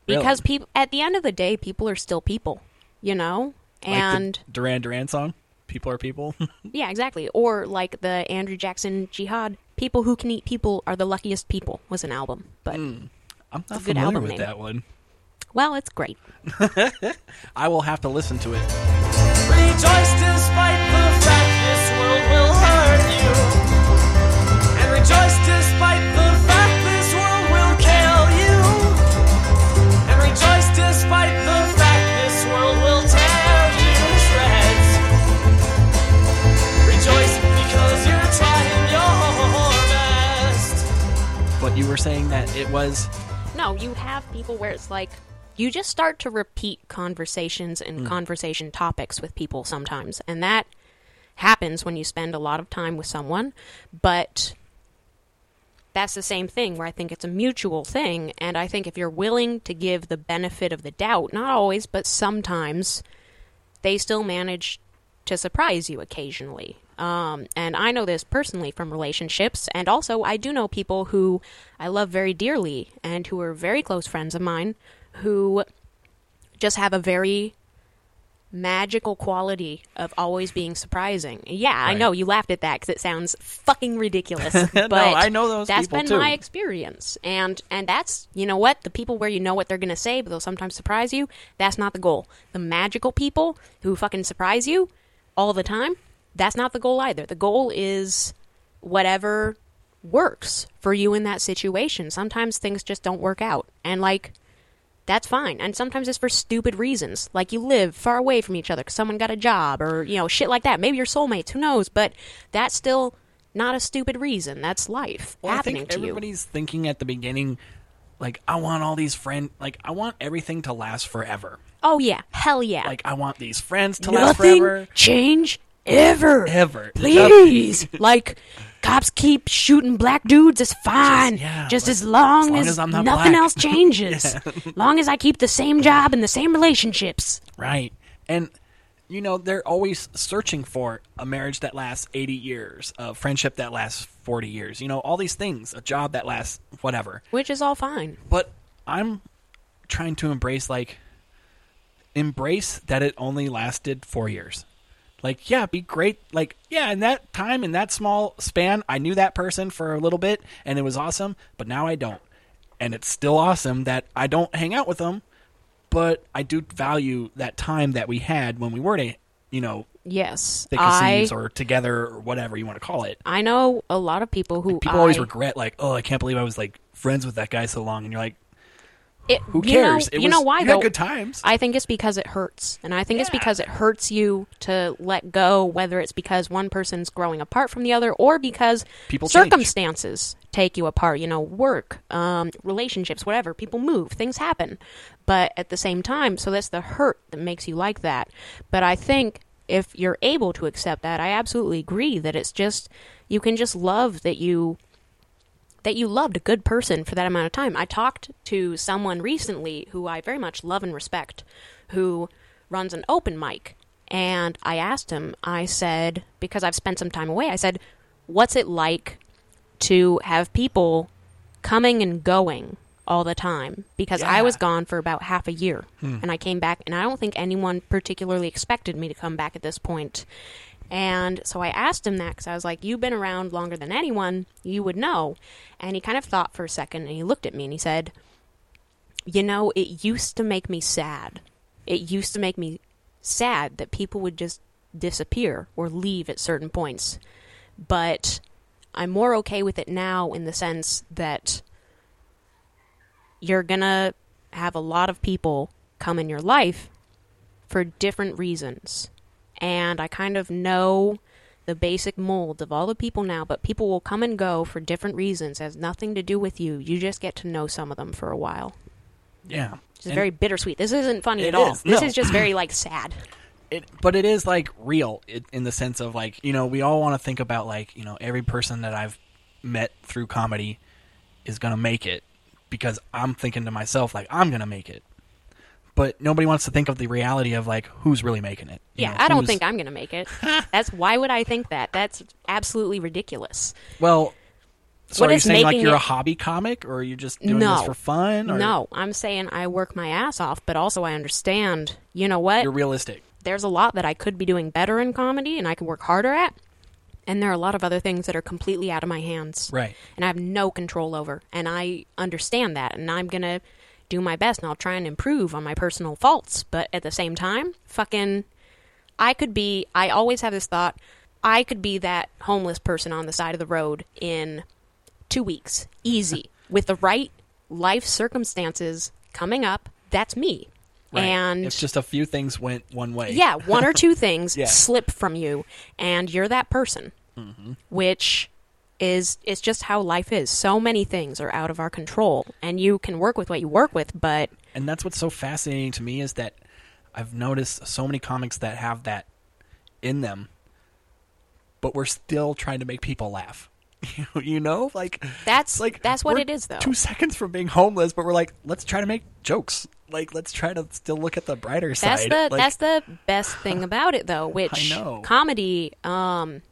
Speaker 2: Really?
Speaker 3: Because people at the end of the day, people are still people, you know? And
Speaker 2: like the duran duran song people are people *laughs*
Speaker 3: yeah, exactly. Or like the Andrew Jackson Jihad, people who can eat people are the luckiest people was an album. But
Speaker 2: i'm not
Speaker 3: good
Speaker 2: familiar
Speaker 3: album
Speaker 2: with
Speaker 3: name.
Speaker 2: that one
Speaker 3: well, it's great.
Speaker 2: i will have to listen to it
Speaker 10: Rejoice despite the fact this world will hurt you. And rejoice despite the fact this world will kill you. And rejoice despite the fact this world will tear you to shreds. Rejoice because you're trying your best.
Speaker 2: but you were saying that it was
Speaker 3: No, you have people where it's like you just start to repeat conversations and conversation topics with people sometimes. And that happens when you spend a lot of time with someone, but that's the same thing where I think it's a mutual thing. And I think if you're willing to give the benefit of the doubt, not always, but sometimes, they still manage to surprise you occasionally. Um, and I know this personally from relationships, and also I do know people who I love very dearly and who are very close friends of mine who just have a very magical quality of always being surprising. Yeah, I know you laughed at that because it sounds
Speaker 2: *laughs*
Speaker 3: fucking ridiculous. but
Speaker 2: I know those
Speaker 3: That's
Speaker 2: people,
Speaker 3: been
Speaker 2: too.
Speaker 3: my experience, and and that's you know what the people where you know what they're gonna say, but they'll sometimes surprise you. That's not the goal. The magical people who fucking surprise you all the time. That's not the goal either. The goal is whatever works for you in that situation. Sometimes things just don't work out, and like that's fine. And sometimes it's for stupid reasons, like you live far away from each other because someone got a job or you know shit like that. Maybe you're soulmates, who knows? But that's still not a stupid reason. That's life
Speaker 2: Well, I
Speaker 3: happening
Speaker 2: think
Speaker 3: to you.
Speaker 2: everybody's thinking at the beginning, like I want all these friend, like I want everything to last forever.
Speaker 3: Oh yeah, hell yeah.
Speaker 2: Like I want these friends to last
Speaker 3: Nothing
Speaker 2: forever.
Speaker 3: change ever,
Speaker 2: Ever.
Speaker 3: Please, like cops keep shooting black dudes. It's fine. Just,
Speaker 2: yeah, like,
Speaker 3: as long as,
Speaker 2: long as I'm not
Speaker 3: nothing
Speaker 2: black. *laughs*
Speaker 3: else changes. *laughs* Long as I keep the same job and the same relationships.
Speaker 2: Right. And you know, they're always searching for a marriage that lasts 80 years, a friendship that lasts 40 years, you know, all these things, a job that lasts whatever.
Speaker 3: Which is all fine.
Speaker 2: But I'm trying to embrace like embrace that it only lasted 4 years. Like, yeah, be great. Like, yeah, in that time in that small span, I knew that person for a little bit and it was awesome, but now I don't. And it's still awesome that I don't hang out with them, but I do value that time that we had when we were, to, you know,
Speaker 3: Yes,
Speaker 2: thick as
Speaker 3: I
Speaker 2: thieves or together or whatever you want to call it.
Speaker 3: I know a lot of people who
Speaker 2: People always
Speaker 3: I-
Speaker 2: regret, like, oh, I can't believe I was like friends with that guy so long, and you're like,
Speaker 3: it-
Speaker 2: who
Speaker 3: you know-
Speaker 2: cares?
Speaker 3: You know,
Speaker 2: It was-
Speaker 3: why
Speaker 2: you had
Speaker 3: though?
Speaker 2: good times.
Speaker 3: I think it's because it hurts, and I think it's
Speaker 2: Yeah.
Speaker 3: because it hurts you to let go. Whether it's because one person's growing apart from the other, or because
Speaker 2: People change.
Speaker 3: circumstances take you apart. You know, work, um, relationships, whatever. People move, things happen, but at the same time, so that's the hurt that makes you like that. But I think if you're able to accept that, I absolutely agree that it's just you can just love that you that you loved a good person for that amount of time. I talked to someone recently who I very much love and respect, who runs an open mic. And I asked him, I said, because I've spent some time away, I said, what's it like to have people coming and going all the time? Because I was gone for about half a year and I came back, and I don't think anyone particularly expected me to come back at this point. And so I asked him that because I was like, You've been around longer than anyone, you would know. And he kind of thought for a second and he looked at me and he said, You know, it used to make me sad. It used to make me sad that people would just disappear or leave at certain points. But I'm more okay with it now in the sense that you're going to have a lot of people come in your life for different reasons. And I kind of know the basic mold of all the people now, but people will come and go for different reasons. It has nothing to do with you. You just get to know some of them for a while.
Speaker 2: yeah,
Speaker 3: It's
Speaker 2: And
Speaker 3: very bittersweet. This isn't funny
Speaker 2: It
Speaker 3: at all.
Speaker 2: is,
Speaker 3: This
Speaker 2: no.
Speaker 3: is just very
Speaker 2: *laughs*
Speaker 3: like sad.
Speaker 2: it, but it is like real it, in the sense of like you know we all want to think about like you know every person that I've met through comedy is gonna make it because I'm thinking to myself like I'm gonna make it, but nobody wants to think of the reality of like who's really making it. you
Speaker 3: Yeah,
Speaker 2: know,
Speaker 3: I don't
Speaker 2: who's-
Speaker 3: think I'm going to make it. That's why would I think that? That's absolutely ridiculous.
Speaker 2: Well, so
Speaker 3: What
Speaker 2: are you
Speaker 3: is
Speaker 2: saying like
Speaker 3: making
Speaker 2: you're a
Speaker 3: it-
Speaker 2: hobby comic, or are you just doing
Speaker 3: No.
Speaker 2: this for fun? Or
Speaker 3: No, I'm saying I work my ass off, but also I understand, you know what?
Speaker 2: you're realistic.
Speaker 3: there's a lot that I could be doing better in comedy and I could work harder at. And there are a lot of other things that are completely out of my hands.
Speaker 2: Right.
Speaker 3: And I have no control over. And I understand that. And I'm going to do my best and I'll try and improve on my personal faults. But at the same time, fucking, I could be, I always have this thought, I could be that homeless person on the side of the road in two weeks. Easy. With the right life circumstances coming up, that's me.
Speaker 2: Right.
Speaker 3: And
Speaker 2: it's just a few things went one way.
Speaker 3: *laughs* yeah, one or two things
Speaker 2: Yeah.
Speaker 3: slip from you, and you're that person,
Speaker 2: Mm-hmm.
Speaker 3: which is it's just how life is. So many things are out of our control, and you can work with what you work with, but
Speaker 2: and that's what's so fascinating to me is that I've noticed so many comics that have that in them, but we're still trying to make people laugh. *laughs* you know, like
Speaker 3: That's-
Speaker 2: like
Speaker 3: that's what
Speaker 2: we're
Speaker 3: it is, though.
Speaker 2: Two seconds from being homeless, but we're like, let's try to make jokes. Like, let's try to still look at the brighter
Speaker 3: that's
Speaker 2: side.
Speaker 3: the
Speaker 2: Like,
Speaker 3: that's the best thing about it, though. Which
Speaker 2: know.
Speaker 3: comedy, um,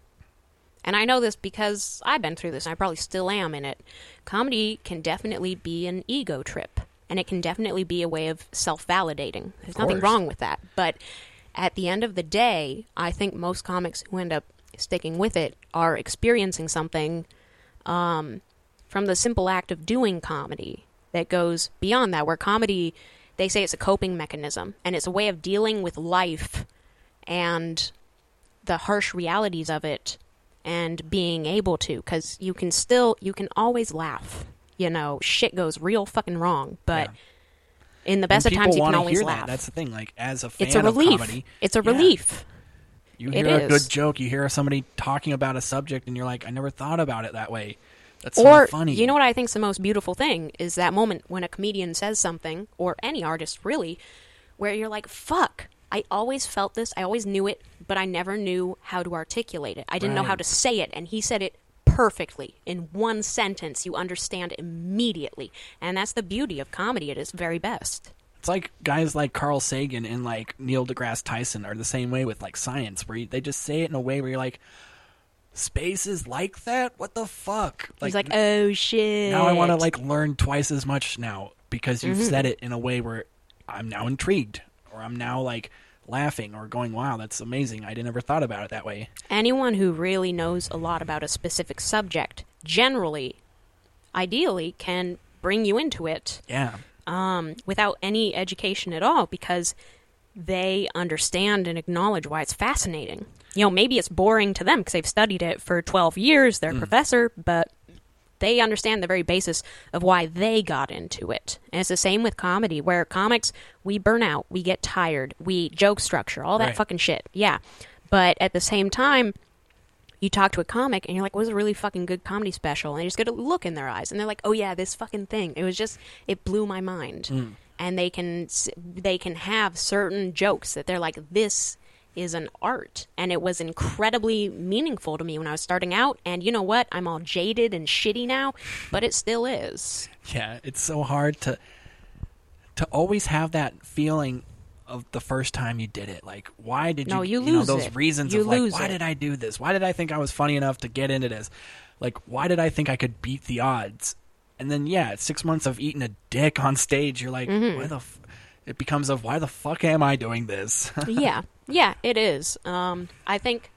Speaker 3: and I know this because I've been through this and I probably still am in it. Comedy can definitely be an ego trip and it can definitely be a way of self-validating. There's nothing
Speaker 11: course.
Speaker 3: wrong with that, but at the end of the day, I think most comics who end up sticking with it are experiencing something um, from the simple act of doing comedy that goes beyond that, where comedy, they say it's a coping mechanism and it's a way of dealing with life and the harsh realities of it and being able to, because you can still, you can always laugh. You know, shit goes real fucking wrong, but in the best
Speaker 2: And
Speaker 3: of times,
Speaker 2: people
Speaker 3: you can
Speaker 2: wanna
Speaker 3: always
Speaker 2: hear
Speaker 3: laugh.
Speaker 2: That. That's the thing. Like as a fan
Speaker 3: it's a
Speaker 2: of
Speaker 3: relief.
Speaker 2: comedy,
Speaker 3: it's a
Speaker 2: yeah.
Speaker 3: relief.
Speaker 2: You hear
Speaker 3: It
Speaker 2: a
Speaker 3: is.
Speaker 2: good joke, you hear somebody talking about a subject, and you're like, I never thought about it that way. That's
Speaker 3: or
Speaker 2: so funny.
Speaker 3: you know what I think's the most beautiful thing is that moment when a comedian says something or any artist really where you're like fuck I always felt this I always knew it but I never knew how to articulate it I didn't know how
Speaker 2: Right.
Speaker 3: to say it and he said it perfectly in one sentence you understand immediately and that's the beauty of comedy at its very best
Speaker 2: It's like guys like Carl Sagan and like Neil deGrasse Tyson are the same way with like science, where you, they just say it in a way where you're like, space is like that. What the fuck?
Speaker 3: he's like oh shit
Speaker 2: now I want to like learn twice as much now because you've
Speaker 3: Mm-hmm.
Speaker 2: said it in a way where I'm now intrigued or I'm now like laughing or going, wow, that's amazing. I never thought about it that way.
Speaker 3: anyone who really knows a lot about a specific subject generally ideally can bring you into it
Speaker 2: Yeah.
Speaker 3: without any education at all because they understand and acknowledge why it's fascinating. You know, maybe it's boring to them because they've studied it for 12 years, they're a professor, but they understand the very basis of why they got into it. And it's the same with comedy, where comics, we burn out, we get tired, we joke structure, all that
Speaker 2: Right.
Speaker 3: fucking shit. Yeah. But at the same time, you talk to a comic and you're like, what was a really fucking good comedy special? And you just get a look in their eyes and they're like, oh yeah, this fucking thing. It was just, it blew my mind. And they can, s- they can have certain jokes that they're like, this is an art. And it was incredibly meaningful to me when I was starting out. And you know what? I'm all jaded and shitty now, but it still is.
Speaker 2: Yeah, it's so hard to to always have that feeling of the first time you did it. Like, why did
Speaker 3: No,
Speaker 2: you?
Speaker 3: you
Speaker 2: know,
Speaker 3: lose
Speaker 2: those
Speaker 3: it.
Speaker 2: reasons
Speaker 3: You
Speaker 2: of like,
Speaker 3: lose
Speaker 2: why
Speaker 3: it.
Speaker 2: did I do this? Why did I think I was funny enough to get into this? Like, why did I think I could beat the odds? And then, yeah, it's six months of eating a dick on stage. You're like,
Speaker 3: Mm-hmm.
Speaker 2: why the? F-? It becomes of why the fuck am I doing this?
Speaker 3: yeah, yeah, it is. Um, I think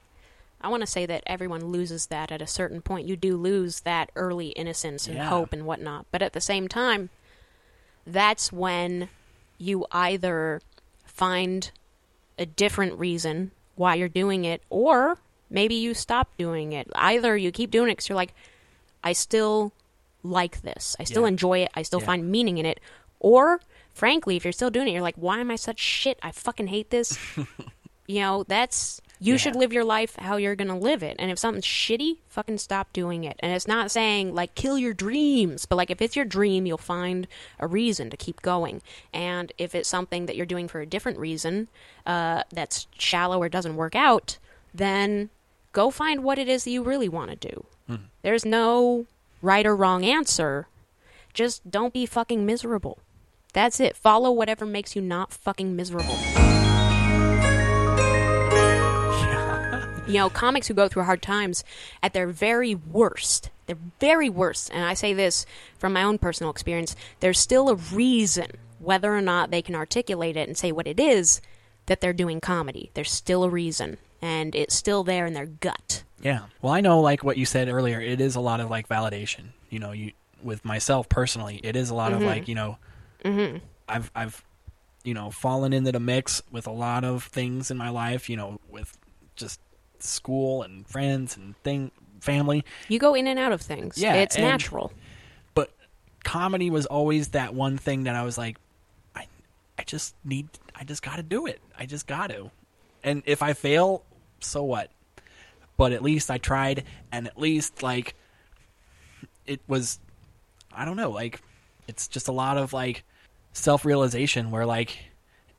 Speaker 3: I want to say that everyone loses that at a certain point. You do lose that early innocence and
Speaker 2: Yeah.
Speaker 3: hope and whatnot, but at the same time, that's when you either find a different reason why you're doing it, or maybe you stop doing it. Either you keep doing it because you're like, I still like this. I still
Speaker 2: Yeah.
Speaker 3: enjoy it. I still
Speaker 2: Yeah.
Speaker 3: find meaning in it. Or, frankly, if you're still doing it, you're like, why am I such shit? I fucking hate this. you know, that's. You should
Speaker 2: Yeah.
Speaker 3: live your life how you're going to live it. And if something's shitty, fucking stop doing it. And it's not saying, like, kill your dreams, but, like, if it's your dream, you'll find a reason to keep going. And if it's something that you're doing for a different reason uh, that's shallow or doesn't work out, then go find what it is that you really want to do. There's no right or wrong answer. Just don't be fucking miserable. That's it. Follow whatever makes you not fucking miserable. You know, comics who go through hard times at their very worst, their very worst, and I say this from my own personal experience, there's still a reason whether or not they can articulate it and say what it is that they're doing comedy. There's still a reason, and it's still there in their gut.
Speaker 2: Yeah. Well, I know like what you said earlier, it is a lot of like validation. You know, you with myself personally, it is a lot of like, you know, I've I've you know, fallen into the mix with a lot of things in my life, you know, with just school and friends and thing family,
Speaker 3: You go in and out of things.
Speaker 2: Yeah,
Speaker 3: it's
Speaker 2: and-
Speaker 3: natural.
Speaker 2: but comedy was always that one thing that I was like I I just need I just got to do it. I just got to. And if I fail, so what? But at least I tried and at least like it was I don't know, like it's just a lot of like self-realization where like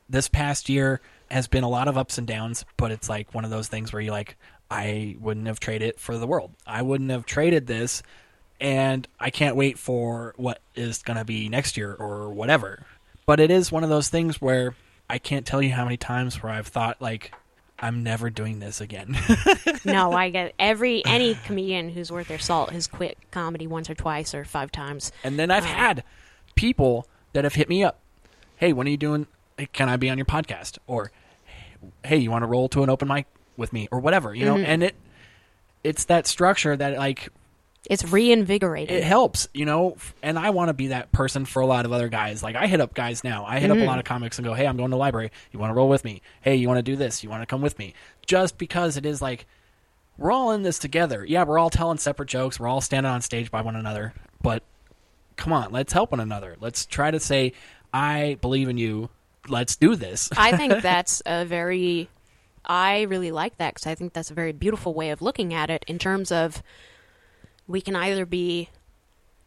Speaker 2: this past year has been a lot of ups and downs, but it's like one of those things where you like I wouldn't have traded it for the world. I wouldn't have traded this and I can't wait for what is going to be next year or whatever. But it is one of those things where I can't tell you how many times where I've thought like I'm never doing this again. *laughs*
Speaker 3: No, I get every any comedian who's worth their salt has quit comedy once or twice or five times.
Speaker 2: and then I've had people that have hit me up. Hey, when are you doing? Can I be on your podcast? Or hey, you want to roll to an open mic with me or whatever, you know? And it it's that structure that like
Speaker 3: It's reinvigorated.
Speaker 2: it helps, you know. F- And I want to be that person for a lot of other guys. Like I hit up guys now. I hit up a lot of comics and go, "Hey, I'm going to the library. You want to roll with me? Hey, you want to do this? You want to come with me?" Just because it is like we're all in this together. Yeah, we're all telling separate jokes. We're all standing on stage by one another. But come on, let's help one another. Let's try to say, "I believe in you. Let's do this." *laughs*
Speaker 3: I think that's a very, I really like that because I think that's a very beautiful way of looking at it in terms of we can either be,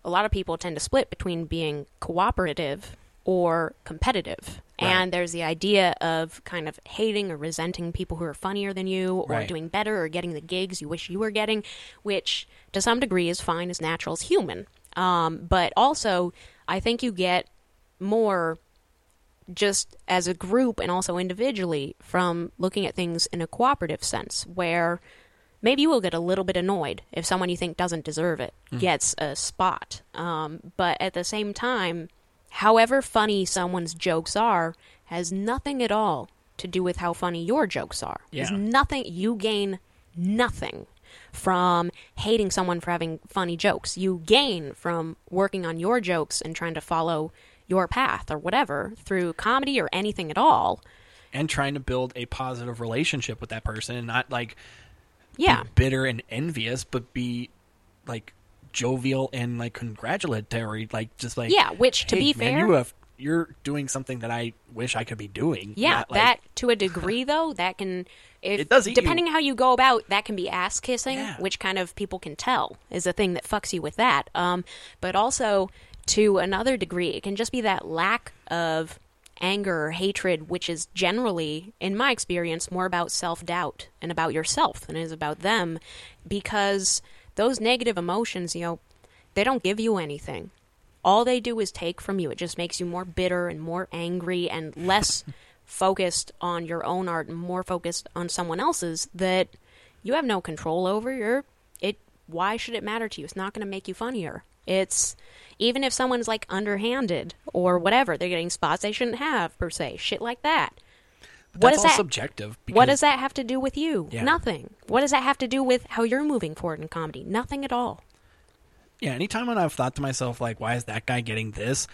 Speaker 3: a lot of people tend to split between being cooperative or competitive. And there's the idea of kind of hating or resenting people who are funnier than you or
Speaker 2: Right.
Speaker 3: doing better or getting the gigs you wish you were getting, which to some degree is fine, is natural, is human. Um, but also, I think you get more just as a group and also individually from looking at things in a cooperative sense where maybe you will get a little bit annoyed if someone you think doesn't deserve it gets a spot um, but at the same time however funny someone's jokes are has nothing at all to do with how funny your jokes are There's
Speaker 2: Yeah.
Speaker 3: nothing you gain nothing from hating someone for having funny jokes. You gain from working on your jokes and trying to follow your path or whatever through comedy or anything at all.
Speaker 2: and trying to build a positive relationship with that person and not like
Speaker 3: Yeah.
Speaker 2: be bitter and envious, but be like jovial and like congratulatory, like just like
Speaker 3: Yeah, which, to
Speaker 2: "Hey,
Speaker 3: be
Speaker 2: man,
Speaker 3: fair-
Speaker 2: you have you're doing something that I wish I could be doing.
Speaker 3: Yeah,
Speaker 2: not, like-
Speaker 3: that to a degree though, that can
Speaker 2: *laughs*
Speaker 3: if
Speaker 2: It does eat you.
Speaker 3: depending how you go about, that can be ass kissing,
Speaker 2: Yeah.
Speaker 3: which kind of people can tell is the thing that fucks you with that. Um, but also to another degree, it can just be that lack of anger or hatred, which is generally, in my experience, more about self doubt and about yourself than it is about them, because those negative emotions, you know, they don't give you anything all they do is take from you. It just makes you more bitter and more angry and less focused on your own art and more focused on someone else's that you have no control over. You're, it why should it matter to you? It's not going to make you funnier. It's even if someone's like underhanded or whatever, they're getting spots they shouldn't have per se, shit like that.
Speaker 2: but
Speaker 3: what
Speaker 2: that's
Speaker 3: is
Speaker 2: all
Speaker 3: that-
Speaker 2: subjective. Because,
Speaker 3: What does that have to do with you?
Speaker 2: Yeah.
Speaker 3: Nothing. What does that have to do with how you're moving forward in comedy? Nothing at all.
Speaker 2: Yeah, anytime when I've thought to myself like, why is that guy getting this?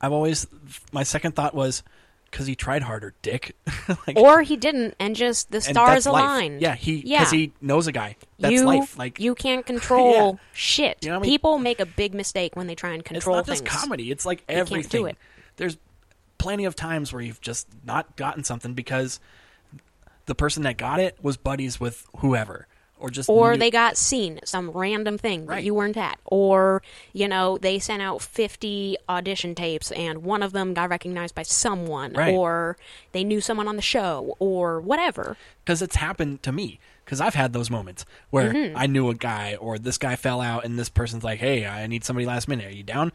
Speaker 2: I've always my second thought was because he tried harder, dick. *laughs* like,
Speaker 3: Or he didn't, and just the
Speaker 2: and
Speaker 3: stars
Speaker 2: that's life.
Speaker 3: aligned.
Speaker 2: Yeah, he because
Speaker 3: Yeah.
Speaker 2: he knows a guy. That's
Speaker 3: you,
Speaker 2: life. Like *laughs*
Speaker 3: you can't control
Speaker 2: Yeah.
Speaker 3: shit.
Speaker 2: You know what I mean?
Speaker 3: People make a big mistake when they try and
Speaker 2: It's
Speaker 3: control
Speaker 2: not just
Speaker 3: things.
Speaker 2: comedy. It's like
Speaker 3: can't do
Speaker 2: everything.
Speaker 3: it.
Speaker 2: There's plenty of times where you've just not gotten something because the person that got it was buddies with whoever, or just
Speaker 3: Or
Speaker 2: knew-
Speaker 3: they got seen some random thing
Speaker 2: Mm-hmm. Right.
Speaker 3: that you weren't at. Or you know they sent out fifty audition tapes and one of them got recognized by someone.
Speaker 2: Right.
Speaker 3: Or they knew someone on the show or whatever.
Speaker 2: because it's happened to me because I've had those moments where
Speaker 3: Mm-hmm.
Speaker 2: I knew a guy or this guy fell out and this person's like, "Hey, I need somebody last minute. Are you down?"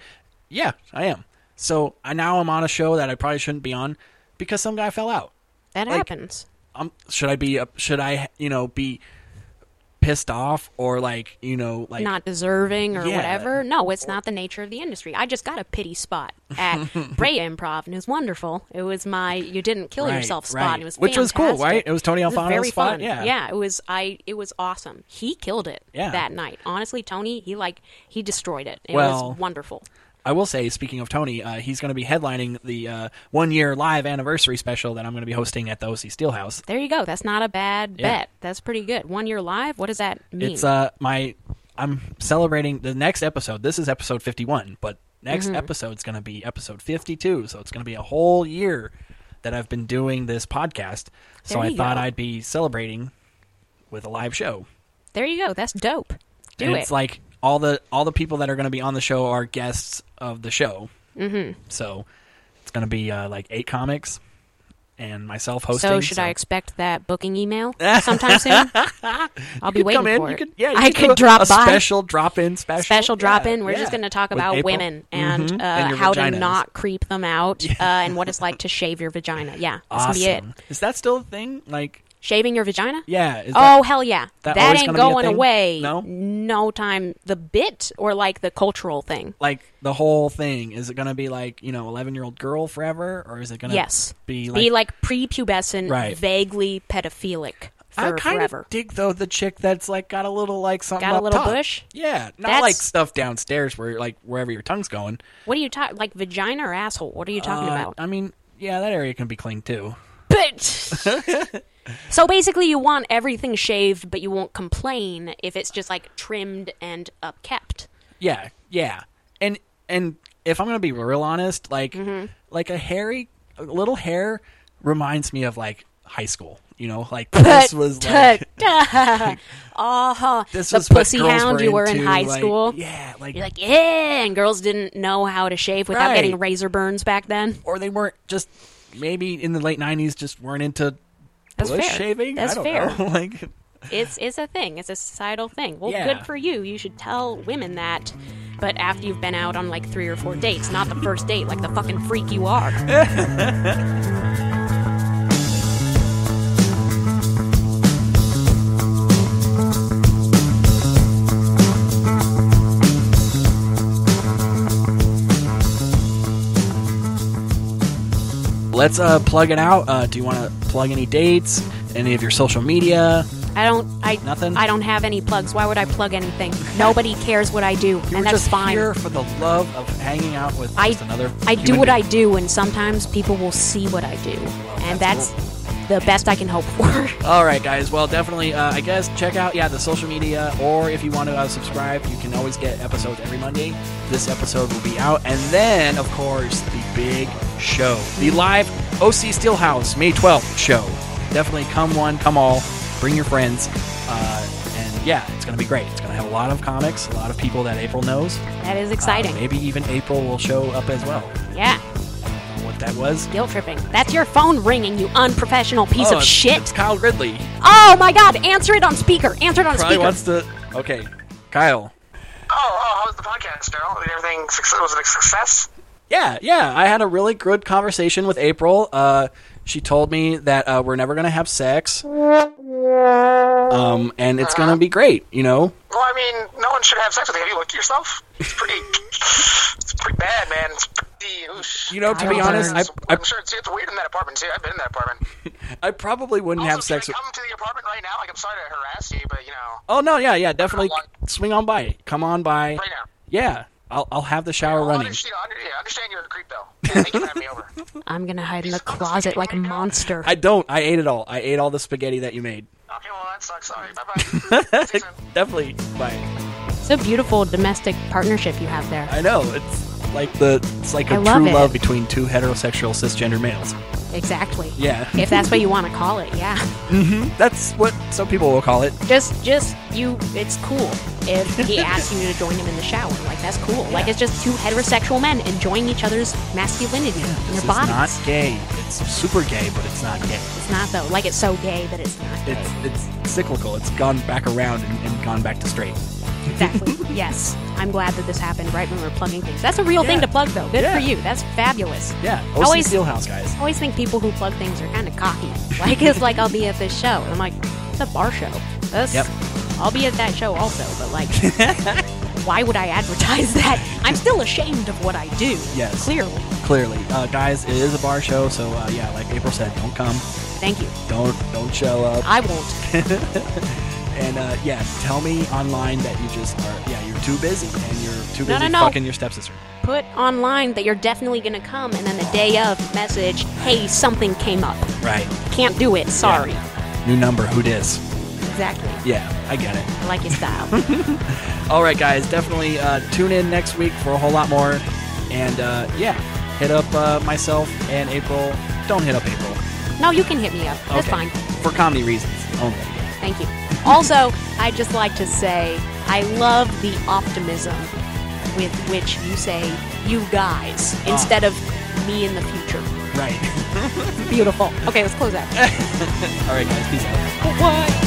Speaker 2: Yeah, I am. So I now I'm on a show that I probably shouldn't be on because some guy fell out.
Speaker 3: That
Speaker 2: Like,
Speaker 3: happens.
Speaker 2: um, should I be up? Should I you know be pissed off or like you know like
Speaker 3: not deserving or
Speaker 2: Yeah.
Speaker 3: whatever. No, it's not the nature of the industry. I just got a pity spot
Speaker 2: *laughs*
Speaker 3: at Bray Improv, and it was wonderful. It was my "you didn't kill
Speaker 2: Right,
Speaker 3: yourself" spot.
Speaker 2: right.
Speaker 3: and It was
Speaker 2: Which was cool,
Speaker 3: fantastic.
Speaker 2: right? It was Tony Alfano's
Speaker 3: very
Speaker 2: spot?
Speaker 3: Fun.
Speaker 2: Yeah.
Speaker 3: yeah. It was I. It was awesome. He killed it
Speaker 2: Yeah.
Speaker 3: that night. Honestly, Tony, he like he destroyed it. It
Speaker 2: Well,
Speaker 3: was wonderful.
Speaker 2: I will say, speaking of Tony, uh, he's going to be headlining the uh, one year live anniversary special that I'm going to be hosting at the OC Steelhouse.
Speaker 3: There you go. That's not a bad
Speaker 2: Yeah.
Speaker 3: bet. That's pretty good. One year live. What does that mean?
Speaker 2: It's uh my I'm celebrating the next episode. This is episode 51, but next
Speaker 3: Mm-hmm.
Speaker 2: episode's going to be episode 52, so it's going to be a whole year that I've been doing this podcast. so
Speaker 3: There
Speaker 2: I
Speaker 3: you
Speaker 2: thought
Speaker 3: go.
Speaker 2: I'd be celebrating with a live show.
Speaker 3: there you go. That's dope. Do
Speaker 2: and
Speaker 3: it.
Speaker 2: it's like all the all the people that are going to be on the show are guests of the show. Mm-hmm. So it's going to be uh, like eight comics and myself hosting.
Speaker 3: So should I expect that booking email sometime
Speaker 2: *laughs*
Speaker 3: soon? I'll be
Speaker 2: could
Speaker 3: waiting
Speaker 2: come in.
Speaker 3: for
Speaker 2: You
Speaker 3: it.
Speaker 2: could, yeah, you
Speaker 3: I
Speaker 2: do
Speaker 3: could
Speaker 2: a-
Speaker 3: drop
Speaker 2: a
Speaker 3: by.
Speaker 2: special drop in special.
Speaker 3: Special
Speaker 2: Yeah,
Speaker 3: drop in. We're
Speaker 2: yeah.
Speaker 3: just going to talk
Speaker 2: With
Speaker 3: about
Speaker 2: April.
Speaker 3: women and
Speaker 2: Mhm.
Speaker 3: uh,
Speaker 2: And your
Speaker 3: how to
Speaker 2: vaginas.
Speaker 3: not creep
Speaker 2: *laughs*
Speaker 3: them out uh, and what it's like to shave your vagina. Yeah, that's
Speaker 2: Mm, Awesome.
Speaker 3: gonna be it.
Speaker 2: Is that still a thing? Like
Speaker 3: Shaving your vagina?
Speaker 2: Yeah, is
Speaker 3: oh
Speaker 2: that-
Speaker 3: hell yeah.
Speaker 2: that
Speaker 3: That,
Speaker 2: always
Speaker 3: ain't
Speaker 2: gonna be a
Speaker 3: going
Speaker 2: thing?
Speaker 3: away.
Speaker 2: No?
Speaker 3: No time. The bit or like the cultural thing.
Speaker 2: like the whole thing is it going to be like you know 11 year old girl forever or is it going to
Speaker 3: yes.
Speaker 2: be like,
Speaker 3: be like prepubescent,
Speaker 2: Right.
Speaker 3: vaguely pedophilic for
Speaker 2: i kind
Speaker 3: forever.
Speaker 2: of dig though the chick that's like got a little like something
Speaker 3: Got a
Speaker 2: up
Speaker 3: little
Speaker 2: top.
Speaker 3: bush?
Speaker 2: yeah not
Speaker 3: That's-
Speaker 2: like stuff downstairs where like wherever your tongue's going
Speaker 3: What are you talking? Like vagina or asshole? What are you talking
Speaker 2: Uh,
Speaker 3: about?
Speaker 2: i mean yeah that area can be clean too *laughs*
Speaker 3: But so basically, you want everything shaved, but you won't complain if it's just like trimmed and upkept.
Speaker 2: yeah yeah and and if i'm going to be real honest like
Speaker 3: Mm-hmm.
Speaker 2: like a hairy a little hair reminds me of like high school you know like this was like
Speaker 3: *laughs* oh,
Speaker 2: *laughs* this
Speaker 3: the
Speaker 2: was what
Speaker 3: pussy
Speaker 2: girls
Speaker 3: hound you were in
Speaker 2: into,
Speaker 3: high
Speaker 2: like,
Speaker 3: school.
Speaker 2: yeah like
Speaker 3: You're like, yeah, and girls didn't know how to shave without
Speaker 2: Right.
Speaker 3: getting razor burns back then.
Speaker 2: or they weren't just maybe in the late nineties just weren't into
Speaker 3: That's
Speaker 2: bush
Speaker 3: fair.
Speaker 2: shaving.
Speaker 3: That's
Speaker 2: I don't
Speaker 3: fair.
Speaker 2: Know. *laughs* like
Speaker 3: It's it's a thing. It's a societal thing. Well,
Speaker 2: Yeah.
Speaker 3: good for you. You should tell women that. But after you've been out on like three or four dates, not the first date, like the fucking freak
Speaker 2: *laughs*
Speaker 3: you are.
Speaker 2: let's uh plug it out. Uh do you wanna plug any dates? Any of your social media?
Speaker 3: I don't. I
Speaker 2: Nothing?
Speaker 3: I don't have any plugs. Why would I plug anything? Nobody cares what I do,
Speaker 2: We're
Speaker 3: and that's
Speaker 2: just
Speaker 3: fine.
Speaker 2: here for the love of hanging out with
Speaker 3: I
Speaker 2: just another
Speaker 3: I do
Speaker 2: human
Speaker 3: what I
Speaker 2: being.
Speaker 3: do, and sometimes people will see what I do, and that's the best I can hope for. *laughs*
Speaker 2: All right, guys. Well, definitely, uh, I guess check out yeah the social media, or if you want to uh, subscribe, you can always get episodes every Monday. This episode will be out, and then of course the big show, the live OC Steelhouse May twelfth show. Definitely come one, come all, bring your friends, uh, and yeah, it's gonna be great. It's gonna have a lot of comics, a lot of people that April knows.
Speaker 3: that is
Speaker 2: Uh,
Speaker 3: exciting.
Speaker 2: maybe even April will show up as well.
Speaker 3: yeah,
Speaker 2: I don't know what that was.
Speaker 3: guilt tripping. That's your phone ringing, you unprofessional piece
Speaker 2: Oh,
Speaker 3: of
Speaker 2: it's-
Speaker 3: shit.
Speaker 2: It's Kyle Ridley.
Speaker 3: Oh my god, answer it on speaker. Answer it on
Speaker 2: Probably
Speaker 3: speaker.
Speaker 2: wants to. Okay, Kyle.
Speaker 10: Oh, oh, how was the podcast, Daryl? Did everything suc- was it a success?
Speaker 2: Yeah, yeah. I had a really good conversation with April. Uh, she told me that uh, we're never gonna have sex, um, and it's gonna be great. You know,
Speaker 10: Well, I mean, no one should have sex with you. Have you looked at yourself? It's pretty. it's pretty bad, man. It's pretty. Oosh.
Speaker 2: you know. To be
Speaker 3: don't
Speaker 2: honest, I, I,
Speaker 10: I'm sure it's, it's weird in that apartment too. I've been in that apartment.
Speaker 2: I probably wouldn't
Speaker 10: also,
Speaker 2: have sex.
Speaker 10: Can
Speaker 2: With,
Speaker 10: I come to the apartment right now? Like, I'm sorry to harass you, but you know,
Speaker 2: oh no, yeah, yeah, definitely swing on by. Come on by.
Speaker 10: right now.
Speaker 2: Yeah, I'll I'll have the shower
Speaker 10: Well, I
Speaker 2: running.
Speaker 10: understand, under, yeah, I understand you're a creep though. Yeah, thank you for having me over.
Speaker 2: *laughs*
Speaker 3: I'm gonna hide in the closet like a monster.
Speaker 2: I don't. I ate it all. I ate all the spaghetti that you made.
Speaker 10: Okay, well that sucks. Sorry. Bye
Speaker 2: *laughs*
Speaker 10: bye. See you soon.
Speaker 2: Definitely. Bye.
Speaker 3: It's a beautiful domestic partnership you have there.
Speaker 2: I know it's like the it's like a
Speaker 3: I love
Speaker 2: true
Speaker 3: it.
Speaker 2: love between two heterosexual cisgender males.
Speaker 3: Exactly.
Speaker 2: Yeah.
Speaker 3: If that's what you want to call it, yeah.
Speaker 2: That's what some people will call it.
Speaker 3: Just, just you. It's cool if
Speaker 2: *laughs*
Speaker 3: he asks you to join him in the shower. Like that's cool. Like it's just two heterosexual men enjoying each other's masculinity in
Speaker 2: This
Speaker 3: their
Speaker 2: is
Speaker 3: bodies.
Speaker 2: not gay. It's super gay, but it's not gay.
Speaker 3: it's not though. Like it's so gay that it's not gay.
Speaker 2: It's it's cyclical. It's gone back around and, and gone back to straight. *laughs*
Speaker 3: exactly. yes. I'm glad that this happened right when we were plugging things. That's a real thing
Speaker 2: Yeah.
Speaker 3: to plug though. Good
Speaker 2: Yeah.
Speaker 3: for you. That's fabulous.
Speaker 2: Yeah.
Speaker 3: I
Speaker 2: OC
Speaker 3: always,
Speaker 2: Steelhouse guys.
Speaker 3: I always think people who plug things are kind of cocky. *laughs* Like it's like I'll be at this show. And I'm like, it's a bar show. That's,
Speaker 2: Yep.
Speaker 3: I'll be at that show also. But
Speaker 2: *laughs*
Speaker 3: like, why would I advertise that? I'm still ashamed of what I do.
Speaker 2: Yes.
Speaker 3: clearly.
Speaker 2: Clearly, uh, guys, it is a bar show, so uh, yeah, like April said, don't come,
Speaker 3: Thank you.
Speaker 2: don't don't show up,
Speaker 3: I won't.
Speaker 2: and uh, yeah, tell me online that you just are yeah you're too busy and you're too
Speaker 3: No,
Speaker 2: busy
Speaker 3: no, no.
Speaker 2: fucking your stepsister.
Speaker 3: Put online that you're definitely gonna come, and then the day of message, hey, something came up.
Speaker 2: Right.
Speaker 3: Can't do it. Sorry.
Speaker 2: New number. Who dis?
Speaker 3: Exactly.
Speaker 2: Yeah, I get it.
Speaker 3: I like your style. *laughs*
Speaker 2: All right, guys, definitely uh, tune in next week for a whole lot more. And uh, yeah, hit up uh, myself and April. Don't hit up April.
Speaker 3: no, you can hit me up. That's
Speaker 2: Okay.
Speaker 3: fine.
Speaker 2: For comedy reasons only.
Speaker 3: Thank you. Also, I'd just like to say I love the optimism with which you say you guys instead of me in the future.
Speaker 2: Right.
Speaker 3: Beautiful. Okay, let's close out.
Speaker 2: All right, guys, peace out.
Speaker 3: What?